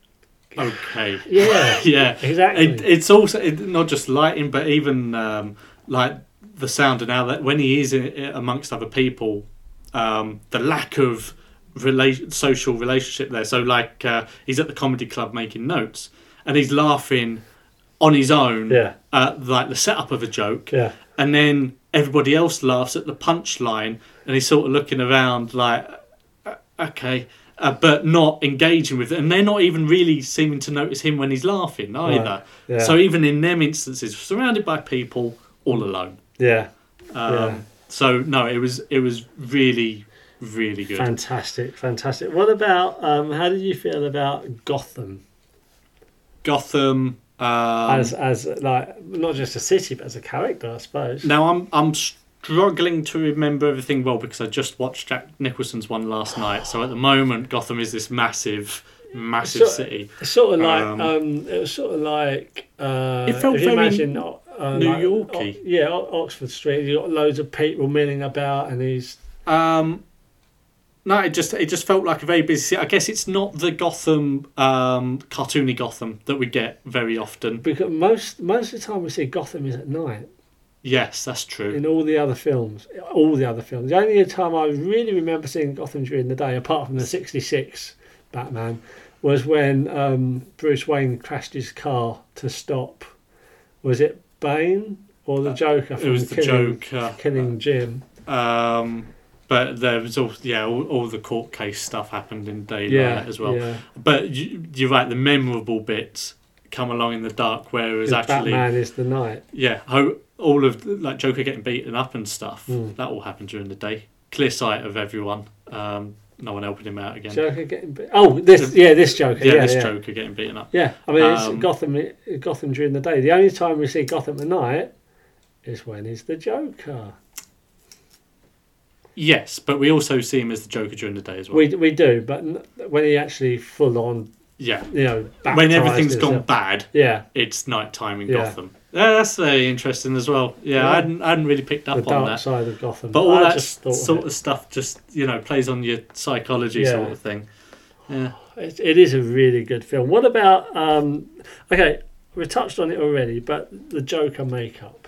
[SPEAKER 2] Okay.
[SPEAKER 1] yeah
[SPEAKER 2] Yeah.
[SPEAKER 1] Exactly.
[SPEAKER 2] It, it's also it, not just lighting, but even um, like the sound and how that when he is in, amongst other people, um, the lack of relation, social relationship there. So like uh, he's at the comedy club making notes, and he's laughing on his own
[SPEAKER 1] Yeah.
[SPEAKER 2] at like the setup of a joke.
[SPEAKER 1] yeah
[SPEAKER 2] and then everybody else laughs at the punchline and he's sort of looking around like "Uh, okay uh, but not engaging with it and they're not even really seeming to notice him when he's laughing either
[SPEAKER 1] yeah.
[SPEAKER 2] so even in them instances surrounded by people all alone
[SPEAKER 1] yeah
[SPEAKER 2] um,
[SPEAKER 1] Yeah.
[SPEAKER 2] so no it was it was really really good
[SPEAKER 1] fantastic fantastic what about um how did you feel about gotham
[SPEAKER 2] gotham um,
[SPEAKER 1] as as like not just a city but as a character i suppose
[SPEAKER 2] Now I'm I'm struggling to remember everything well because I just watched Jack Nicholson's one last night. So at the moment, Gotham is this massive, massive
[SPEAKER 1] So-
[SPEAKER 2] city.
[SPEAKER 1] It's sort of like
[SPEAKER 2] Um,
[SPEAKER 1] um, it was sort of like uh,
[SPEAKER 2] It felt
[SPEAKER 1] if you
[SPEAKER 2] very-
[SPEAKER 1] imagine uh, um,
[SPEAKER 2] New
[SPEAKER 1] like,
[SPEAKER 2] Yorkie.
[SPEAKER 1] O- yeah, O- Oxford Street. You got loads of people milling about, and he's
[SPEAKER 2] Um, no, it just it just felt like a very busy. I guess it's not the Gotham um, cartoony Gotham that we get very often.
[SPEAKER 1] because most most of the time we see Gotham is at night
[SPEAKER 2] Yes, that's true.
[SPEAKER 1] in all the other films, all the other films. The only time I really remember seeing Gotham during the day, apart from the '66 Batman, was when um, Bruce Wayne crashed his car to stop. Was it Bane or the Joker?
[SPEAKER 2] Uh, It was
[SPEAKER 1] from
[SPEAKER 2] the
[SPEAKER 1] Killing-
[SPEAKER 2] Joker.
[SPEAKER 1] Killing Jim.
[SPEAKER 2] Um, but there was all yeah all, all the court case stuff happened in daylight
[SPEAKER 1] Yeah,
[SPEAKER 2] as well.
[SPEAKER 1] yeah.
[SPEAKER 2] But you, you're right. The memorable bits come along in the dark, where it was actually
[SPEAKER 1] Batman is the night.
[SPEAKER 2] yeah ho- all of like Joker getting beaten up and stuff.
[SPEAKER 1] Hmm.
[SPEAKER 2] That all happened during the day. Clear sight of everyone. Um, no one helping him out again.
[SPEAKER 1] Joker getting be- oh this yeah this Joker
[SPEAKER 2] yeah,
[SPEAKER 1] yeah
[SPEAKER 2] this
[SPEAKER 1] yeah.
[SPEAKER 2] Joker getting beaten up.
[SPEAKER 1] yeah I mean
[SPEAKER 2] Um,
[SPEAKER 1] it's Gotham Gotham during the day the only time we see Gotham at night is when he's the Joker
[SPEAKER 2] Yes, but we also see him as the Joker during the day as well.
[SPEAKER 1] we we do but n- when he actually full on
[SPEAKER 2] yeah,
[SPEAKER 1] you know
[SPEAKER 2] when
[SPEAKER 1] baptised
[SPEAKER 2] everything's gone
[SPEAKER 1] himself.
[SPEAKER 2] bad,
[SPEAKER 1] yeah
[SPEAKER 2] it's nighttime in
[SPEAKER 1] Yeah.
[SPEAKER 2] Gotham. Yeah, that's very interesting as well. Yeah,
[SPEAKER 1] Yeah.
[SPEAKER 2] I, hadn't, I hadn't really picked
[SPEAKER 1] the
[SPEAKER 2] up on
[SPEAKER 1] dark
[SPEAKER 2] that.
[SPEAKER 1] side of Gotham
[SPEAKER 2] But all
[SPEAKER 1] I
[SPEAKER 2] that
[SPEAKER 1] just thought of
[SPEAKER 2] sort
[SPEAKER 1] it.
[SPEAKER 2] of stuff just you know plays on your psychology
[SPEAKER 1] Yeah.
[SPEAKER 2] sort of thing. Yeah.
[SPEAKER 1] It, it is a really good film what about um okay we touched on it already but the Joker makeup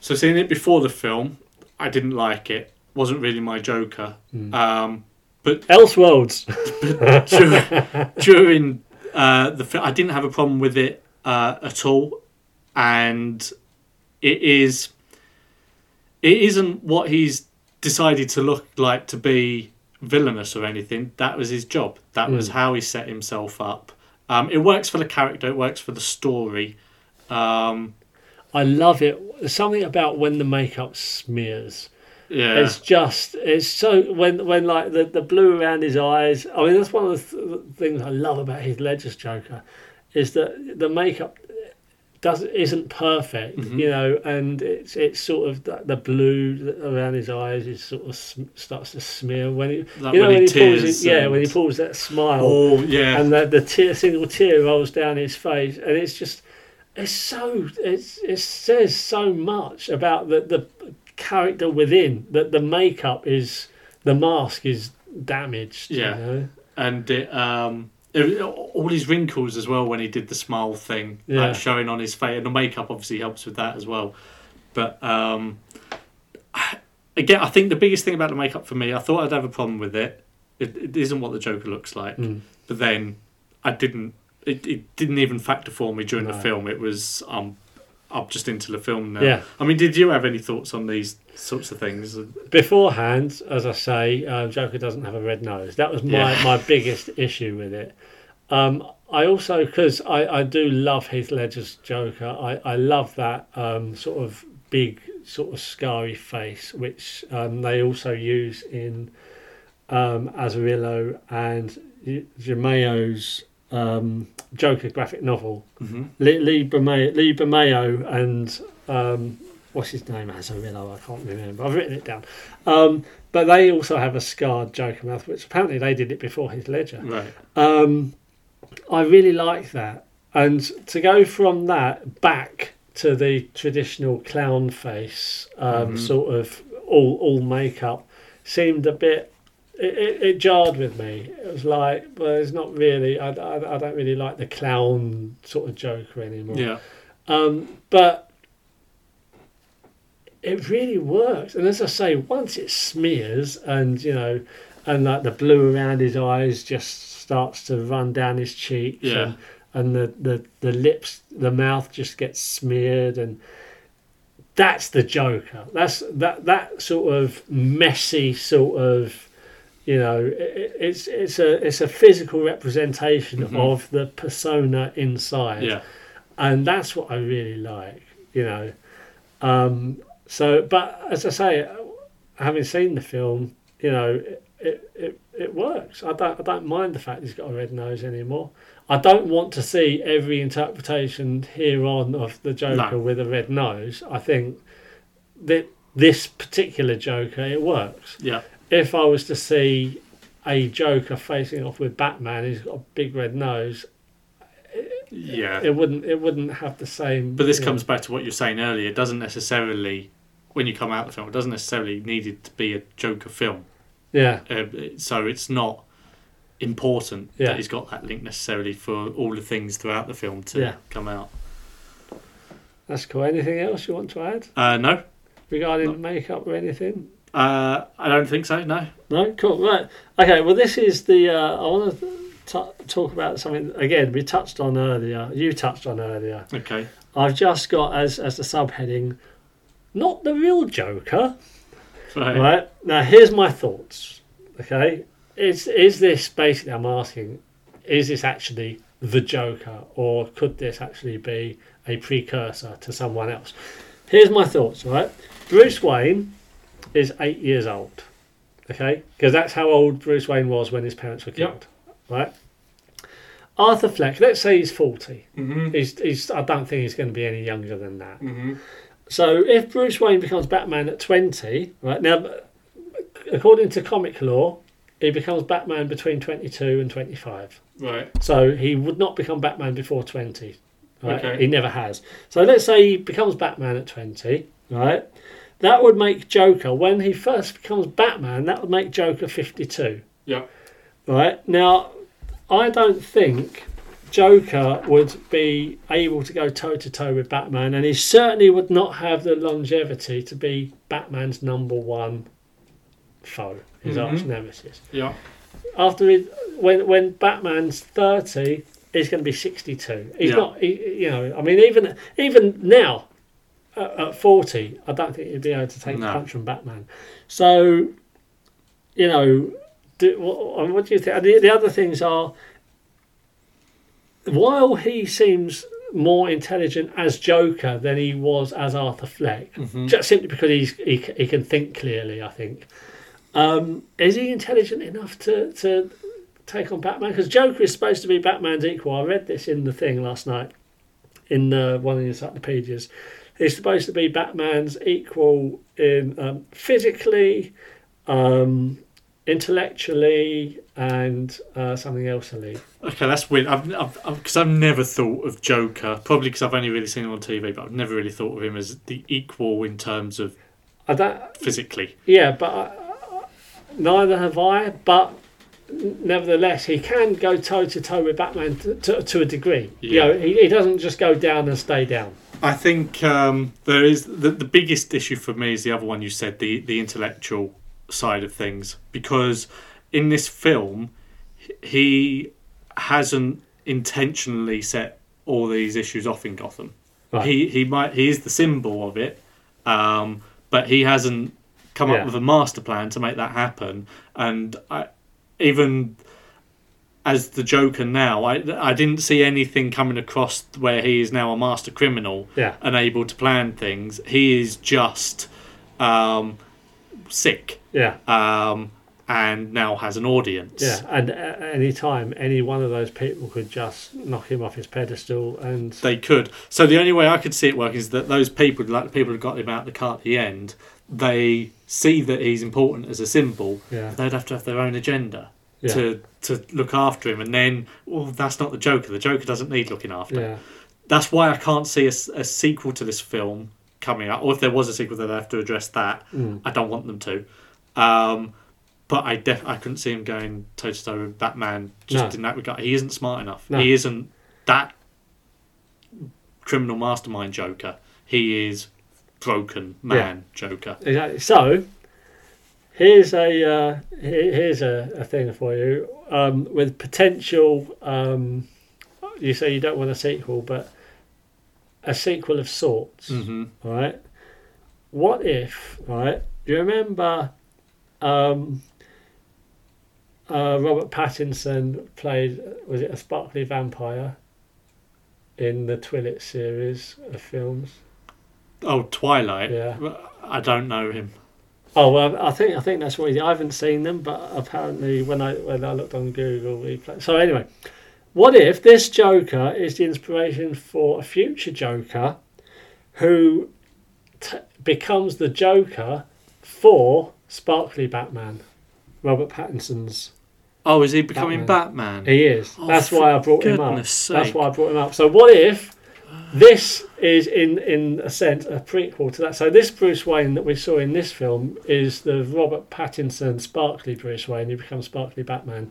[SPEAKER 2] So seeing it before the film, I didn't like it. wasn't really my Joker.
[SPEAKER 1] Hmm.
[SPEAKER 2] Um, but
[SPEAKER 1] Elseworlds
[SPEAKER 2] during, during uh, the film, I didn't have a problem with it uh, at all, and it is it isn't what he's decided to look like to be villainous or anything. That was his job. That was
[SPEAKER 1] Hmm.
[SPEAKER 2] how he set himself up. Um, it works for the character. It works for the story. Um,
[SPEAKER 1] I love it there's something about when the makeup smears
[SPEAKER 2] yeah,
[SPEAKER 1] It's just it's so when when like the, the blue around his eyes. I mean that's one of the th- things I love about his Ledger's Joker, is that the makeup does isn't perfect,
[SPEAKER 2] Mm-hmm.
[SPEAKER 1] you know, and it's it's sort of the, the blue that around his eyes is sort of sm- starts to smear when he
[SPEAKER 2] Like
[SPEAKER 1] you know
[SPEAKER 2] when he
[SPEAKER 1] pulls
[SPEAKER 2] tears
[SPEAKER 1] his, yeah
[SPEAKER 2] and-
[SPEAKER 1] when he pulls that smile
[SPEAKER 2] oh yeah.
[SPEAKER 1] and the, the tear, single tear rolls down his face, and it's just, it's so, it's, it says so much about the, the character within that the makeup is, the mask is damaged.
[SPEAKER 2] Yeah.
[SPEAKER 1] You know?
[SPEAKER 2] and it, um, it- all his wrinkles as well when he did the smile thing,
[SPEAKER 1] Yeah.
[SPEAKER 2] like showing on his face, and the makeup obviously helps with that as well. But um, again, I think the biggest thing about the makeup for me, I thought I'd have a problem with it. It, it isn't what the Joker looks like,
[SPEAKER 1] Hmm.
[SPEAKER 2] but then I didn't. It, it didn't even factor for me during the
[SPEAKER 1] No.
[SPEAKER 2] film. It was um, I'm just into the film now.
[SPEAKER 1] Yeah.
[SPEAKER 2] I mean, did you have any thoughts on these sorts of things?
[SPEAKER 1] Beforehand, as I say, uh, Joker doesn't have a red nose. That was my,
[SPEAKER 2] Yeah.
[SPEAKER 1] my biggest issue with it. Um, I also, because I, I do love Heath Ledger's Joker, I, I love that um, sort of big, sort of scarry face, which um, they also use in um, Azarillo and Y- Jameo's um, Joker graphic novel.
[SPEAKER 2] Mhm.
[SPEAKER 1] Lee, Lee, Bermeo, Lee Bermeo and um, what's his name? Azarillo, I can't remember. I've written it down. Um, but they also have a scarred Joker mouth, which apparently they did it before Heath Ledger.
[SPEAKER 2] Right.
[SPEAKER 1] Um, I really like that. And to go from that back to the traditional clown face, um, sort of all all makeup, seemed a bit. It, it, it jarred with me. It was like, well, it's not really. I, I, I don't really like the clown sort of Joker anymore.
[SPEAKER 2] Yeah.
[SPEAKER 1] Um, but it really works. And as I say, once it smears and, you know, and like the blue around his eyes just starts to run down his cheeks
[SPEAKER 2] Yeah.
[SPEAKER 1] and, and the, the, the lips, the mouth just gets smeared and that's the Joker. That's that, that sort of messy sort of, you know, i- i it's, it's a, it's a physical representation of the persona inside
[SPEAKER 2] Mm-hmm. Yeah.
[SPEAKER 1] and that's what I really like, you know. Um, so, but as I say, having seen the film, you know, it, it, it, it works. I don't I don't mind the fact he's got a red nose anymore. I don't want to see every interpretation here on of the Joker
[SPEAKER 2] No.
[SPEAKER 1] with a red nose. I think that this particular Joker it works.
[SPEAKER 2] Yeah.
[SPEAKER 1] If I was to see a Joker facing off with Batman who's got a big red nose,
[SPEAKER 2] yeah.
[SPEAKER 1] it wouldn't it wouldn't have the same.
[SPEAKER 2] But this
[SPEAKER 1] yeah.
[SPEAKER 2] comes back to what you were saying earlier. It doesn't necessarily, when you come out of the film, it doesn't necessarily need it to be a Joker film.
[SPEAKER 1] Yeah,
[SPEAKER 2] Uh, so it's not important
[SPEAKER 1] Yeah.
[SPEAKER 2] that he's got that link necessarily for all the things throughout the film to
[SPEAKER 1] Yeah.
[SPEAKER 2] come out.
[SPEAKER 1] that's cool. Anything else you want to add
[SPEAKER 2] Uh, no,
[SPEAKER 1] regarding makeup or anything?
[SPEAKER 2] uh, I don't think so. No.
[SPEAKER 1] No, cool. Right. Okay. Well, this is the. Uh, I want to t- talk about something again. We touched on earlier. You touched on earlier.
[SPEAKER 2] Okay.
[SPEAKER 1] I've just got as as the subheading, not the real Joker.
[SPEAKER 2] Right.
[SPEAKER 1] Right. Now, here's my thoughts. Okay. Is is this basically? I'm asking. Is this actually the Joker, or could this actually be a precursor to someone else? Here's my thoughts. Right. Bruce Wayne is eight years old. Okay, because that's how old Bruce Wayne was when his parents were killed. Right. Arthur Fleck. Let's say he's 40 He's, he's. I don't think he's going to be any younger than that. So if Bruce Wayne becomes Batman at 20, right now, according to comic law, he becomes Batman between 22 and 25.
[SPEAKER 2] Right.
[SPEAKER 1] So he would not become Batman before 20. Right?
[SPEAKER 2] Okay.
[SPEAKER 1] He never has. So let's say he becomes Batman at 20, right? That would make Joker, when he first becomes Batman, that would make Joker 52.
[SPEAKER 2] Yeah.
[SPEAKER 1] Right now, I don't think Joker would be able to go toe to toe with Batman, and he certainly would not have the longevity to be Batman's number one foe, his arch nemesis.
[SPEAKER 2] Yeah.
[SPEAKER 1] After he, when when Batman's thirty, he's going to be sixty-two. He's
[SPEAKER 2] Yeah.
[SPEAKER 1] not, he, you know. I mean, even even now, at, at forty, I don't think he'd be able to take
[SPEAKER 2] No.
[SPEAKER 1] a punch from Batman. So, you know, do, what, what do you think? And the, the other things are, while he seems more intelligent as Joker than he was as Arthur Fleck, just simply because he's he, c- he can think clearly. I think um, is he intelligent enough to to take on Batman? Because Joker is supposed to be Batman's equal. I read this in the thing last night in uh, one of the encyclopedias. He's supposed to be Batman's equal in um, physically, um, intellectually, and uh, something else. I believe.
[SPEAKER 2] Okay, that's weird. I've I've because I've never thought of Joker. Probably because I've only really seen him on TV, but I've never really thought of him as the equal in terms of
[SPEAKER 1] I don't,
[SPEAKER 2] physically.
[SPEAKER 1] Yeah, but I, I- neither have I. But nevertheless, he can go toe to toe with Batman to, to, to a degree.
[SPEAKER 2] Yeah.
[SPEAKER 1] You know, he, he doesn't just go down and stay down.
[SPEAKER 2] I think um, there is the, the biggest issue for me is the other one you said the the intellectual side of things because in this film h- he hasn't intentionally set all these issues off in Gotham.
[SPEAKER 1] Right.
[SPEAKER 2] He he might he is the symbol of it, um, but he hasn't come
[SPEAKER 1] Yeah.
[SPEAKER 2] up with a master plan to make that happen. And I, even as the Joker now, I I didn't see anything coming across where he is now a master criminal
[SPEAKER 1] Yeah.
[SPEAKER 2] and able to plan things. He is just um, sick
[SPEAKER 1] Yeah,
[SPEAKER 2] um, and now has an audience.
[SPEAKER 1] yeah. And at any time, any one of those people could just knock him off his pedestal. And
[SPEAKER 2] They could. So the only way I could see it working is that those people, like the people who got him out the car at the end, they see that he's important as a symbol.
[SPEAKER 1] Yeah.
[SPEAKER 2] They'd have to have their own agenda.
[SPEAKER 1] Yeah.
[SPEAKER 2] To, to look after him, and then, well, that's not the Joker. The Joker doesn't need looking after.
[SPEAKER 1] yeah,
[SPEAKER 2] that's why I can't see a, s- a sequel to this film coming out. Or if there was a sequel, they'd have to address that.
[SPEAKER 1] Mm.
[SPEAKER 2] I don't want them to. Um, but I def- I couldn't see him going toe to toe with Batman just
[SPEAKER 1] No.
[SPEAKER 2] in that regard. He isn't smart enough.
[SPEAKER 1] No.
[SPEAKER 2] He isn't that criminal mastermind Joker. He is broken man Joker.
[SPEAKER 1] exactly. So here's a uh, here- here's a, a thing for you um, with potential. Um, you say you don't want a sequel, but a sequel of sorts.
[SPEAKER 2] hmm
[SPEAKER 1] right? What if, right? Do you remember um, uh, Robert Pattinson played, was it a sparkly vampire in the Twilight series of films?
[SPEAKER 2] Oh, Twilight.
[SPEAKER 1] Yeah.
[SPEAKER 2] I don't know him.
[SPEAKER 1] Oh well, I think I think that's what he did. I haven't seen them, but apparently when I when I looked on Google, he played. So anyway, what if this Joker is the inspiration for a future Joker, who t- becomes the Joker for Sparkly Batman, Robert Pattinson's
[SPEAKER 2] Oh, is he becoming Batman?
[SPEAKER 1] He is. That's
[SPEAKER 2] for
[SPEAKER 1] why I brought him up.
[SPEAKER 2] Oh, goodness
[SPEAKER 1] That's
[SPEAKER 2] sake.
[SPEAKER 1] why I brought him up. So what if this is in in a sense a prequel to that? So this Bruce Wayne that we saw in this film is the Robert Pattinson Sparkly Bruce Wayne who becomes Sparkly Batman.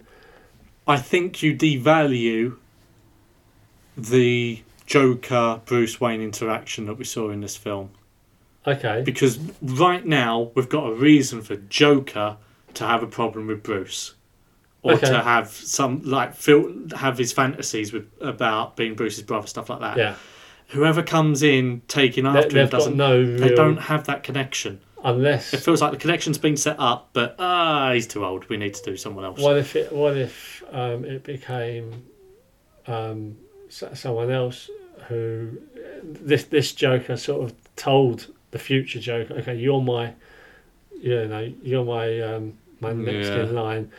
[SPEAKER 2] I think you devalue the Joker Bruce Wayne interaction that we saw in this film
[SPEAKER 1] Okay.
[SPEAKER 2] because right now we've got a reason for Joker to have a problem with Bruce or
[SPEAKER 1] Okay.
[SPEAKER 2] to have some like feel have his fantasies with about being Bruce's brother stuff like that.
[SPEAKER 1] yeah.
[SPEAKER 2] Whoever comes in taking
[SPEAKER 1] They,
[SPEAKER 2] after him
[SPEAKER 1] they've got
[SPEAKER 2] doesn't
[SPEAKER 1] no real,
[SPEAKER 2] they don't have that connection.
[SPEAKER 1] unless
[SPEAKER 2] It feels like the connection's been set up, but ah, he's too old. We need to do someone else.
[SPEAKER 1] What if it? What if um, it became um, s- someone else who this this Joker sort of told the future Joker, okay, you're my, you know, you're my um, my next
[SPEAKER 2] Yeah.
[SPEAKER 1] in line,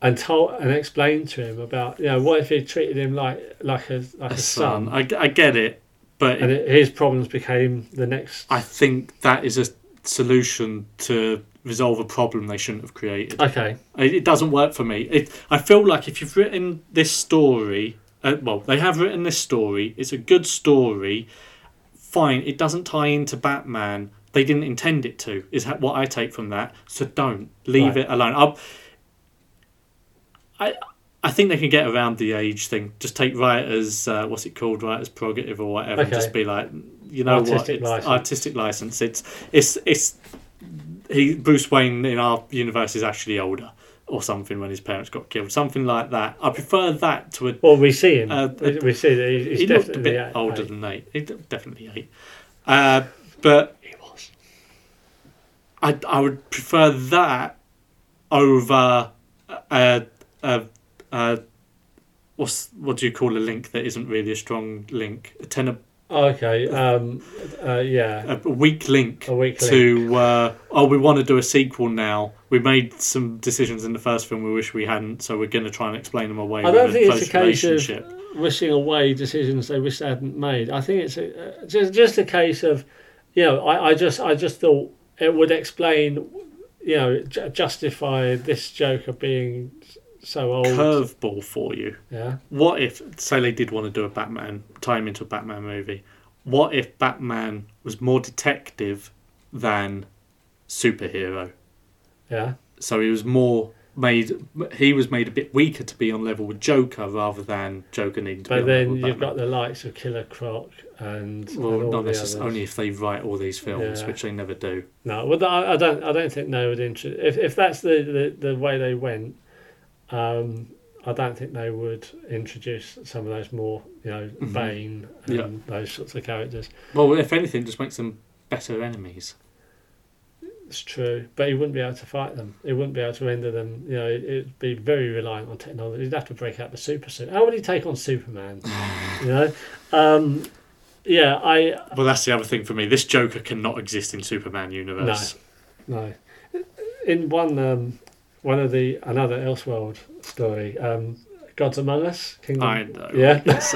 [SPEAKER 1] and told and explained to him about you know what if he treated him like like a like a,
[SPEAKER 2] A
[SPEAKER 1] son,
[SPEAKER 2] son. I, I get it, but
[SPEAKER 1] and it, his problems became the next.
[SPEAKER 2] I think that is a solution to resolve a problem they shouldn't have created.
[SPEAKER 1] okay,
[SPEAKER 2] It, it doesn't work for me. It, I feel like if you've written this story, uh, well, they have written this story. It's a good story. Fine, it doesn't tie into Batman. They didn't intend it to. Is ha- what I take from that. So don't leave
[SPEAKER 1] Right.
[SPEAKER 2] it alone. I'll, I I think they can get around the age thing. Just take writers, uh, what's it called, writers' prerogative or whatever, and
[SPEAKER 1] Okay.
[SPEAKER 2] just be like, you know what,
[SPEAKER 1] Artistic
[SPEAKER 2] it's
[SPEAKER 1] license.
[SPEAKER 2] artistic license. It's it's it's he Bruce Wayne in our universe is actually older or something when his parents got killed, something like that. I prefer that to a
[SPEAKER 1] well we see him,
[SPEAKER 2] Uh,
[SPEAKER 1] we, we see that he's, he's
[SPEAKER 2] he looked a
[SPEAKER 1] definitely
[SPEAKER 2] bit
[SPEAKER 1] a-
[SPEAKER 2] older
[SPEAKER 1] a-
[SPEAKER 2] than eight. He d- definitely eight. Uh, but
[SPEAKER 1] he was.
[SPEAKER 2] I, I would prefer that over a, a, a what's what do you call a link that isn't really a strong link? A ten
[SPEAKER 1] Okay, um, uh, yeah.
[SPEAKER 2] a, a weak link
[SPEAKER 1] A weak
[SPEAKER 2] to uh, oh we want to do a sequel now. We made some decisions in the first film we wish we hadn't, so we're going to try and explain them away.
[SPEAKER 1] I don't
[SPEAKER 2] with
[SPEAKER 1] think
[SPEAKER 2] a
[SPEAKER 1] it's
[SPEAKER 2] close
[SPEAKER 1] a case of-
[SPEAKER 2] relationship.
[SPEAKER 1] wishing away decisions they wish they hadn't made. I think it's a, uh, just just a case of, you know, I, I just I just thought it would explain, you know, ju- justify this Joker being so old.
[SPEAKER 2] curveball for you.
[SPEAKER 1] Yeah.
[SPEAKER 2] What if say they did want to do a Batman tie him into a Batman movie? What if Batman was more detective than superhero?
[SPEAKER 1] Yeah.
[SPEAKER 2] So he was more made. He was made a bit weaker to be on level with Joker rather than Joker needing to be
[SPEAKER 1] But
[SPEAKER 2] on level
[SPEAKER 1] then
[SPEAKER 2] with
[SPEAKER 1] you've
[SPEAKER 2] Batman.
[SPEAKER 1] got the likes of Killer Croc and,
[SPEAKER 2] Well,
[SPEAKER 1] and all
[SPEAKER 2] not
[SPEAKER 1] the
[SPEAKER 2] necessarily.
[SPEAKER 1] others.
[SPEAKER 2] Only if they write all these films,
[SPEAKER 1] Yeah.
[SPEAKER 2] which they never do.
[SPEAKER 1] No, well, I, I don't. I don't think they would interest. If if that's the, the, the way they went, um, I don't think they would introduce some of those more, you know, Bane and
[SPEAKER 2] Mm-hmm. Yeah.
[SPEAKER 1] those sorts of characters.
[SPEAKER 2] Well, if anything, just makes them better enemies.
[SPEAKER 1] It's true, but he wouldn't be able to fight them. He wouldn't be able to render them. You know, it, it'd be very reliant on technology. He'd have to break out the super suit. How would he take on Superman? you know, um, yeah, I
[SPEAKER 2] Well, that's the other thing for me. This Joker cannot exist in Superman universe.
[SPEAKER 1] No. In one um, one of the another Elseworld story, um, Gods Among Us, Kingdom.
[SPEAKER 2] I know.
[SPEAKER 1] Yeah.
[SPEAKER 2] Yes.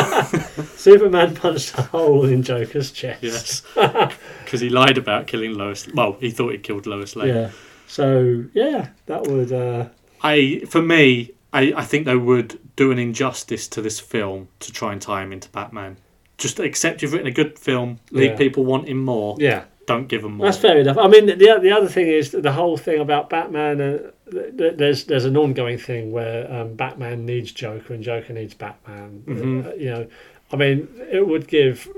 [SPEAKER 1] Superman punched a hole in Joker's chest.
[SPEAKER 2] yes. Because he lied about killing Lois. Well, he thought he killed Lois Lane.
[SPEAKER 1] Yeah. So yeah, that would. Uh,
[SPEAKER 2] I, for me, I, I think they would do an injustice to this film to try and tie him into Batman. Just accept you've written a good film. Leave
[SPEAKER 1] Yeah.
[SPEAKER 2] people wanting more.
[SPEAKER 1] yeah.
[SPEAKER 2] Don't give them more.
[SPEAKER 1] That's fair enough. I mean, the the other thing is that the whole thing about Batman. Uh, th- th- there's there's an ongoing thing where um, Batman needs Joker and Joker needs Batman.
[SPEAKER 2] Mhm.
[SPEAKER 1] Uh, you know, I mean, it would give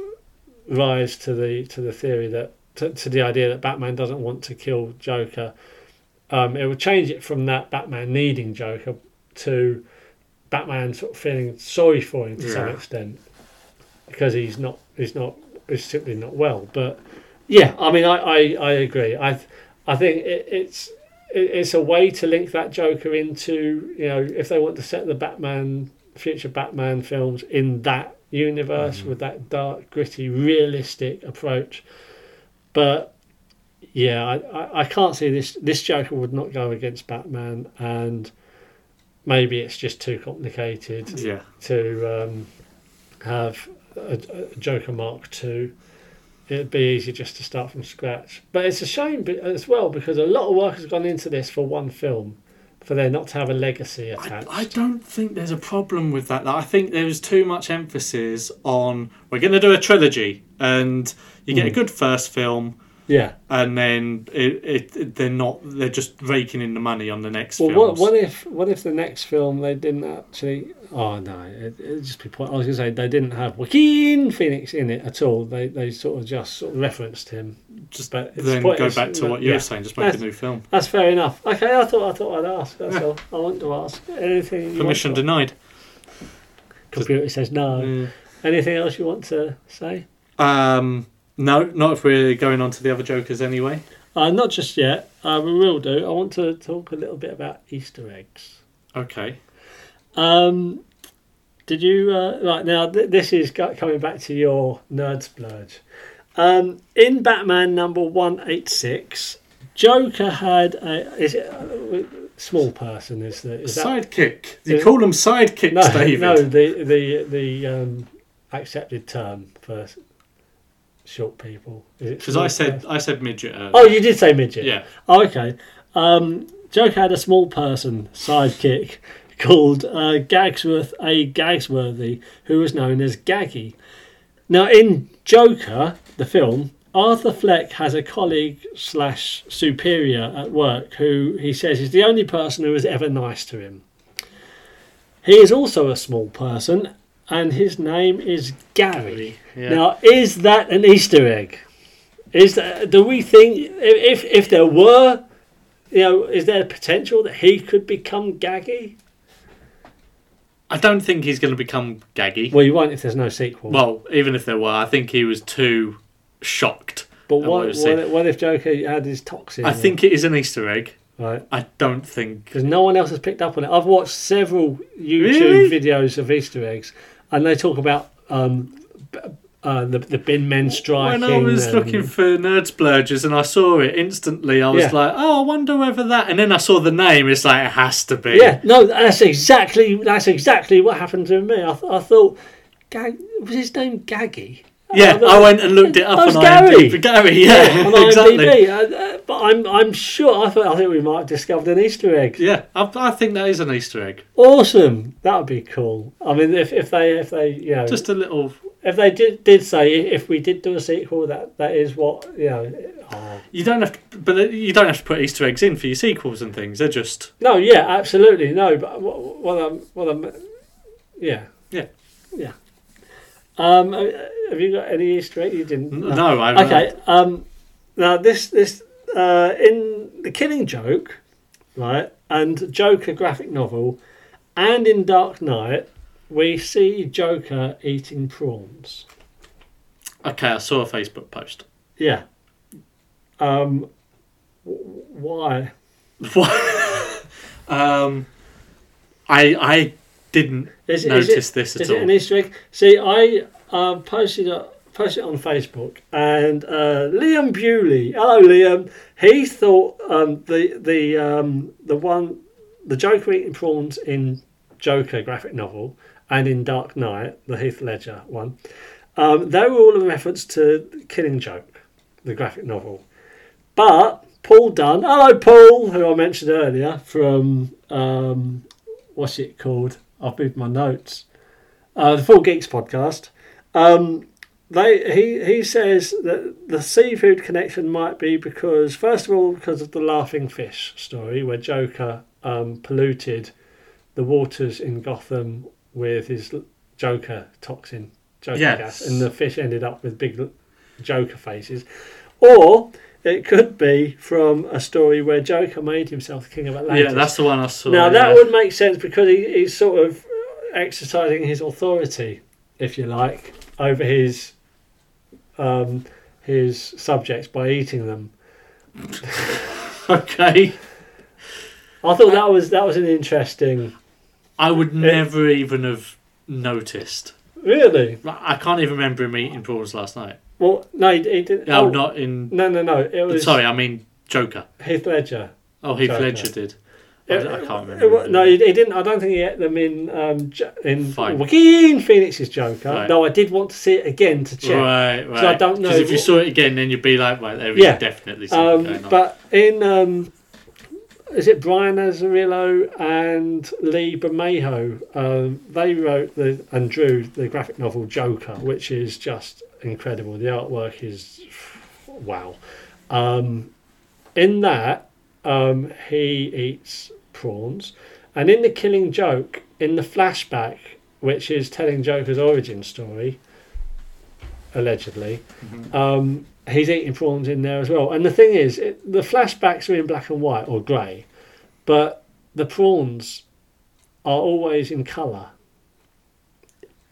[SPEAKER 1] rise to the to the theory that to, to the idea that Batman doesn't want to kill Joker. Um, it would change it from that Batman needing Joker to Batman sort of feeling sorry for him to some
[SPEAKER 2] Yeah.
[SPEAKER 1] extent because he's not he's not he's simply not well. But yeah, I mean, I I, I agree. I th- I think it, it's it, it's a way to link that Joker into you know if they want to set the Batman future Batman films in that universe with that dark, gritty, realistic approach. But yeah, I, I, I can't see this. This Joker would not go against Batman, and maybe it's just too complicated
[SPEAKER 2] Yeah.
[SPEAKER 1] to um, have a, a Joker Mark II. It'd be easy just to start from scratch. But it's a shame be- as well because a lot of work has gone into this for one film. for there not to have a legacy attached.
[SPEAKER 2] I don't think there's a problem with that. I think there was too much emphasis on we're going to do a trilogy, and you
[SPEAKER 1] Hmm.
[SPEAKER 2] get a good first film,
[SPEAKER 1] yeah.
[SPEAKER 2] and then it, it, it- they're not they're just raking in the money on the next
[SPEAKER 1] Well,
[SPEAKER 2] film.
[SPEAKER 1] what, what if what if the next film they didn't actually? Oh no, it, it'd just be point. I was gonna say they didn't have Joaquin Phoenix in it at all. They they sort of just sort of referenced him.
[SPEAKER 2] just
[SPEAKER 1] but it's
[SPEAKER 2] then
[SPEAKER 1] quite-
[SPEAKER 2] go
[SPEAKER 1] it's-
[SPEAKER 2] back to what you
[SPEAKER 1] yeah.
[SPEAKER 2] were saying. Just make a
[SPEAKER 1] That's-
[SPEAKER 2] new film.
[SPEAKER 1] That's fair enough. Okay, I thought I thought I'd ask. That's all. I want to ask anything. you want Hmm.
[SPEAKER 2] Permission
[SPEAKER 1] to-
[SPEAKER 2] denied.
[SPEAKER 1] Computer says no. Anything else you want to say?
[SPEAKER 2] Um, no, not if we're going on to the other Jokers anyway.
[SPEAKER 1] Uh, not just yet. Uh, we will do. I want to talk a little bit about Easter eggs.
[SPEAKER 2] Okay.
[SPEAKER 1] Um, did you uh, right now? Th- this is go- coming back to your nerd splurge. Um, in Batman number one eight six, Joker had a is it a small person? Is the is that
[SPEAKER 2] Sidekick. You
[SPEAKER 1] is-
[SPEAKER 2] call them sidekicks,
[SPEAKER 1] no
[SPEAKER 2] David.
[SPEAKER 1] no the the the um, accepted term for s- short people?
[SPEAKER 2] Because I said I said midget. Earlier.
[SPEAKER 1] oh you did say midget
[SPEAKER 2] yeah.
[SPEAKER 1] Oh, okay. Um, Joker had a small person sidekick called uh, Gagsworth A. Gagsworthy, who was known as Gaggy. Now, in Joker, the film, Arthur Fleck has a colleague slash superior at work who he says is the only person who is ever nice to him. He is also a small person, and his name is Gary.
[SPEAKER 2] Yeah.
[SPEAKER 1] Now, is that an Easter egg? Is that, do we think if if there were, you know, is there potential that he could become Gaggy?
[SPEAKER 2] I don't think he's going to become Gaggy.
[SPEAKER 1] Well, you won't if there's no sequel.
[SPEAKER 2] Well, even if there were, I think he was too shocked.
[SPEAKER 1] but
[SPEAKER 2] at
[SPEAKER 1] what
[SPEAKER 2] he was
[SPEAKER 1] what,
[SPEAKER 2] seeing.
[SPEAKER 1] if- what if Joker had his toxin?
[SPEAKER 2] I think it is an Easter egg.
[SPEAKER 1] right
[SPEAKER 2] I don't think.
[SPEAKER 1] because no one else has picked up on it. I've watched several YouTube
[SPEAKER 2] Really?
[SPEAKER 1] videos of Easter eggs, and they talk about um, b- uh, the the bin men striking.
[SPEAKER 2] When I was
[SPEAKER 1] and-
[SPEAKER 2] looking for nerd splurges and I saw it instantly, I was
[SPEAKER 1] Yeah.
[SPEAKER 2] like, "Oh, I wonder whether that." And then I saw the name. It's like it has to be.
[SPEAKER 1] Yeah, no, that's exactly that's exactly what happened to me. I, th- I thought, Gag- was his name Gaggy?
[SPEAKER 2] Yeah,
[SPEAKER 1] Oh,
[SPEAKER 2] I went and looked it up
[SPEAKER 1] That was
[SPEAKER 2] on
[SPEAKER 1] Gary.
[SPEAKER 2] IMDb. Gary, yeah,
[SPEAKER 1] on
[SPEAKER 2] exactly.
[SPEAKER 1] IMDb. Uh, uh, but I'm I'm sure I thought I think we might have discovered an Easter egg.
[SPEAKER 2] Yeah, I, I think that is an Easter egg.
[SPEAKER 1] Awesome, that would be cool. I mean, if, if they if they you know
[SPEAKER 2] Just a little.
[SPEAKER 1] if they did did say if we did do a sequel that that is what you know. Oh.
[SPEAKER 2] You don't have, to, but you don't have to put Easter eggs in for your sequels and things. They're just
[SPEAKER 1] No, yeah, absolutely no. But what, what I'm what I'm yeah
[SPEAKER 2] yeah.
[SPEAKER 1] yeah. Um, uh, have you got any Easter egg? You didn't.
[SPEAKER 2] No, I
[SPEAKER 1] Oh. Okay. Um, now this this uh, in the Killing Joke, right, and Joker graphic novel, and in Dark Knight, we see Joker eating prawns.
[SPEAKER 2] Okay, I saw a Facebook post.
[SPEAKER 1] Yeah. Um, w- why?
[SPEAKER 2] um, I I didn't
[SPEAKER 1] Is
[SPEAKER 2] notice
[SPEAKER 1] is
[SPEAKER 2] this at
[SPEAKER 1] is
[SPEAKER 2] all.
[SPEAKER 1] it an Easter egg? See, I uh, posted a, posted it on Facebook, and uh, Liam Bewley, hello Liam, he thought um, the the um, the one the Joker eating prawns in Joker graphic novel and in Dark Knight, the Heath Ledger one, um, they were all in reference to Killing Joke, the graphic novel, but. Paul Dunn, hello Paul, who I mentioned earlier from um, what's it called? I've moved my notes. Uh, the Full Geeks podcast. Um, they he he says that the seafood connection might be because first of all because of the laughing fish story where Joker um, polluted the waters in Gotham with his l- Joker toxin, Joker
[SPEAKER 2] Yes.
[SPEAKER 1] gas, and the fish ended up with big l- Joker faces, or. It could be from a story where Joker made himself king of Atlantis.
[SPEAKER 2] yeah, that's the one I saw.
[SPEAKER 1] Now
[SPEAKER 2] yeah.
[SPEAKER 1] that would make sense because he, he's sort of exercising his authority, if you like, over his um, his subjects by eating them.
[SPEAKER 2] okay.
[SPEAKER 1] I thought that was that was an interesting.
[SPEAKER 2] I would never even have noticed.
[SPEAKER 1] Really?
[SPEAKER 2] Like, I can't even remember him eating prawns last night.
[SPEAKER 1] Well, no, he, he didn't.
[SPEAKER 2] No,
[SPEAKER 1] oh,
[SPEAKER 2] not in.
[SPEAKER 1] No, no, no. It was
[SPEAKER 2] Sorry, I mean Joker.
[SPEAKER 1] Heath Ledger.
[SPEAKER 2] Oh, Heath
[SPEAKER 1] Joker.
[SPEAKER 2] Ledger did. I, I can't
[SPEAKER 1] It wa-
[SPEAKER 2] remember.
[SPEAKER 1] no, he, he didn't. I don't think he ate them in um, J- in
[SPEAKER 2] Fine.
[SPEAKER 1] Joaquin Phoenix's Joker.
[SPEAKER 2] Right.
[SPEAKER 1] Though I did want to see it again to check.
[SPEAKER 2] Right, right.
[SPEAKER 1] So I don't know Um,
[SPEAKER 2] Because if you
[SPEAKER 1] what-
[SPEAKER 2] saw it again, then you'd be like, right, there is
[SPEAKER 1] Yeah.
[SPEAKER 2] definitely something
[SPEAKER 1] Um,
[SPEAKER 2] going on.
[SPEAKER 1] but in um, is it Brian Azarillo and Lee Bermejo? Um, they wrote the and drew the graphic novel Joker, which is just incredible. The artwork is wow. Um, in that, um, he eats prawns, and in the Killing Joke, in the flashback, which is telling Joker's origin story, allegedly, um, he's eating prawns in there as well. And the thing is, it, the flashbacks are in black and white or grey, but the prawns are always in colour.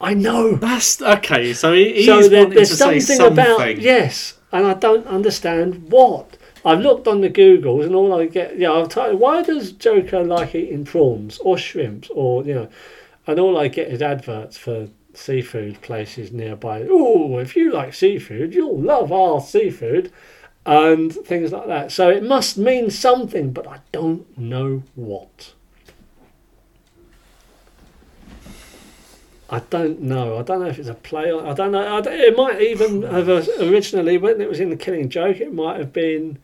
[SPEAKER 1] I know.
[SPEAKER 2] That's okay. So he, he's
[SPEAKER 1] so there-
[SPEAKER 2] wanting to
[SPEAKER 1] there's
[SPEAKER 2] say
[SPEAKER 1] something,
[SPEAKER 2] something.
[SPEAKER 1] about yes, and I don't understand what. I've looked on the Googles and all I get, yeah, I've typed, why does Joker like eating prawns or shrimps or you know, and all I get is adverts for seafood places nearby. Oh, if you like seafood, you'll love our seafood, and things like that. So it must mean something, but I don't know what. I don't know. I don't know if it's a play. On, I don't know. I don't- it might even have a, originally when it was in the Killing Joke. It might have been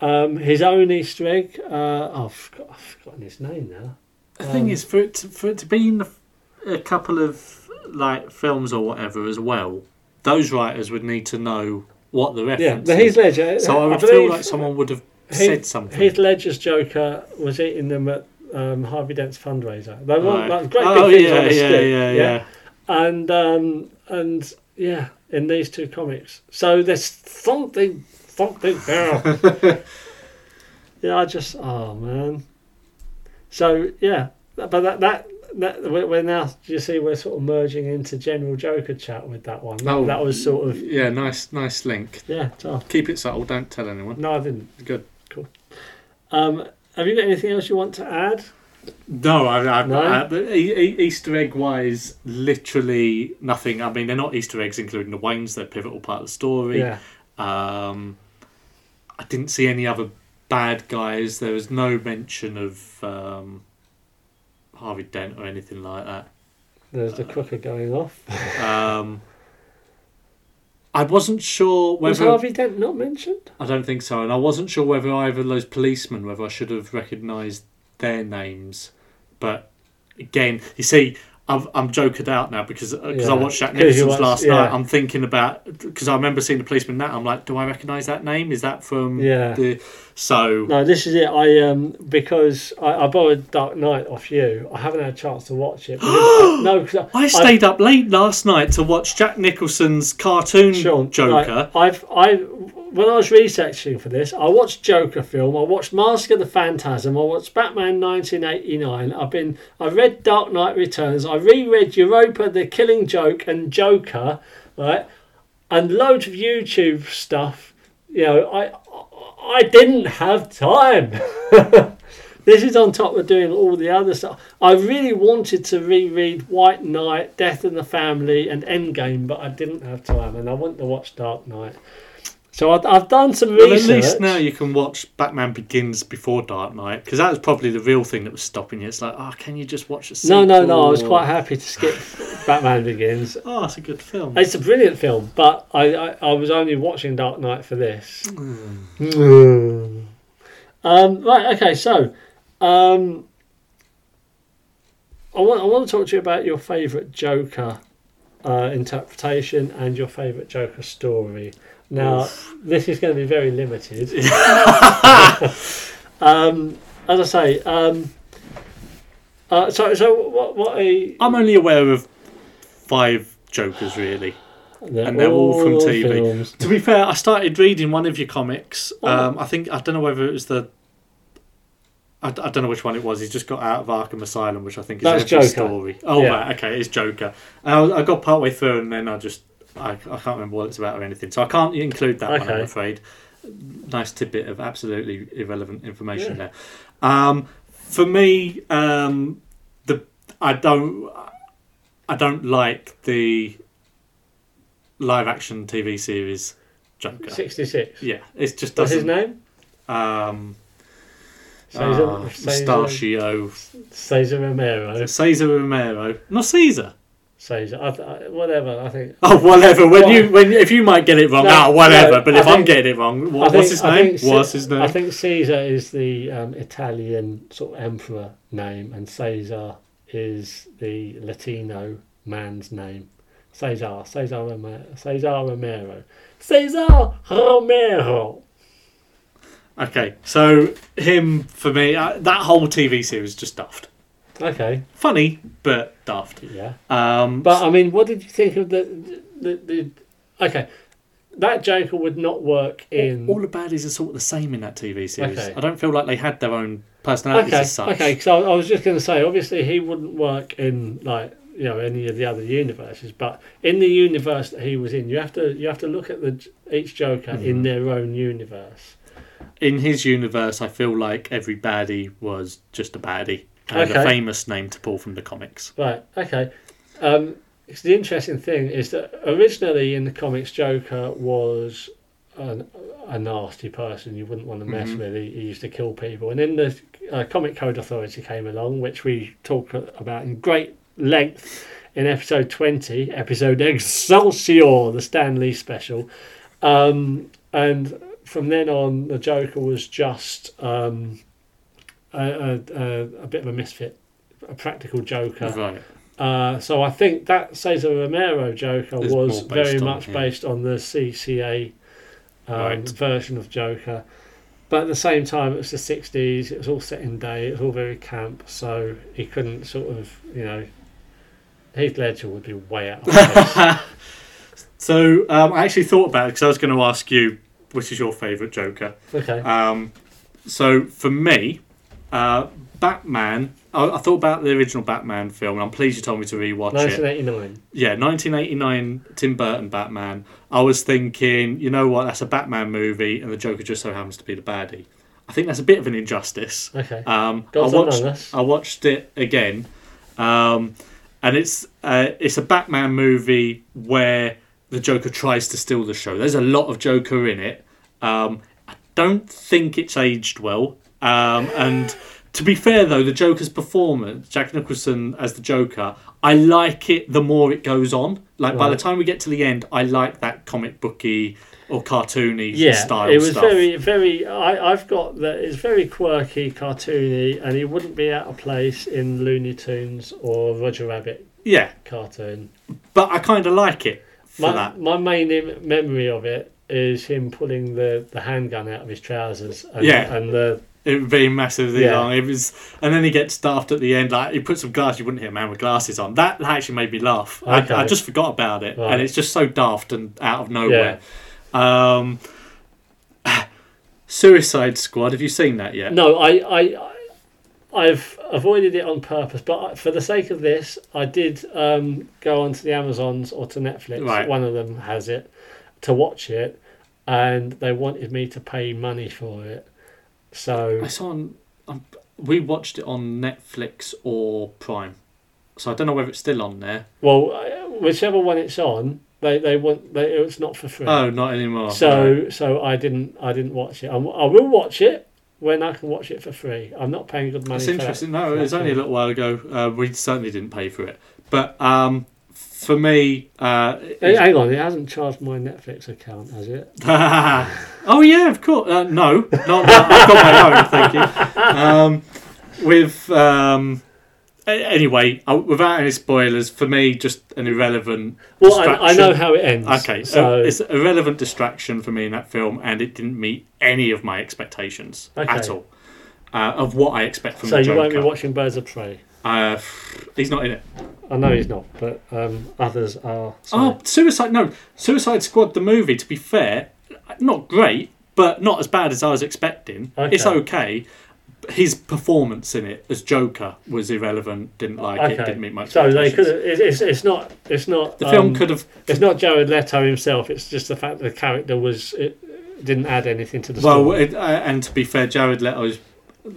[SPEAKER 1] um, his own Easter egg. Uh, oh, I've, forgot, I've forgotten his name now.
[SPEAKER 2] The
[SPEAKER 1] Um,
[SPEAKER 2] thing is, for it to, for it to be in the, f- a couple of like films or whatever as well, those writers would need to know what the
[SPEAKER 1] Yeah,
[SPEAKER 2] reference
[SPEAKER 1] the Heath
[SPEAKER 2] is.
[SPEAKER 1] Ledger.
[SPEAKER 2] So I would feel
[SPEAKER 1] believe
[SPEAKER 2] like someone would have
[SPEAKER 1] Heath-
[SPEAKER 2] said something.
[SPEAKER 1] Heath Ledger's Joker was eating them at um, Harvey Dent's fundraiser. They were
[SPEAKER 2] Right.
[SPEAKER 1] like, great big
[SPEAKER 2] oh
[SPEAKER 1] things
[SPEAKER 2] yeah,
[SPEAKER 1] on a
[SPEAKER 2] yeah,
[SPEAKER 1] stick.
[SPEAKER 2] yeah, yeah,
[SPEAKER 1] and um, and yeah, in these two comics. So there's something, something there. yeah, I just oh man. So yeah, but that that. That, we're we're now, you see, we're sort of merging into general Joker chat with that one.
[SPEAKER 2] Oh.
[SPEAKER 1] that was sort of,
[SPEAKER 2] Yeah, nice, nice link.
[SPEAKER 1] yeah, tough.
[SPEAKER 2] Keep it subtle. Don't tell anyone.
[SPEAKER 1] No, I didn't.
[SPEAKER 2] Good.
[SPEAKER 1] Um, have you got anything else you want to add?
[SPEAKER 2] No, I, I,
[SPEAKER 1] No?
[SPEAKER 2] I- e- e- Easter egg wise, literally nothing. I mean, they're not Easter eggs, including the Waynes. They're a pivotal part of the story.
[SPEAKER 1] Yeah.
[SPEAKER 2] Um, I didn't see any other bad guys. There was no mention of um, Harvey Dent or anything like that.
[SPEAKER 1] There's the cooker going off.
[SPEAKER 2] Um, I wasn't sure
[SPEAKER 1] Was
[SPEAKER 2] whether
[SPEAKER 1] Harvey Dent not mentioned?
[SPEAKER 2] I don't think so, and I wasn't sure whether either of those policemen whether I should have recognised their names. But again, you see, I've, I'm jokered out now because because
[SPEAKER 1] Yeah.
[SPEAKER 2] I watched Jack
[SPEAKER 1] 'Cause you
[SPEAKER 2] Nicholson's
[SPEAKER 1] watched-
[SPEAKER 2] last
[SPEAKER 1] yeah.
[SPEAKER 2] night. I'm thinking about because I remember seeing the policeman that I'm like, do I recognise that name? Is that from
[SPEAKER 1] Yeah.
[SPEAKER 2] the so
[SPEAKER 1] No, this is it. I um because I, I borrowed Dark Knight off you. I haven't had a chance to watch it. because- no, because
[SPEAKER 2] I stayed up late last night to watch Jack Nicholson's cartoon
[SPEAKER 1] Sean,
[SPEAKER 2] Joker.
[SPEAKER 1] right, I've I when I was researching for this, I watched Joker film, I watched Mask of the Phantasm, I watched Batman 1989. I've been I read Dark Knight Returns, I reread Europa, The Killing Joke, and Joker, right, and loads of YouTube stuff. You know, I I- I didn't have time. This is on top of doing all the other stuff. I really wanted to reread White Knight, Death in the Family, and Endgame, but I didn't have time, and I wanted to watch Dark Knight. So I've, I've done some
[SPEAKER 2] Well, at
[SPEAKER 1] research.
[SPEAKER 2] least now you can watch Batman Begins before Dark Knight because that was probably the real thing that was stopping you. It's like, oh, can you just watch a
[SPEAKER 1] no,
[SPEAKER 2] sequel?
[SPEAKER 1] no, no. I was
[SPEAKER 2] or-
[SPEAKER 1] quite happy to skip Batman Begins.
[SPEAKER 2] Oh, it's a good film.
[SPEAKER 1] It's a brilliant film, but I, I, I was only watching Dark Knight for this.
[SPEAKER 2] Hmm.
[SPEAKER 1] um, right, okay, so um, I, want, I want to talk to you about your favourite Joker uh, interpretation and your favourite Joker story. Now, this is going to be very limited. um, as I say, um, uh, so, so what, what a.
[SPEAKER 2] I'm only aware of five Jokers really. and they're all from TV.
[SPEAKER 1] films.
[SPEAKER 2] To be fair, I started reading one of your comics. Um, I think I don't know whether it was the. I, d- I don't know which one it was. He's just got out of Arkham Asylum, which I think is
[SPEAKER 1] That's
[SPEAKER 2] every
[SPEAKER 1] Joker.
[SPEAKER 2] story. Oh
[SPEAKER 1] Yeah.
[SPEAKER 2] right, okay, it's Joker. And I, was- I got partway through, and then I just I, I can't remember what it's about or anything, so I can't include that one. I'm
[SPEAKER 1] Okay.
[SPEAKER 2] afraid. Nice tidbit of absolutely irrelevant information there. Um, for me, um, the I don't I don't like the live action TV series Joker.
[SPEAKER 1] 66.
[SPEAKER 2] Yeah, it just
[SPEAKER 1] What's his
[SPEAKER 2] doesn't.
[SPEAKER 1] name?
[SPEAKER 2] Um,
[SPEAKER 1] Cesar,
[SPEAKER 2] ah,
[SPEAKER 1] Cesar-
[SPEAKER 2] Mustachio,
[SPEAKER 1] Cesar Romero.
[SPEAKER 2] Cesar Romero, not Caesar.
[SPEAKER 1] So he's- I th- I- whatever. I think.
[SPEAKER 2] Oh, whatever. When
[SPEAKER 1] Well-
[SPEAKER 2] you when if you might get it wrong,
[SPEAKER 1] No,
[SPEAKER 2] ah, whatever.
[SPEAKER 1] no,
[SPEAKER 2] but
[SPEAKER 1] I
[SPEAKER 2] if I'm
[SPEAKER 1] think-
[SPEAKER 2] getting it wrong,
[SPEAKER 1] I
[SPEAKER 2] what,
[SPEAKER 1] think-
[SPEAKER 2] what's his
[SPEAKER 1] I
[SPEAKER 2] name?
[SPEAKER 1] think Ce-
[SPEAKER 2] What's his name?
[SPEAKER 1] I think Caesar is the um, Italian sort of emperor name, and Caesar is the Latino man's name. Caesar, Caesar Romero, Caesar Romero, Caesar Romero.
[SPEAKER 2] okay, so him for me, uh, that whole TV series is just daft.
[SPEAKER 1] Okay,
[SPEAKER 2] Funny, but daft.
[SPEAKER 1] yeah.
[SPEAKER 2] Um,
[SPEAKER 1] But I mean, what did you think of the the, the, Okay, that Joker would not work in.
[SPEAKER 2] all the baddies are sort of the same in that TV series.
[SPEAKER 1] Mm. Okay.
[SPEAKER 2] I don't feel like they had their own personalities
[SPEAKER 1] okay,
[SPEAKER 2] as such.
[SPEAKER 1] okay. So I was just going to say, obviously, he wouldn't work in like you know any of the other universes, but in the universe that he was in, you have to you have to look at the J- each Joker in their own universe.
[SPEAKER 2] In his universe, I feel like every baddie was just a baddie. And a
[SPEAKER 1] Okay.
[SPEAKER 2] famous name to pull from the comics.
[SPEAKER 1] Right. Okay. Um, 'cause the interesting thing is that originally in the comics, Joker was an, a nasty person you wouldn't want to mess with. He, he used to kill people, and then the uh, Comic Code Authority came along, which we talk about in great length in episode twenty, episode Excelsior, the Stan Lee special, um, and from then on, the Joker was just. Um, a, a, a, a bit of a misfit, a practical joker,
[SPEAKER 2] Right.
[SPEAKER 1] uh, so I think that Cesar Romero Joker
[SPEAKER 2] Is
[SPEAKER 1] was
[SPEAKER 2] more based
[SPEAKER 1] very
[SPEAKER 2] on,
[SPEAKER 1] much
[SPEAKER 2] yeah.
[SPEAKER 1] based on the CCA um,
[SPEAKER 2] Right.
[SPEAKER 1] version of Joker. But at the same time, it was the 60s, it was all set in day, it was all very camp, so he couldn't sort of, you know. Heath Ledger would be way out of place.
[SPEAKER 2] So um, I actually thought about it because I was going to ask you which is your favourite Joker.
[SPEAKER 1] okay.
[SPEAKER 2] Um, so for me, uh, Batman. I, I thought about the original Batman film, and I'm pleased you told me to rewatch it.
[SPEAKER 1] 1989.
[SPEAKER 2] Yeah, 1989 Tim Burton Batman. I was thinking, you know what? That's a Batman movie, and the Joker just so happens to be the baddie. I think that's a bit of an injustice.
[SPEAKER 1] Okay.
[SPEAKER 2] Um, I
[SPEAKER 1] Gods Among
[SPEAKER 2] watched.
[SPEAKER 1] Us.
[SPEAKER 2] I watched it again, um, and it's uh, it's a Batman movie where the Joker tries to steal the show. There's a lot of Joker in it. Um, I don't think it's aged well. Um, and to be fair though, the Joker's performance, Jack Nicholson as the Joker, I like it the more it goes on. Like by the
[SPEAKER 1] Right.
[SPEAKER 2] time we get to the end, I like that comic booky or cartoony
[SPEAKER 1] yeah,
[SPEAKER 2] style
[SPEAKER 1] it was
[SPEAKER 2] stuff.
[SPEAKER 1] very, very. I, I've got that. It's very quirky, cartoony, and he wouldn't be out of place in Looney Tunes or Roger Rabbit
[SPEAKER 2] Yeah,
[SPEAKER 1] cartoon.
[SPEAKER 2] but I kind of like it for
[SPEAKER 1] My,
[SPEAKER 2] that.
[SPEAKER 1] my main Im- memory of it is him pulling the, the handgun out of his trousers. And,
[SPEAKER 2] Yeah.
[SPEAKER 1] And the
[SPEAKER 2] It would be massively
[SPEAKER 1] Yeah.
[SPEAKER 2] long. It was, and then he gets daft at the end. Like he put some glass. You wouldn't hear a man with glasses on. That actually made me laugh.
[SPEAKER 1] Okay.
[SPEAKER 2] I, I just forgot about it,
[SPEAKER 1] Right.
[SPEAKER 2] and it's just so daft and out of nowhere. Um, Suicide Squad. Have you seen that yet?
[SPEAKER 1] no, I I. I I've avoided it on purpose, but I- for the sake of this, I did um, go onto the Amazons or to Netflix.
[SPEAKER 2] Right.
[SPEAKER 1] One of them has it to watch it, and they wanted me to pay money for it. So
[SPEAKER 2] It's on. Um, we watched it on Netflix or Prime, so I don't know whether it's still on there.
[SPEAKER 1] Well, I- whichever one it's on, they they want they, it's not for free.
[SPEAKER 2] Oh, not anymore.
[SPEAKER 1] so so I didn't I didn't watch it. I, w- I will watch it when I can watch it for free. I'm not paying good money.
[SPEAKER 2] It's
[SPEAKER 1] for
[SPEAKER 2] interesting.
[SPEAKER 1] That.
[SPEAKER 2] No, it was
[SPEAKER 1] that
[SPEAKER 2] only a little while ago. Uh, we certainly didn't pay for it, but um, for me, uh,
[SPEAKER 1] Hey, hang on, it hasn't charged my Netflix account, has it?
[SPEAKER 2] oh yeah, of course. Uh, no, not, not I've got my own. Thank you. Um, with um, a- anyway, uh, without any spoilers, for me, just an irrelevant.
[SPEAKER 1] Well, I, I know
[SPEAKER 2] distraction.
[SPEAKER 1] how uh, it ends.
[SPEAKER 2] Okay, so
[SPEAKER 1] so
[SPEAKER 2] it's a relevant distraction for me in that film, and it didn't meet any of my expectations
[SPEAKER 1] Okay.
[SPEAKER 2] at all uh, of what I expect from
[SPEAKER 1] so
[SPEAKER 2] the
[SPEAKER 1] you
[SPEAKER 2] Joker.
[SPEAKER 1] won't be watching Birds of Prey.
[SPEAKER 2] Uh, he's not in it.
[SPEAKER 1] I know he's not, but um, others are. So.
[SPEAKER 2] Oh, Suicide no, Suicide Squad the movie. To be fair, not great, but not as bad as I was expecting.
[SPEAKER 1] Okay.
[SPEAKER 2] It's okay. His performance in it as Joker was irrelevant. Didn't like it. Didn't meet my
[SPEAKER 1] okay. So they
[SPEAKER 2] expectations.
[SPEAKER 1] could. It's, it's it's not. It's not.
[SPEAKER 2] The film
[SPEAKER 1] um,
[SPEAKER 2] could have.
[SPEAKER 1] It's not Jared Leto himself. It's just the fact that the character was it didn't add anything to the story.
[SPEAKER 2] Well, it, uh, and to be fair, Jared Leto's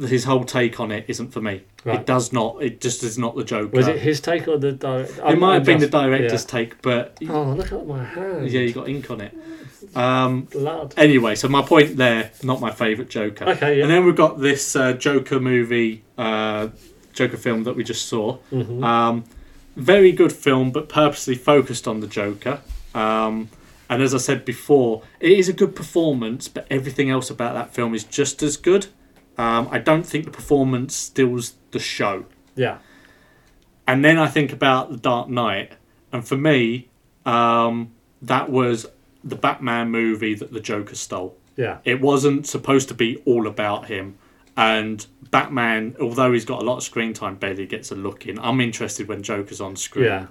[SPEAKER 2] his whole take on it isn't for me. It
[SPEAKER 1] Right.
[SPEAKER 2] does not. It just is not the Joker.
[SPEAKER 1] Was it his take or the director?
[SPEAKER 2] It might have been the director's take, but
[SPEAKER 1] Oh, look at my hand.
[SPEAKER 2] yeah, you got ink on it. Um,
[SPEAKER 1] Blood.
[SPEAKER 2] Anyway, so my point there, not my favourite Joker.
[SPEAKER 1] Okay, yeah.
[SPEAKER 2] And then we've got
[SPEAKER 1] Mm-hmm.
[SPEAKER 2] this uh, Joker movie, uh, Joker film that we just saw. Um, very good film, but purposely focused on the Joker. Um, and as I said before, it is a good performance, but everything else about that film is just as good. Um, I don't think the performance steals the show.
[SPEAKER 1] Yeah.
[SPEAKER 2] And then I think about The Dark Knight, and for me, um, that was the Batman movie that the Joker stole.
[SPEAKER 1] Yeah.
[SPEAKER 2] It wasn't supposed to be all about him. And Batman, although he's got a lot of screen time, barely gets a look in. I'm interested when Joker's on screen.
[SPEAKER 1] Yeah.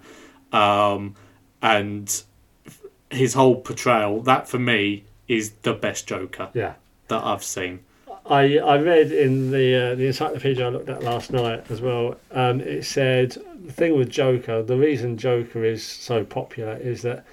[SPEAKER 2] Um, and f- his whole portrayal, that for me is the best Joker
[SPEAKER 1] Yeah.
[SPEAKER 2] that I've seen.
[SPEAKER 1] I, I read in the uh, the encyclopedia I looked at last night as well. Um, it said the thing with Joker, the reason Joker is so popular is that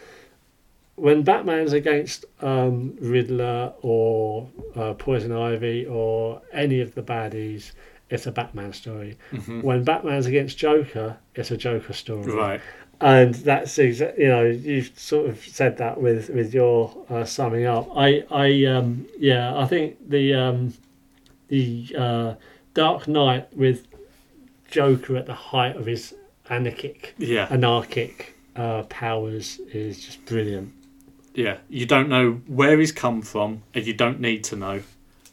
[SPEAKER 1] when Batman's against um, Riddler or uh, Poison Ivy or any of the baddies, it's a Batman story. When Batman's against Joker, it's a Joker story
[SPEAKER 2] Mm-hmm. Right.
[SPEAKER 1] and that's exactly you know you've sort of said that with with your uh, summing up i i um yeah i think the um the uh dark knight with joker at the height of his anarchic
[SPEAKER 2] Yeah.
[SPEAKER 1] anarchic uh powers is just brilliant
[SPEAKER 2] yeah, you don't know where he's come from, and you don't need to know.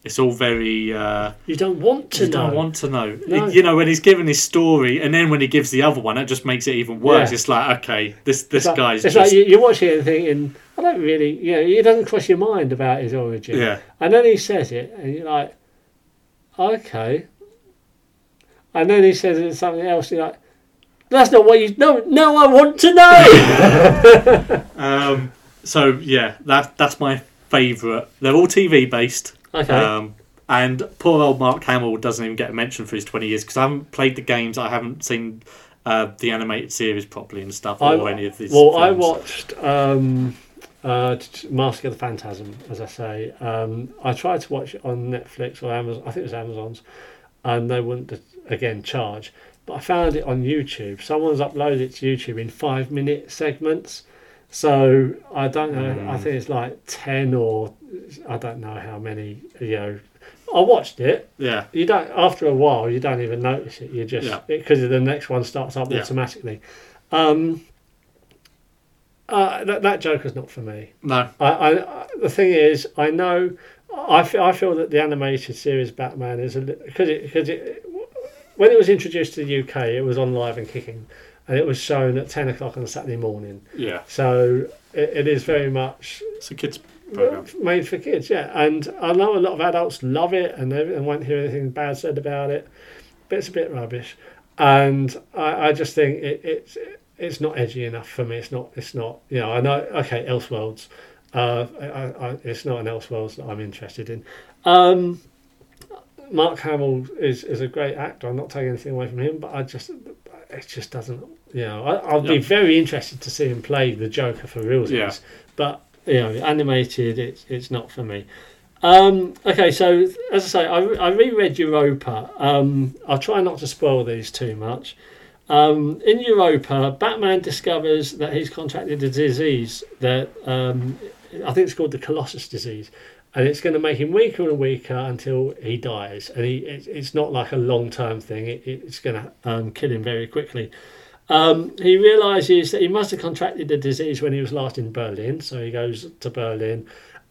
[SPEAKER 2] It's all very. Uh,
[SPEAKER 1] you don't want to
[SPEAKER 2] you
[SPEAKER 1] know
[SPEAKER 2] don't want to know.
[SPEAKER 1] No.
[SPEAKER 2] You know when he's given his story, and then when he gives the other one, that just makes it even worse.
[SPEAKER 1] Yeah.
[SPEAKER 2] It's like okay, this this
[SPEAKER 1] But
[SPEAKER 2] guy's
[SPEAKER 1] it's
[SPEAKER 2] just
[SPEAKER 1] like you, you're watching it and thinking i don't really you know it doesn't cross your mind about his origin
[SPEAKER 2] yeah,
[SPEAKER 1] And then he says it, and you're like, okay. And then he says it something else, you're like, that's not what you no no I want to know.
[SPEAKER 2] Um, so yeah, that that's my favourite. They're all TV based.
[SPEAKER 1] Okay.
[SPEAKER 2] Um, and poor old Mark Hamill doesn't even get a mention for his twenty years because I haven't played the games. I haven't seen uh, the animated series properly and stuff, or any of these.
[SPEAKER 1] well, I
[SPEAKER 2] films.
[SPEAKER 1] watched um, uh, t- t- Mask of the Phantasm, as I say. Um, I tried to watch it on Netflix or Amazon. I think it was Amazon's, and they wouldn't uh, again charge. But I found it on YouTube. Someone's uploaded it to YouTube in five minute segments. So I don't know.
[SPEAKER 2] Hmm.
[SPEAKER 1] I think it's like ten or I don't know how many. You know, I watched it.
[SPEAKER 2] Yeah,
[SPEAKER 1] You don't. After a while, you don't even notice it. You
[SPEAKER 2] Yeah.
[SPEAKER 1] just because the next one starts up
[SPEAKER 2] Yeah.
[SPEAKER 1] automatically. Um, uh, that that Joker's not for me.
[SPEAKER 2] no,
[SPEAKER 1] I, I, I the thing is, I know. I feel, I feel that the animated series Batman is a because it because it when it was introduced to the UK, it was on live and kicking, and it was shown at ten o'clock on a Saturday morning.
[SPEAKER 2] yeah,
[SPEAKER 1] So it, it is very much
[SPEAKER 2] it's a kids program.
[SPEAKER 1] made for kids, yeah. And I know a lot of adults love it and they and won't hear anything bad said about it, but it's a bit rubbish. And I, I just think it, it's it's not edgy enough for me. It's not it's not you know I know okay Elseworlds, uh, I, I, I, it's not an Elseworlds that I'm interested in. Um, Mark Hamill is, is a great actor. I'm not taking anything away from him, but I just it just doesn't. You know, I, I'll be
[SPEAKER 2] Yeah.
[SPEAKER 1] very interested to see him play the Joker for real.
[SPEAKER 2] Yeah.
[SPEAKER 1] But you know, animated, it's it's not for me. Um, okay, so as I say, I, re- I reread Europa. Um, I'll try not to spoil these too much. Um, in Europa, Batman discovers that he's contracted a disease that um, I think it's called the Colossus disease, and it's going to make him weaker and weaker until he dies. And he, it, it's not like a long term thing; it, it's going to um, kill him very quickly. Um, he realizes that he must have contracted the disease when he was last in Berlin, so he goes to Berlin.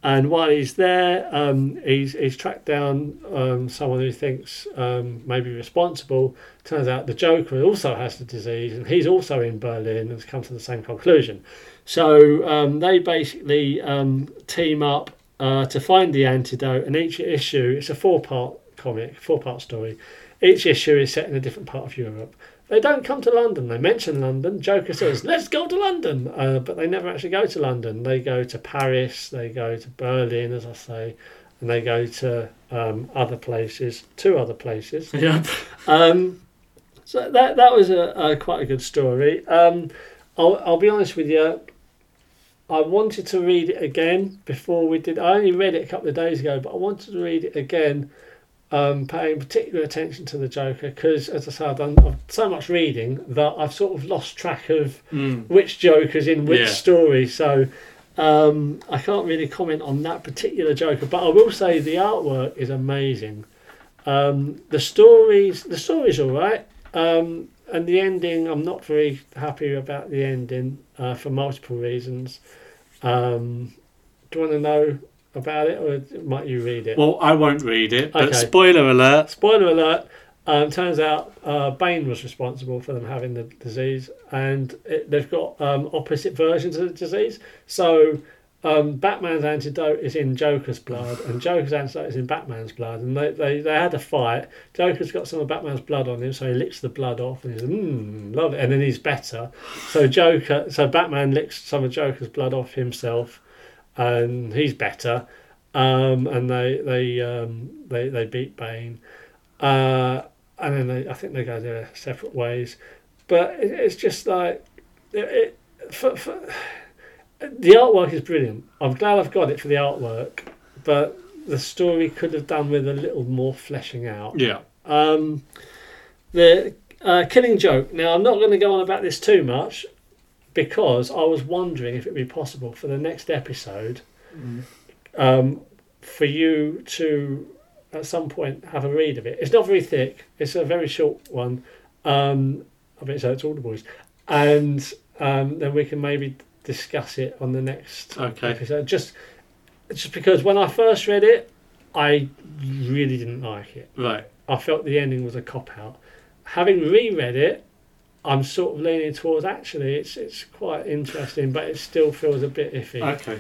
[SPEAKER 1] And while he's there, um, he's, he's tracked down um, someone who thinks um, may be responsible. Turns out the Joker also has the disease, and he's also in Berlin and has come to the same conclusion. So um, they basically um, team up uh, to find the antidote, and each issue, it's a four part comic, four part story. Each issue is set in a different part of Europe. They don't come to London. They mention London. Joker says, "Let's go to London," uh, but they never actually go to London. They go to Paris. They go to Berlin, as I say, and they go to um, other places, two other places.
[SPEAKER 2] Yeah,
[SPEAKER 1] Um, so that that was a, a quite a good story. Um, I'll I'll be honest with you. I wanted to read it again before we did. I only read it a couple of days ago, but I wanted to read it again, um, paying particular attention to the Joker because, as I said, I've done I've so much reading that I've sort of lost track of
[SPEAKER 2] Mm.
[SPEAKER 1] which Joker's in which
[SPEAKER 2] Yeah.
[SPEAKER 1] story. So um, I can't really comment on that particular Joker, but I will say the artwork is amazing. Um, the stories, the story's all right. Um, and the ending, I'm not very happy about the ending uh, for multiple reasons. Um, do you want to know about it, or might you read it?
[SPEAKER 2] Well, I won't read it, but
[SPEAKER 1] Okay.
[SPEAKER 2] spoiler alert.
[SPEAKER 1] Spoiler alert. Um, turns out uh, Bane was responsible for them having the disease, and it, they've got um, opposite versions of the disease. So um, Batman's antidote is in Joker's blood, and Joker's antidote is in Batman's blood. And they, they, they had a fight. Joker's got some of Batman's blood on him, so he licks the blood off, and he's mmm, love it. And then he's better. So Joker, so Batman licks some of Joker's blood off himself, and he's better. Um, and they they um, they they beat Bane. Uh, and then they, I think they go their separate ways. But it, it's just like it, it, for, for, the artwork is brilliant. I'm glad I've got it for the artwork, but the story could have done with a little more fleshing out.
[SPEAKER 2] Yeah.
[SPEAKER 1] Um, the uh, Killing Joke. Now, I'm not going to go on about this too much because I was wondering if it'd be possible for the next episode um, for you to at some point have a read of it. It's not very thick. It's a very short one. Um, I mean, so it's all the boys, and um, then we can maybe discuss it on the next
[SPEAKER 2] Okay.
[SPEAKER 1] episode. Just, just because when I first read it, I really didn't like it.
[SPEAKER 2] Right.
[SPEAKER 1] I felt the ending was a cop out. Having reread it, I'm sort of leaning towards actually it's it's quite interesting, but it still feels a bit iffy.
[SPEAKER 2] Okay.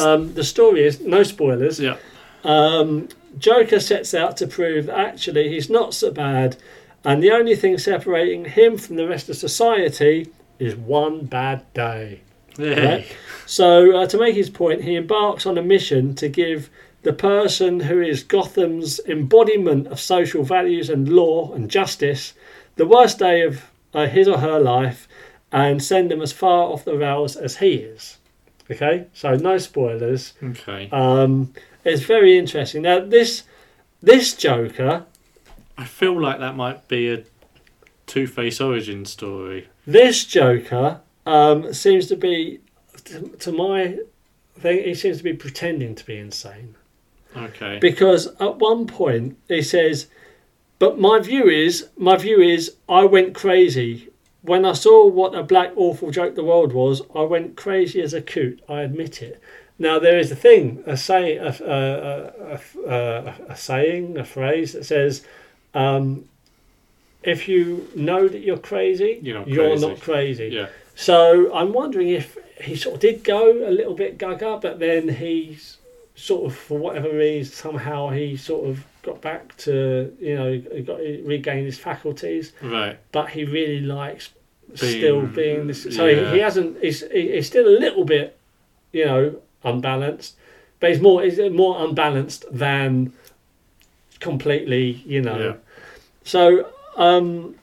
[SPEAKER 1] Um, the story is no spoilers.
[SPEAKER 2] Yeah.
[SPEAKER 1] Um, Joker sets out to prove that actually he's not so bad, and the only thing separating him from the rest of society is one bad day.
[SPEAKER 2] Hey.
[SPEAKER 1] Right? So, uh, to make his point, he embarks on a mission to give the person who is Gotham's embodiment of social values and law and justice the worst day of uh, his or her life and send them as far off the rails as he is. Okay, so no spoilers.
[SPEAKER 2] Hmm. Okay.
[SPEAKER 1] Um, it's very interesting. Now, this this Joker,
[SPEAKER 2] I feel like that might be a Two Face origin story.
[SPEAKER 1] this Joker um, seems to be, to, to my thing, he seems to be pretending to be insane.
[SPEAKER 2] Okay.
[SPEAKER 1] because at one point he says but my view is my view is i went crazy when i saw what a black awful joke the world was i went crazy as a coot i admit it now there is a thing a say a, a, a, a, a saying a phrase that says um, if you know that you're crazy
[SPEAKER 2] You're not
[SPEAKER 1] you're
[SPEAKER 2] crazy.
[SPEAKER 1] not crazy
[SPEAKER 2] yeah.
[SPEAKER 1] so I'm wondering if he sort of did go a little bit gaga, but then he's sort of, for whatever reason, somehow he sort of got back to, you know, he got he regained his faculties,
[SPEAKER 2] Right.
[SPEAKER 1] but he really likes
[SPEAKER 2] Being-
[SPEAKER 1] still being this. So he-
[SPEAKER 2] yeah.
[SPEAKER 1] he, hasn't. He's he- he's still a little bit, you know, unbalanced, but he's more he's more unbalanced than completely, you know.
[SPEAKER 2] Yeah.
[SPEAKER 1] So um,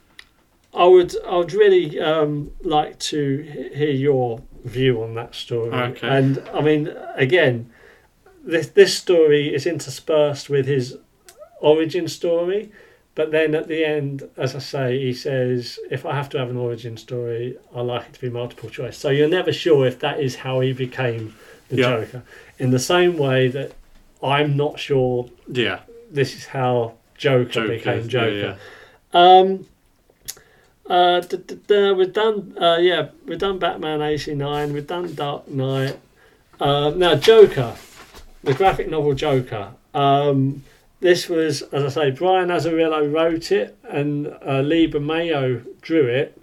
[SPEAKER 1] I would I would really um, like to he- hear your view on that story.
[SPEAKER 2] Okay.
[SPEAKER 1] And I mean, again, this this story is interspersed with his origin story, but then at the end, as I say, he says, "If I have to have an origin story, I like it to be multiple choice." So you're never sure if that is how he became the
[SPEAKER 2] Yeah.
[SPEAKER 1] Joker. In the same way that I'm not sure
[SPEAKER 2] Yeah.
[SPEAKER 1] this is how Joker,
[SPEAKER 2] Joker.
[SPEAKER 1] became
[SPEAKER 2] yeah,
[SPEAKER 1] Joker.
[SPEAKER 2] yeah.
[SPEAKER 1] Um, uh, d- d- d- we've done, uh, yeah, we've done Batman 89, we've done Dark Knight. Um, now, Joker, the graphic novel Joker. Um, this was, as I say, Brian Azarillo wrote it and uh, Lee Mayo drew it.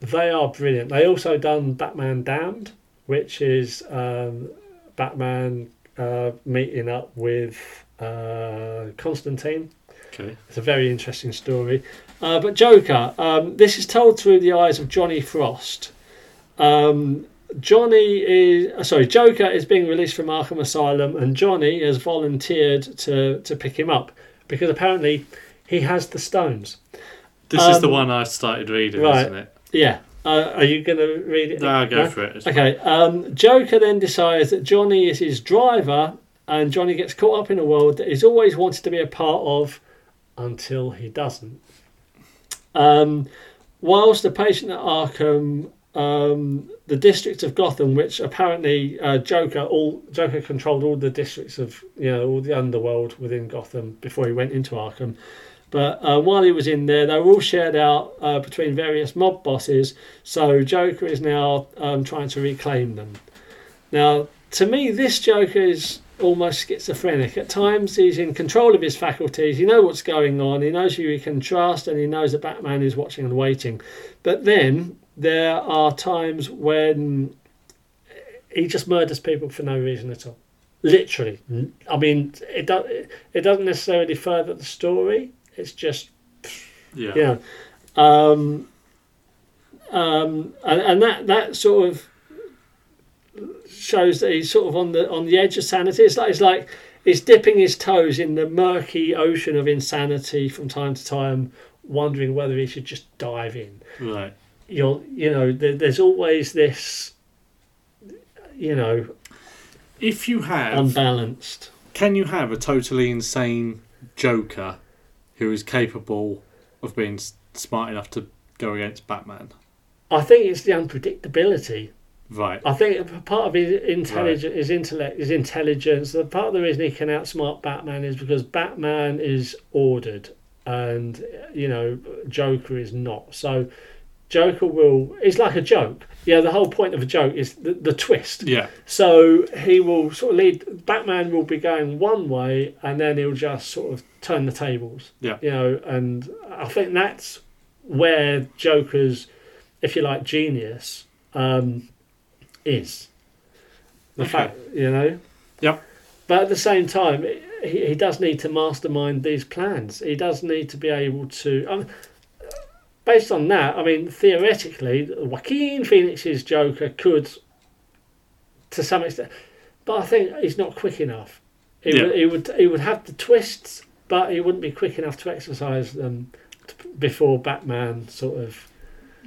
[SPEAKER 1] They are brilliant. They also done Batman Damned, which is um, Batman uh, meeting up with uh, Constantine.
[SPEAKER 2] Okay.
[SPEAKER 1] It's a very interesting story. Uh, but Joker, um, this is told through the eyes of Johnny Frost. Um, Johnny is uh, sorry, Joker is being released from Arkham Asylum, and Johnny has volunteered to to pick him up because apparently he has the stones.
[SPEAKER 2] This is the
[SPEAKER 1] Um,
[SPEAKER 2] one I started reading,
[SPEAKER 1] right.
[SPEAKER 2] isn't it?
[SPEAKER 1] Yeah. Uh, are you going to read it?
[SPEAKER 2] No, I'll go
[SPEAKER 1] No?
[SPEAKER 2] for it. It's
[SPEAKER 1] Okay. Um, Joker then decides that Johnny is his driver, and Johnny gets caught up in a world that he's always wanted to be a part of until he doesn't. Um, whilst the patient at Arkham um, the district of Gotham, which apparently uh, Joker all Joker controlled all the districts of you know all the underworld within Gotham before he went into Arkham. But uh, while he was in there, they were all shared out uh, between various mob bosses. So Joker is now um, trying to reclaim them. Now, to me, this Joker is almost schizophrenic. At times, he's in control of his faculties. He knows what's going on. He knows who he can trust, and he knows that Batman is watching and waiting. But then there are times when he just murders people for no reason at all. Literally, I mean, it do, it doesn't necessarily further the story. It's just
[SPEAKER 2] Yeah.
[SPEAKER 1] yeah. Um, um, and, and that that sort of shows that he's sort of on the on the edge of sanity. It's like it's like he's dipping his toes in the murky ocean of insanity from time to time, wondering whether he should just dive in
[SPEAKER 2] Right.
[SPEAKER 1] you're you know th- there's always this you know
[SPEAKER 2] If you have,
[SPEAKER 1] uh, unbalanced
[SPEAKER 2] can you have a totally insane Joker who is capable of being s- smart enough to go against Batman?
[SPEAKER 1] i think it's the unpredictability
[SPEAKER 2] Right.
[SPEAKER 1] i think a part of his intelligence his intellect his intelligence the part of the reason he can outsmart batman is because batman is ordered and you know joker is not so joker will it's like a joke yeah the whole point of a joke is the, the twist
[SPEAKER 2] Yeah.
[SPEAKER 1] So he will sort of lead. Batman will be going one way, and then he'll just sort of turn the tables.
[SPEAKER 2] Yeah.
[SPEAKER 1] You know, and I think that's where Joker's, if you like, genius um, is. The
[SPEAKER 2] Okay.
[SPEAKER 1] fact, you know.
[SPEAKER 2] Yep.
[SPEAKER 1] But at the same time, he, he does need to mastermind these plans. He does need to be able to. Um, based on that, I mean, theoretically, Joaquin Phoenix's Joker could, to some extent, but I think he's not quick enough. He,
[SPEAKER 2] Yeah.
[SPEAKER 1] would, he would he would have the twists, but he wouldn't be quick enough to exercise them t- before Batman sort of.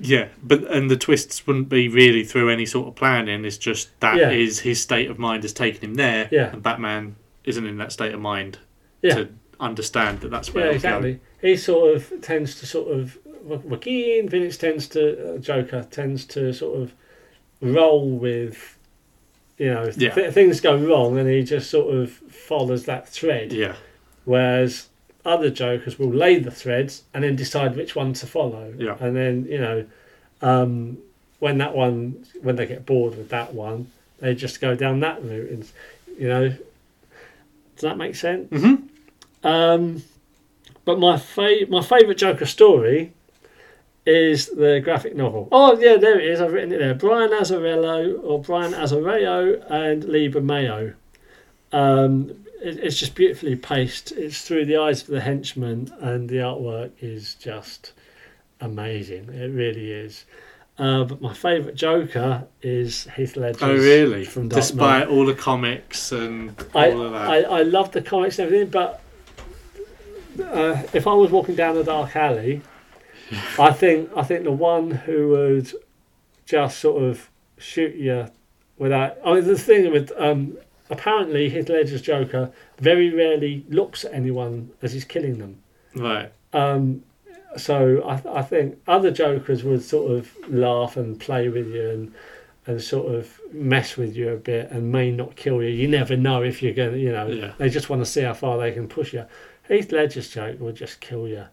[SPEAKER 2] Yeah, but and the twists wouldn't be really through any sort of planning. It's just that is
[SPEAKER 1] Yeah.
[SPEAKER 2] his state of mind is taking him there,
[SPEAKER 1] Yeah.
[SPEAKER 2] and Batman isn't in that state of mind
[SPEAKER 1] Yeah.
[SPEAKER 2] to understand that that's where
[SPEAKER 1] Yeah,
[SPEAKER 2] he'll
[SPEAKER 1] exactly. He sort of tends to sort of Joaquin Phoenix tends to uh, Joker tends to sort of roll with, you know,
[SPEAKER 2] Yeah.
[SPEAKER 1] th- things go wrong and he just sort of follows that thread.
[SPEAKER 2] go. Yeah,
[SPEAKER 1] Whereas other Jokers will lay the threads and then decide which one to follow.
[SPEAKER 2] Yeah.
[SPEAKER 1] And then you know, um, when that one when they get bored with that one, they just go down that route and you know. Does that make sense?
[SPEAKER 2] Mhm.
[SPEAKER 1] Um, but my fa- my favourite Joker story is the graphic novel. Oh yeah, there it is. I've written it there. Brian Azzarello or Brian Azzarello and Libra Mayo. Um, it, it's just beautifully paced. It's through the eyes of the henchman, and the artwork is just amazing. It really is. Uh, but my favourite Joker is Heath Ledger.
[SPEAKER 2] Oh, really?
[SPEAKER 1] From Dark Knight.
[SPEAKER 2] Despite all the comics and all
[SPEAKER 1] I,
[SPEAKER 2] of that.
[SPEAKER 1] I, I love the comics and everything, but uh, if I was walking down a dark alley, I think I think the one who would just sort of shoot you without. I mean, the thing with um, apparently Heath Ledger's Joker very rarely looks at anyone as he's killing them.
[SPEAKER 2] right.
[SPEAKER 1] Um, so I, I think other Jokers would sort of laugh and play with you and and sort of mess with you a bit and may not kill you. You never know if you're gonna, you know,
[SPEAKER 2] Yeah.
[SPEAKER 1] they just want to see how far they can push you. Heath Ledger's Joker would just kill you,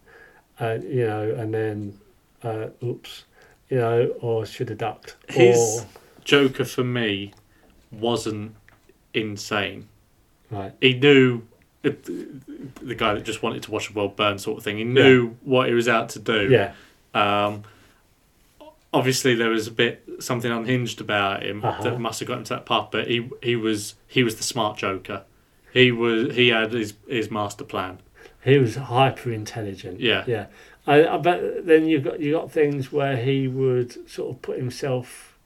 [SPEAKER 1] uh, you know, and then uh, oops, you know, or should have ducked.
[SPEAKER 2] His Joker for me wasn't insane.
[SPEAKER 1] Or, right,
[SPEAKER 2] He knew the guy that just wanted to watch the world burn, sort of thing. He knew what he was out to do.
[SPEAKER 1] yeah,
[SPEAKER 2] Um, obviously, there was a bit something unhinged about him
[SPEAKER 1] Uh-huh.
[SPEAKER 2] that must have got him to that pub. But he he was he was the smart Joker. He was he had his his master plan.
[SPEAKER 1] he was hyper intelligent.
[SPEAKER 2] Yeah.
[SPEAKER 1] yeah. I, I bet then you've got you got things where he would sort of put himself,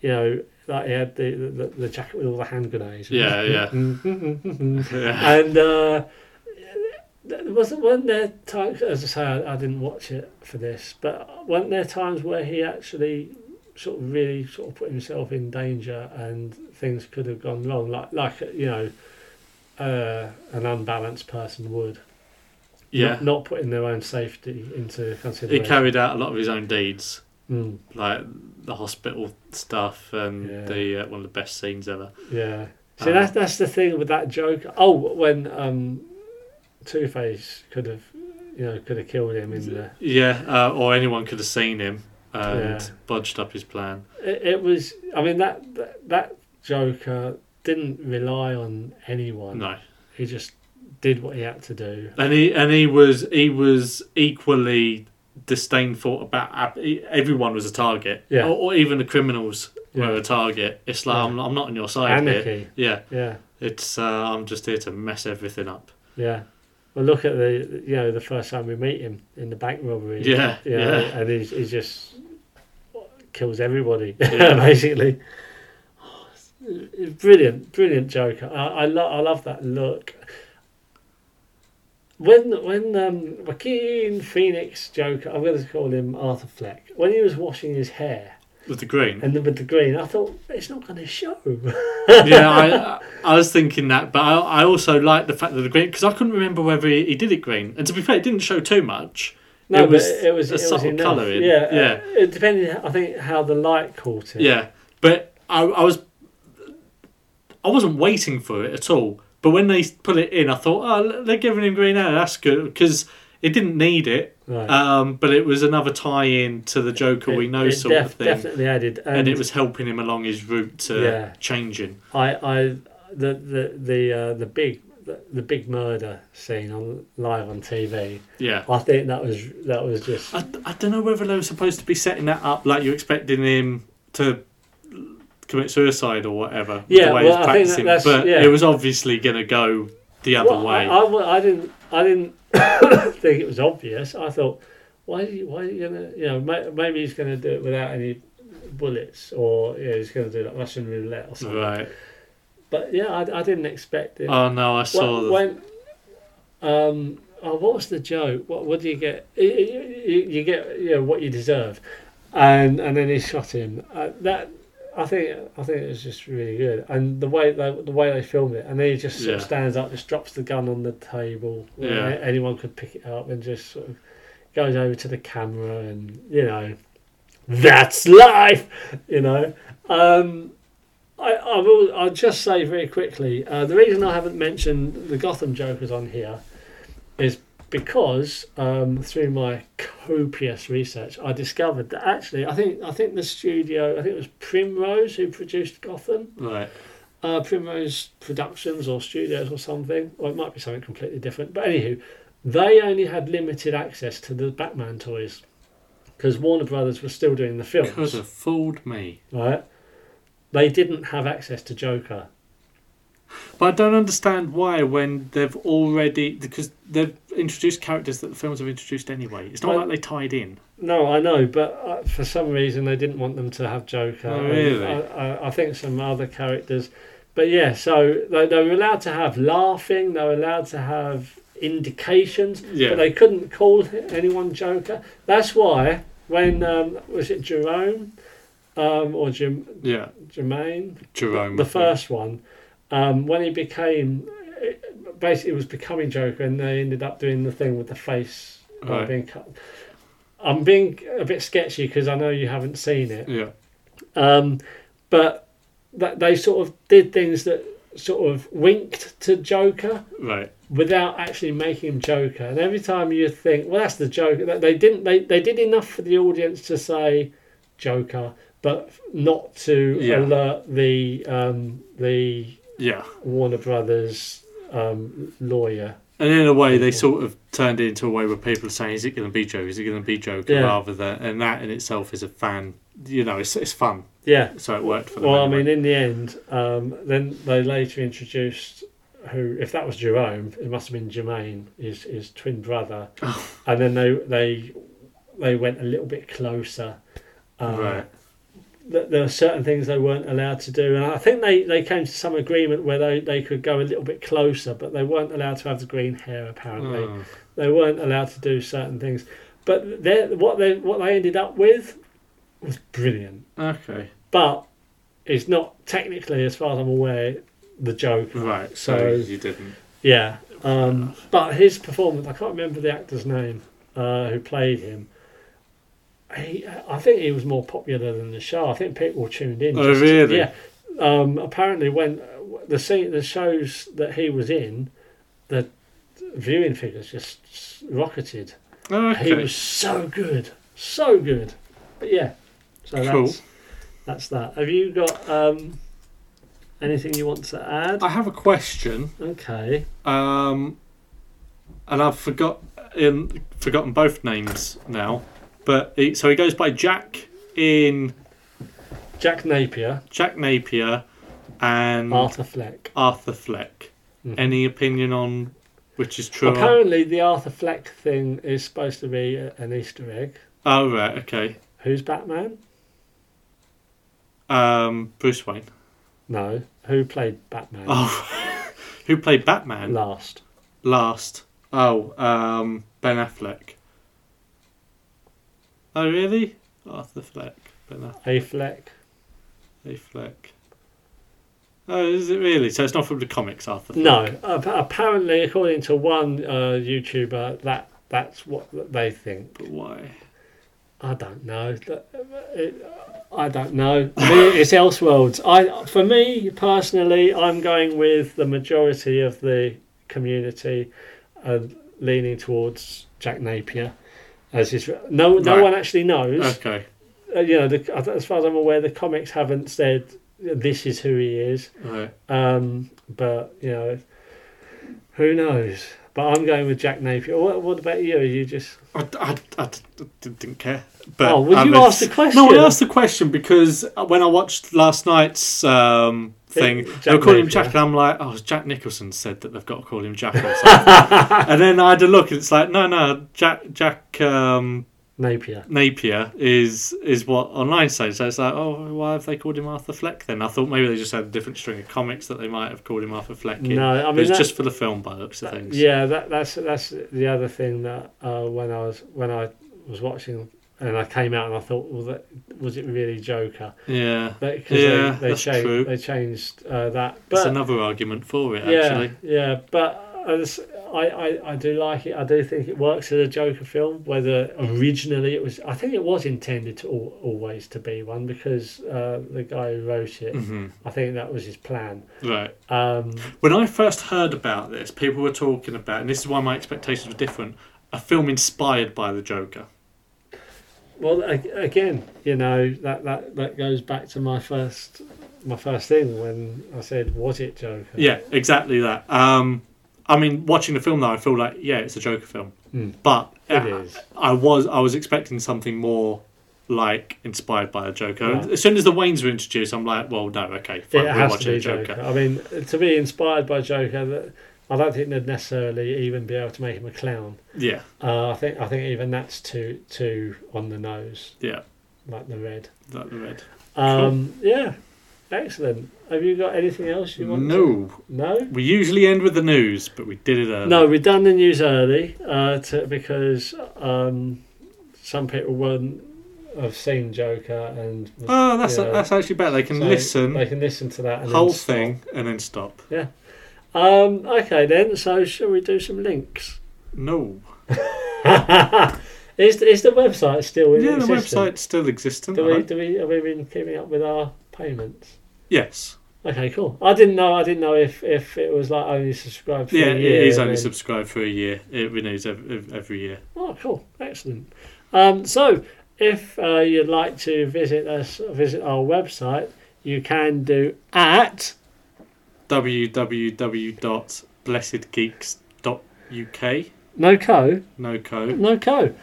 [SPEAKER 1] you know, like he had the the, the jacket with all the hand grenades.
[SPEAKER 2] Yeah, yeah.
[SPEAKER 1] Mm.
[SPEAKER 2] Yeah.
[SPEAKER 1] and uh, there wasn't weren't there times as I say I, I didn't watch it for this, but weren't there times where he actually sort of really sort of put himself in danger and things could have gone wrong, like like you know, uh, an unbalanced person would.
[SPEAKER 2] yeah.
[SPEAKER 1] Not, not putting their own safety into
[SPEAKER 2] He
[SPEAKER 1] consideration.
[SPEAKER 2] carried out a lot of his own deeds.
[SPEAKER 1] Mm,
[SPEAKER 2] like the hospital stuff and
[SPEAKER 1] Yeah.
[SPEAKER 2] the uh, one of the best scenes ever.
[SPEAKER 1] yeah. See,
[SPEAKER 2] Uh,
[SPEAKER 1] that's that's the thing with that joke. Oh, when um, Two Face could have, you know, could have killed him in the.
[SPEAKER 2] Yeah, uh, or anyone could have seen him and
[SPEAKER 1] Yeah.
[SPEAKER 2] budged up his plan.
[SPEAKER 1] It, it was. I mean, that that, that Joker didn't rely on anyone.
[SPEAKER 2] No,
[SPEAKER 1] He just did what he had to do.
[SPEAKER 2] and he and he was he was equally disdainful about ab- e, everyone was a target.
[SPEAKER 1] Yeah.
[SPEAKER 2] or, or even the criminals
[SPEAKER 1] Yeah.
[SPEAKER 2] were a target. It's like I'm, I'm not on your side here.
[SPEAKER 1] Anarchy.
[SPEAKER 2] Yeah,
[SPEAKER 1] Yeah,
[SPEAKER 2] it's uh, I'm just here to mess everything up.
[SPEAKER 1] yeah. Well, look at the you know the first time we meet him in the bank robbery.
[SPEAKER 2] Yeah,
[SPEAKER 1] you know,
[SPEAKER 2] yeah.
[SPEAKER 1] and he's, he just kills everybody
[SPEAKER 2] Yeah.
[SPEAKER 1] basically. It's Brilliant, brilliant Joker. I I, lo- I love that look. When when um, Joaquin Phoenix Joker, I'm going to call him Arthur Fleck. When he was washing his hair
[SPEAKER 2] With the green,
[SPEAKER 1] and then with the green, I thought it's not going to show.
[SPEAKER 2] yeah, I, I was thinking that, but I, I also like the fact that the green because I couldn't remember whether he, he did it green. And to be fair, it didn't show too much.
[SPEAKER 1] No,
[SPEAKER 2] it was
[SPEAKER 1] but it was it
[SPEAKER 2] a
[SPEAKER 1] was
[SPEAKER 2] subtle
[SPEAKER 1] enough.
[SPEAKER 2] colouring.
[SPEAKER 1] Yeah,
[SPEAKER 2] yeah,
[SPEAKER 1] uh, It depended, I think, how the light caught it.
[SPEAKER 2] yeah. But I, I was, I wasn't waiting for it at all. But when they put it in, I thought, oh, they're giving him green hair. That's good because it didn't need it.
[SPEAKER 1] Right.
[SPEAKER 2] Um, but it was another tie-in to the Joker
[SPEAKER 1] It-
[SPEAKER 2] we know
[SPEAKER 1] it
[SPEAKER 2] sort of
[SPEAKER 1] def-
[SPEAKER 2] thing,
[SPEAKER 1] Definitely added, and,
[SPEAKER 2] and, it was helping him along his route to
[SPEAKER 1] Yeah.
[SPEAKER 2] changing.
[SPEAKER 1] I, I, the the the uh, the big the, the big murder scene on live on TV.
[SPEAKER 2] Yeah.
[SPEAKER 1] I think that was that was just
[SPEAKER 2] I, I don't know whether they were supposed to be setting that up like you're expecting him to commit suicide or whatever.
[SPEAKER 1] Yeah, well, I think that- that's-
[SPEAKER 2] but
[SPEAKER 1] yeah.
[SPEAKER 2] it was obviously going to go the other
[SPEAKER 1] Well,
[SPEAKER 2] way.
[SPEAKER 1] I, I wa- I didn't I didn't think it was obvious. I thought, why are you, why are you gonna you know may- maybe he's gonna do it without any bullets or you know, he's gonna do like Russian roulette or something.
[SPEAKER 2] right.
[SPEAKER 1] But yeah, I, I didn't expect it.
[SPEAKER 2] Oh no, I saw.
[SPEAKER 1] Well,
[SPEAKER 2] the,
[SPEAKER 1] when, um, oh, what was the joke? What what do you get? You, you, you get you know, what you deserve, and and then he shot him. Uh, that I think I think it was just really good, and the way they, the way they filmed it, and then he just sort of
[SPEAKER 2] Yeah.
[SPEAKER 1] stands up, just drops the gun on the table. where
[SPEAKER 2] Yeah.
[SPEAKER 1] a- anyone could pick it up, and just sort of goes over to the camera, and you know, that's life. You know. Um, I, I will. I'll just say very quickly. Uh, the reason I haven't mentioned the Gotham Jokers on here is because um, through my copious research, I discovered that actually, I think, I think the studio, I think it was Primrose who produced Gotham,
[SPEAKER 2] right.
[SPEAKER 1] uh, Primrose Productions or Studios or something, or it might be something completely different. But anywho, they only had limited access to the Batman toys because Warner Brothers was still doing the films
[SPEAKER 2] Could have fooled me.
[SPEAKER 1] right? They didn't have access to Joker.
[SPEAKER 2] But I don't understand why when they've already because they've introduced characters that the films have introduced anyway. It's not
[SPEAKER 1] Well-
[SPEAKER 2] like they tied in.
[SPEAKER 1] No, I know, but uh, for some reason they didn't want them to have Joker.
[SPEAKER 2] Oh, really?
[SPEAKER 1] I, I, I think some other characters. But yeah, so they, they were allowed to have laughing, they were allowed to have indications,
[SPEAKER 2] Yeah.
[SPEAKER 1] but they couldn't call anyone Joker. That's why when, um, was it Jerome um, or Jim,
[SPEAKER 2] Yeah,
[SPEAKER 1] Jermaine?
[SPEAKER 2] Jerome.
[SPEAKER 1] the
[SPEAKER 2] I think.
[SPEAKER 1] first one, um, when he became basically was becoming Joker, and they ended up doing the thing with the face uh,
[SPEAKER 2] Right.
[SPEAKER 1] being cut. I'm being a bit sketchy because I know you haven't seen it,
[SPEAKER 2] Yeah,
[SPEAKER 1] um, but that they sort of did things that sort of winked to Joker
[SPEAKER 2] right.
[SPEAKER 1] without actually making him Joker. And every time you think, well, that's the Joker, that they didn't, they, they did enough for the audience to say Joker, but not to
[SPEAKER 2] Yeah.
[SPEAKER 1] alert the um, the
[SPEAKER 2] Yeah.
[SPEAKER 1] Warner Brothers um, lawyer.
[SPEAKER 2] And in a way, they sort of turned it into a way where people are saying, "Is it going to be Joe? Is it going to be Joker?"
[SPEAKER 1] Yeah.
[SPEAKER 2] Rather than, and that in itself is a fan. You know, it's it's fun,
[SPEAKER 1] Yeah.
[SPEAKER 2] so it worked for them.
[SPEAKER 1] Well, I
[SPEAKER 2] anyway.
[SPEAKER 1] mean, in the end, um, then they later introduced who, if that was Jerome, it must have been Jermaine, his his twin brother, and then they they they went a little bit closer. Uh,
[SPEAKER 2] right?
[SPEAKER 1] that there were certain things they weren't allowed to do, and I think they, they came to some agreement where they, they could go a little bit closer, but they weren't allowed to have the green hair. Apparently,
[SPEAKER 2] Oh,
[SPEAKER 1] they weren't allowed to do certain things. But they what they what they ended up with was brilliant,
[SPEAKER 2] Oh, okay,
[SPEAKER 1] but it's not technically, as far as I'm aware, the joke.
[SPEAKER 2] right. So,
[SPEAKER 1] So-
[SPEAKER 2] you didn't.
[SPEAKER 1] Yeah, um, but his performance—I can't remember the actor's name uh, who played him. he, I think he was more popular than the show. I think people tuned in.
[SPEAKER 2] Oh, really?
[SPEAKER 1] Yeah. Um, apparently, when the scene, the shows that he was in, the viewing figures just rocketed.
[SPEAKER 2] Oh,
[SPEAKER 1] He
[SPEAKER 2] okay.
[SPEAKER 1] was so good, so good. But yeah, so
[SPEAKER 2] Cool.
[SPEAKER 1] that's that's that. Have you got um, anything you want to add?
[SPEAKER 2] I have a question,
[SPEAKER 1] Okay.
[SPEAKER 2] um, and I've forgot in, forgotten both names now. But he, so he goes by Jack in
[SPEAKER 1] Jack Napier,
[SPEAKER 2] Jack Napier and
[SPEAKER 1] Arthur Fleck.
[SPEAKER 2] Arthur Fleck. Any opinion on which is true? or-
[SPEAKER 1] Apparently, the Arthur Fleck thing is supposed to be a- an Easter egg.
[SPEAKER 2] Oh right, okay.
[SPEAKER 1] Who's Batman?
[SPEAKER 2] Um, Bruce Wayne.
[SPEAKER 1] No. Who played Batman
[SPEAKER 2] Oh, who played Batman
[SPEAKER 1] last?
[SPEAKER 2] last? Oh, um, Ben Affleck. Oh really? Arthur Fleck. Ben Affleck.
[SPEAKER 1] A Fleck.
[SPEAKER 2] Affleck. Oh, is it really? So it's not from the comics, Arthur. Fleck?
[SPEAKER 1] No. Ap- apparently, according to one uh, YouTuber, that that's what they think.
[SPEAKER 2] But why?
[SPEAKER 1] I don't know. Th- it- I don't know. Me, it's Elseworlds. I, for me personally, I'm going with the majority of the community, and leaning towards Jack Napier. As his, no, no
[SPEAKER 2] Right.
[SPEAKER 1] one actually knows.
[SPEAKER 2] Okay.
[SPEAKER 1] Uh, you know, the, as far as I'm aware, the comics haven't said this is who he is.
[SPEAKER 2] Right.
[SPEAKER 1] Um, but you know, who knows? But I'm going with Jack Napier. What, what about you? Are you just
[SPEAKER 2] I, I, I d- d- didn't care. But
[SPEAKER 1] Oh, well,
[SPEAKER 2] I
[SPEAKER 1] you
[SPEAKER 2] was-
[SPEAKER 1] asked the question.
[SPEAKER 2] No, I asked the question because uh, when I watched last night's um, thing,
[SPEAKER 1] Jack
[SPEAKER 2] they were calling him
[SPEAKER 1] Napier.
[SPEAKER 2] Jack, and I'm like, oh, Jack Nicholson said that they've got to call him Jack or something. and then I had a look, and it's like, no, no, Jack Jack um,
[SPEAKER 1] Napier?
[SPEAKER 2] Napier is is what online says. So it's like, oh, why have they called him Arthur Fleck then? I thought maybe they just had a different string of comics that they might have called him Arthur Fleck in.
[SPEAKER 1] No, I
[SPEAKER 2] But
[SPEAKER 1] mean,
[SPEAKER 2] it's
[SPEAKER 1] that-
[SPEAKER 2] just for the film by the looks of things.
[SPEAKER 1] Yeah, that, that's that's the other thing that uh, when I was when I was watching and I came out and I thought, well, that, was it really Joker?
[SPEAKER 2] Yeah.
[SPEAKER 1] But, cause
[SPEAKER 2] Yeah,
[SPEAKER 1] they, they
[SPEAKER 2] that's
[SPEAKER 1] changed,
[SPEAKER 2] true.
[SPEAKER 1] They changed uh, that.
[SPEAKER 2] That's
[SPEAKER 1] But,
[SPEAKER 2] another argument for it,
[SPEAKER 1] yeah,
[SPEAKER 2] actually.
[SPEAKER 1] yeah. But as I, I, I do like it. I do think it works as a Joker film. Whether originally it was, I think it was intended to al- always to be one because uh, the guy who wrote it,
[SPEAKER 2] Mm-hmm.
[SPEAKER 1] I think that was his plan.
[SPEAKER 2] Right.
[SPEAKER 1] Um,
[SPEAKER 2] When I first heard about this, people were talking about, and this is why my expectations were different, a film inspired by the Joker.
[SPEAKER 1] Well, a- again, you know that, that that goes back to my first my first thing when I said, "Was it Joker?"
[SPEAKER 2] Yeah, exactly that. Um, I mean, watching the film though, I feel like yeah, it's a Joker film, but
[SPEAKER 1] Hmm. It
[SPEAKER 2] uh,
[SPEAKER 1] is.
[SPEAKER 2] I was I was expecting something more like inspired by the Joker.
[SPEAKER 1] Right.
[SPEAKER 2] As soon as the Waynes were introduced, I'm like, well, no, okay, fine,
[SPEAKER 1] it
[SPEAKER 2] we're
[SPEAKER 1] has to
[SPEAKER 2] watching
[SPEAKER 1] be
[SPEAKER 2] a Joker.
[SPEAKER 1] Joker. I mean, to be inspired by Joker, that I don't think they'd necessarily even be able to make him a clown.
[SPEAKER 2] Yeah,
[SPEAKER 1] Uh, I think I think even that's too too on the nose,
[SPEAKER 2] yeah,
[SPEAKER 1] like the red.
[SPEAKER 2] that red.
[SPEAKER 1] Um, Yeah, excellent. Have you got anything else you want? to-
[SPEAKER 2] No,
[SPEAKER 1] no.
[SPEAKER 2] we usually end with the news, but we did it early.
[SPEAKER 1] No, we've done the news early uh, to, because um, some people won't have seen Joker and
[SPEAKER 2] Oh, that's
[SPEAKER 1] Yeah.
[SPEAKER 2] that's actually better. They can
[SPEAKER 1] so
[SPEAKER 2] listen
[SPEAKER 1] They can listen to that and then
[SPEAKER 2] whole
[SPEAKER 1] stop.
[SPEAKER 2] thing and then stop.
[SPEAKER 1] Yeah. Um, okay then. So shall we do some links?
[SPEAKER 2] No.
[SPEAKER 1] Is is the website still in
[SPEAKER 2] Yeah, the
[SPEAKER 1] existence?
[SPEAKER 2] website's still existent. Uh-huh.
[SPEAKER 1] Do
[SPEAKER 2] I
[SPEAKER 1] we
[SPEAKER 2] hope.
[SPEAKER 1] do we have we been keeping up with our payments?
[SPEAKER 2] Yes.
[SPEAKER 1] Okay, cool. I didn't know. I didn't know if, if it was like only subscribed. For
[SPEAKER 2] Yeah,
[SPEAKER 1] a
[SPEAKER 2] it
[SPEAKER 1] year
[SPEAKER 2] is
[SPEAKER 1] and
[SPEAKER 2] only
[SPEAKER 1] then-
[SPEAKER 2] subscribed for a year. It renews every, every year.
[SPEAKER 1] Oh, cool, excellent. Um, so, if uh, you'd like to visit us, visit our website, you can do at
[SPEAKER 2] www.blessedgeeks.uk.
[SPEAKER 1] NoCo.
[SPEAKER 2] No code.
[SPEAKER 1] NoCo.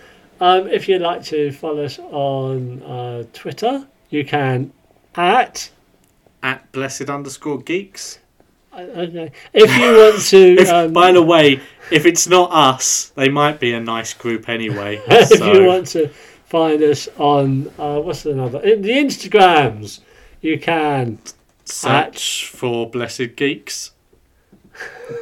[SPEAKER 1] Um, if you'd like to follow us on uh, Twitter, you can at.
[SPEAKER 2] At blessed underscore geeks.
[SPEAKER 1] I- Okay. If you want to,
[SPEAKER 2] If,
[SPEAKER 1] um,
[SPEAKER 2] by the way, if it's not us, they might be a nice group anyway.
[SPEAKER 1] if
[SPEAKER 2] so,
[SPEAKER 1] you want to find us on uh, what's another in the Instagrams, you can.
[SPEAKER 2] search for blessed geeks.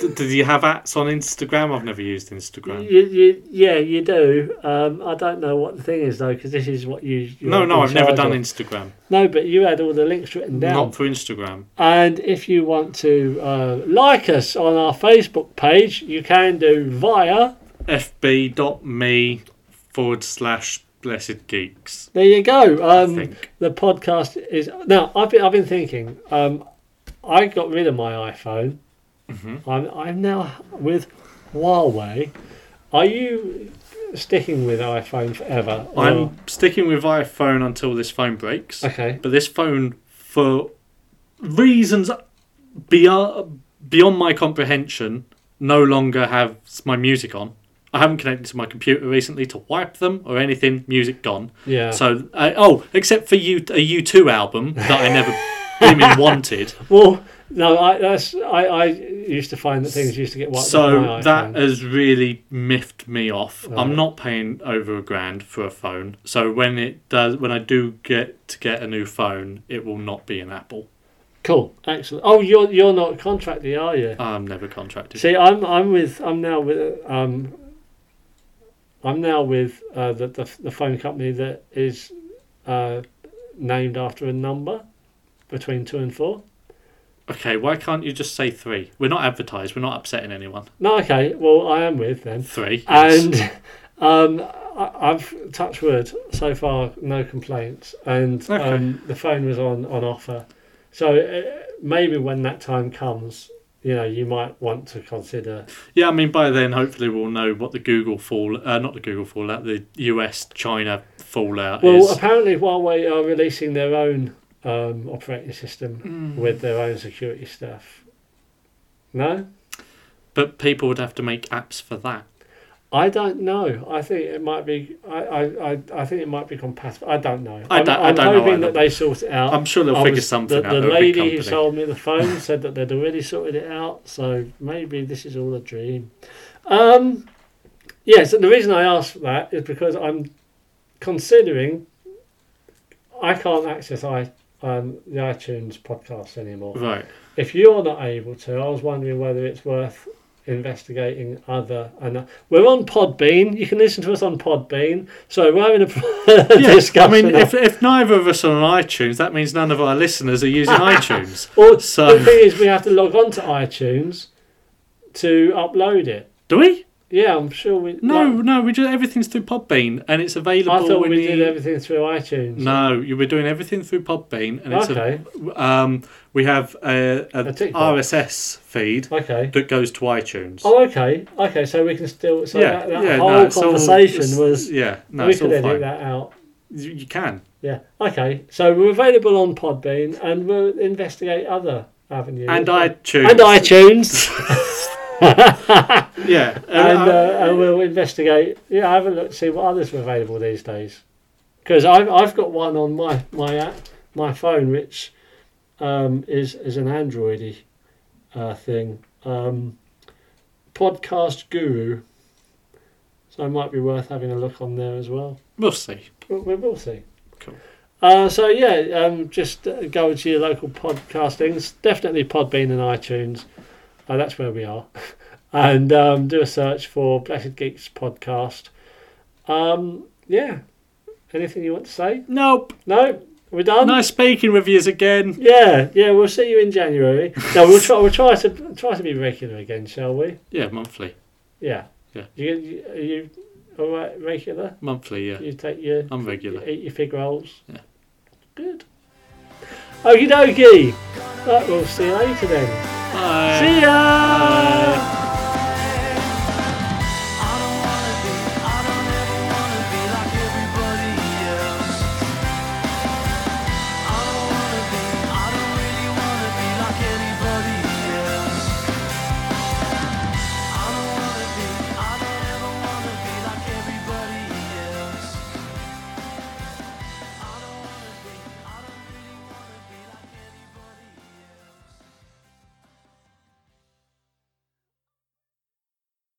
[SPEAKER 2] D- do you have ats on Instagram? I've never used Instagram.
[SPEAKER 1] You, you, yeah, you do. Um, I don't know what the thing is though, because this is what you. you're
[SPEAKER 2] No,
[SPEAKER 1] in
[SPEAKER 2] no, I've never
[SPEAKER 1] charge
[SPEAKER 2] done
[SPEAKER 1] of.
[SPEAKER 2] Instagram.
[SPEAKER 1] No, but you had all the links written down.
[SPEAKER 2] Not for Instagram.
[SPEAKER 1] And if you want to uh, like us on our Facebook page, you can do via
[SPEAKER 2] fb.me forward slash Blessed Geeks.
[SPEAKER 1] There you go. Um,
[SPEAKER 2] think.
[SPEAKER 1] the podcast is now. I've been I've been thinking. Um, I got rid of my iPhone.
[SPEAKER 2] Mm-hmm.
[SPEAKER 1] I'm I'm now with Huawei. Are you sticking with iPhone forever? or-
[SPEAKER 2] I'm sticking with iPhone until this phone breaks.
[SPEAKER 1] Oh. okay.
[SPEAKER 2] But this phone, for reasons beyond, beyond my comprehension, no longer has my music on. I haven't connected to my computer recently to wipe them or anything. Music gone.
[SPEAKER 1] Yeah.
[SPEAKER 2] So, I, oh, except for you, a U two album that I never even wanted.
[SPEAKER 1] Well, no. I that's I, I used to find that things used to get wiped. off my
[SPEAKER 2] So that
[SPEAKER 1] iPhone.
[SPEAKER 2] has really miffed me off. I'm not paying over a grand for a phone. So when it does, when I do get to get a new phone, it will not be an Apple.
[SPEAKER 1] cool, excellent. Oh, you're you're not contracted, are you?
[SPEAKER 2] I'm never contracted.
[SPEAKER 1] See, I'm I'm with I'm now with um I'm now with uh, the, the the phone company that is uh, named after a number between two and four.
[SPEAKER 2] Okay, why can't you just say three? We're not advertised. We're not upsetting anyone.
[SPEAKER 1] No, okay. Well, I am with them,
[SPEAKER 2] Three. yes.
[SPEAKER 1] and um, I, I've touched wood so far, no complaints, and um, the phone was on on offer. So uh, maybe when that time comes, you know, you might want to consider.
[SPEAKER 2] yeah, I mean by then hopefully we'll know what the Google fall, uh, not the Google fallout, the U.S. China fallout
[SPEAKER 1] Well,
[SPEAKER 2] is.
[SPEAKER 1] apparently Huawei are releasing their own um, operating system with their own security stuff. No,
[SPEAKER 2] but people would have to make apps for that.
[SPEAKER 1] I don't know. I think it might be. I, I, I, I think it might be compatible. I don't know.
[SPEAKER 2] I
[SPEAKER 1] I'm,
[SPEAKER 2] don't- I
[SPEAKER 1] I'm
[SPEAKER 2] don't know
[SPEAKER 1] hoping
[SPEAKER 2] either.
[SPEAKER 1] that they sort it out.
[SPEAKER 2] I'm sure they'll
[SPEAKER 1] I
[SPEAKER 2] figure
[SPEAKER 1] was-
[SPEAKER 2] something
[SPEAKER 1] the,
[SPEAKER 2] out.
[SPEAKER 1] The
[SPEAKER 2] They're a big
[SPEAKER 1] lady who
[SPEAKER 2] company.
[SPEAKER 1] sold me the phone said that they'd already sorted it out, so maybe this is all a dream. Um, yes, and the reason I asked that is because I'm considering I can't access i um, the iTunes podcast anymore.
[SPEAKER 2] Right.
[SPEAKER 1] If you're not able to, I was wondering whether it's worth investigating other. And uh, we're on Podbean. You can listen to us on Podbean. So we're having a
[SPEAKER 2] Yeah, I
[SPEAKER 1] discussion.
[SPEAKER 2] mean, if, if neither of us are on iTunes, that means none of our listeners are using iTunes.
[SPEAKER 1] Or
[SPEAKER 2] So-
[SPEAKER 1] the thing is, we have to log on to iTunes to upload it.
[SPEAKER 2] Do we?
[SPEAKER 1] Yeah, I'm sure we.
[SPEAKER 2] No,
[SPEAKER 1] like,
[SPEAKER 2] no, we do everything's through Podbean and it's available.
[SPEAKER 1] I thought
[SPEAKER 2] when
[SPEAKER 1] we
[SPEAKER 2] you...
[SPEAKER 1] did everything through iTunes.
[SPEAKER 2] No, you were doing everything through Podbean, and it's
[SPEAKER 1] Okay.
[SPEAKER 2] a, um, we have a, a,
[SPEAKER 1] A tick box.
[SPEAKER 2] RSS feed
[SPEAKER 1] Okay.
[SPEAKER 2] that goes to iTunes.
[SPEAKER 1] Oh, okay. Okay, so we can still. So that, that whole
[SPEAKER 2] no, it's all-
[SPEAKER 1] conversation
[SPEAKER 2] it's-
[SPEAKER 1] was.
[SPEAKER 2] yeah, no,
[SPEAKER 1] we
[SPEAKER 2] it's
[SPEAKER 1] could
[SPEAKER 2] all
[SPEAKER 1] edit
[SPEAKER 2] fine.
[SPEAKER 1] that out.
[SPEAKER 2] You, you can.
[SPEAKER 1] Yeah. Okay. So we're available on Podbean, and we'll investigate other avenues.
[SPEAKER 2] And iTunes.
[SPEAKER 1] and iTunes,
[SPEAKER 2] Yeah.
[SPEAKER 1] and,
[SPEAKER 2] uh,
[SPEAKER 1] uh, and we'll investigate. Yeah, have a look, see what others are available these days. Because I've I've got one on my my app, my phone, which um, is is an Androidy uh, thing. Um, Podcast Guru. So it might be worth having a look on there as well.
[SPEAKER 2] we'll see.
[SPEAKER 1] We- we will see.
[SPEAKER 2] Cool.
[SPEAKER 1] Uh, so yeah, um, just uh, go to your local podcastings, definitely Podbean and iTunes. Uh, that's where we are, and um, do a search for Blessed Geeks podcast. Um, yeah, anything you want to say?
[SPEAKER 2] Nope.
[SPEAKER 1] No, we're done.
[SPEAKER 2] Nice speaking with yous again.
[SPEAKER 1] Yeah, yeah, we'll see you in January. No, we'll try. We'll try to try to be regular again, shall we?
[SPEAKER 2] Yeah, monthly.
[SPEAKER 1] Yeah.
[SPEAKER 2] Yeah.
[SPEAKER 1] You, you are you all right? Regular?
[SPEAKER 2] Monthly, yeah.
[SPEAKER 1] You take your
[SPEAKER 2] I'm regular.
[SPEAKER 1] Eat your fig rolls.
[SPEAKER 2] Yeah.
[SPEAKER 1] Good. Okie dokie. Right, we'll see you later then.
[SPEAKER 2] Bye.
[SPEAKER 1] See ya!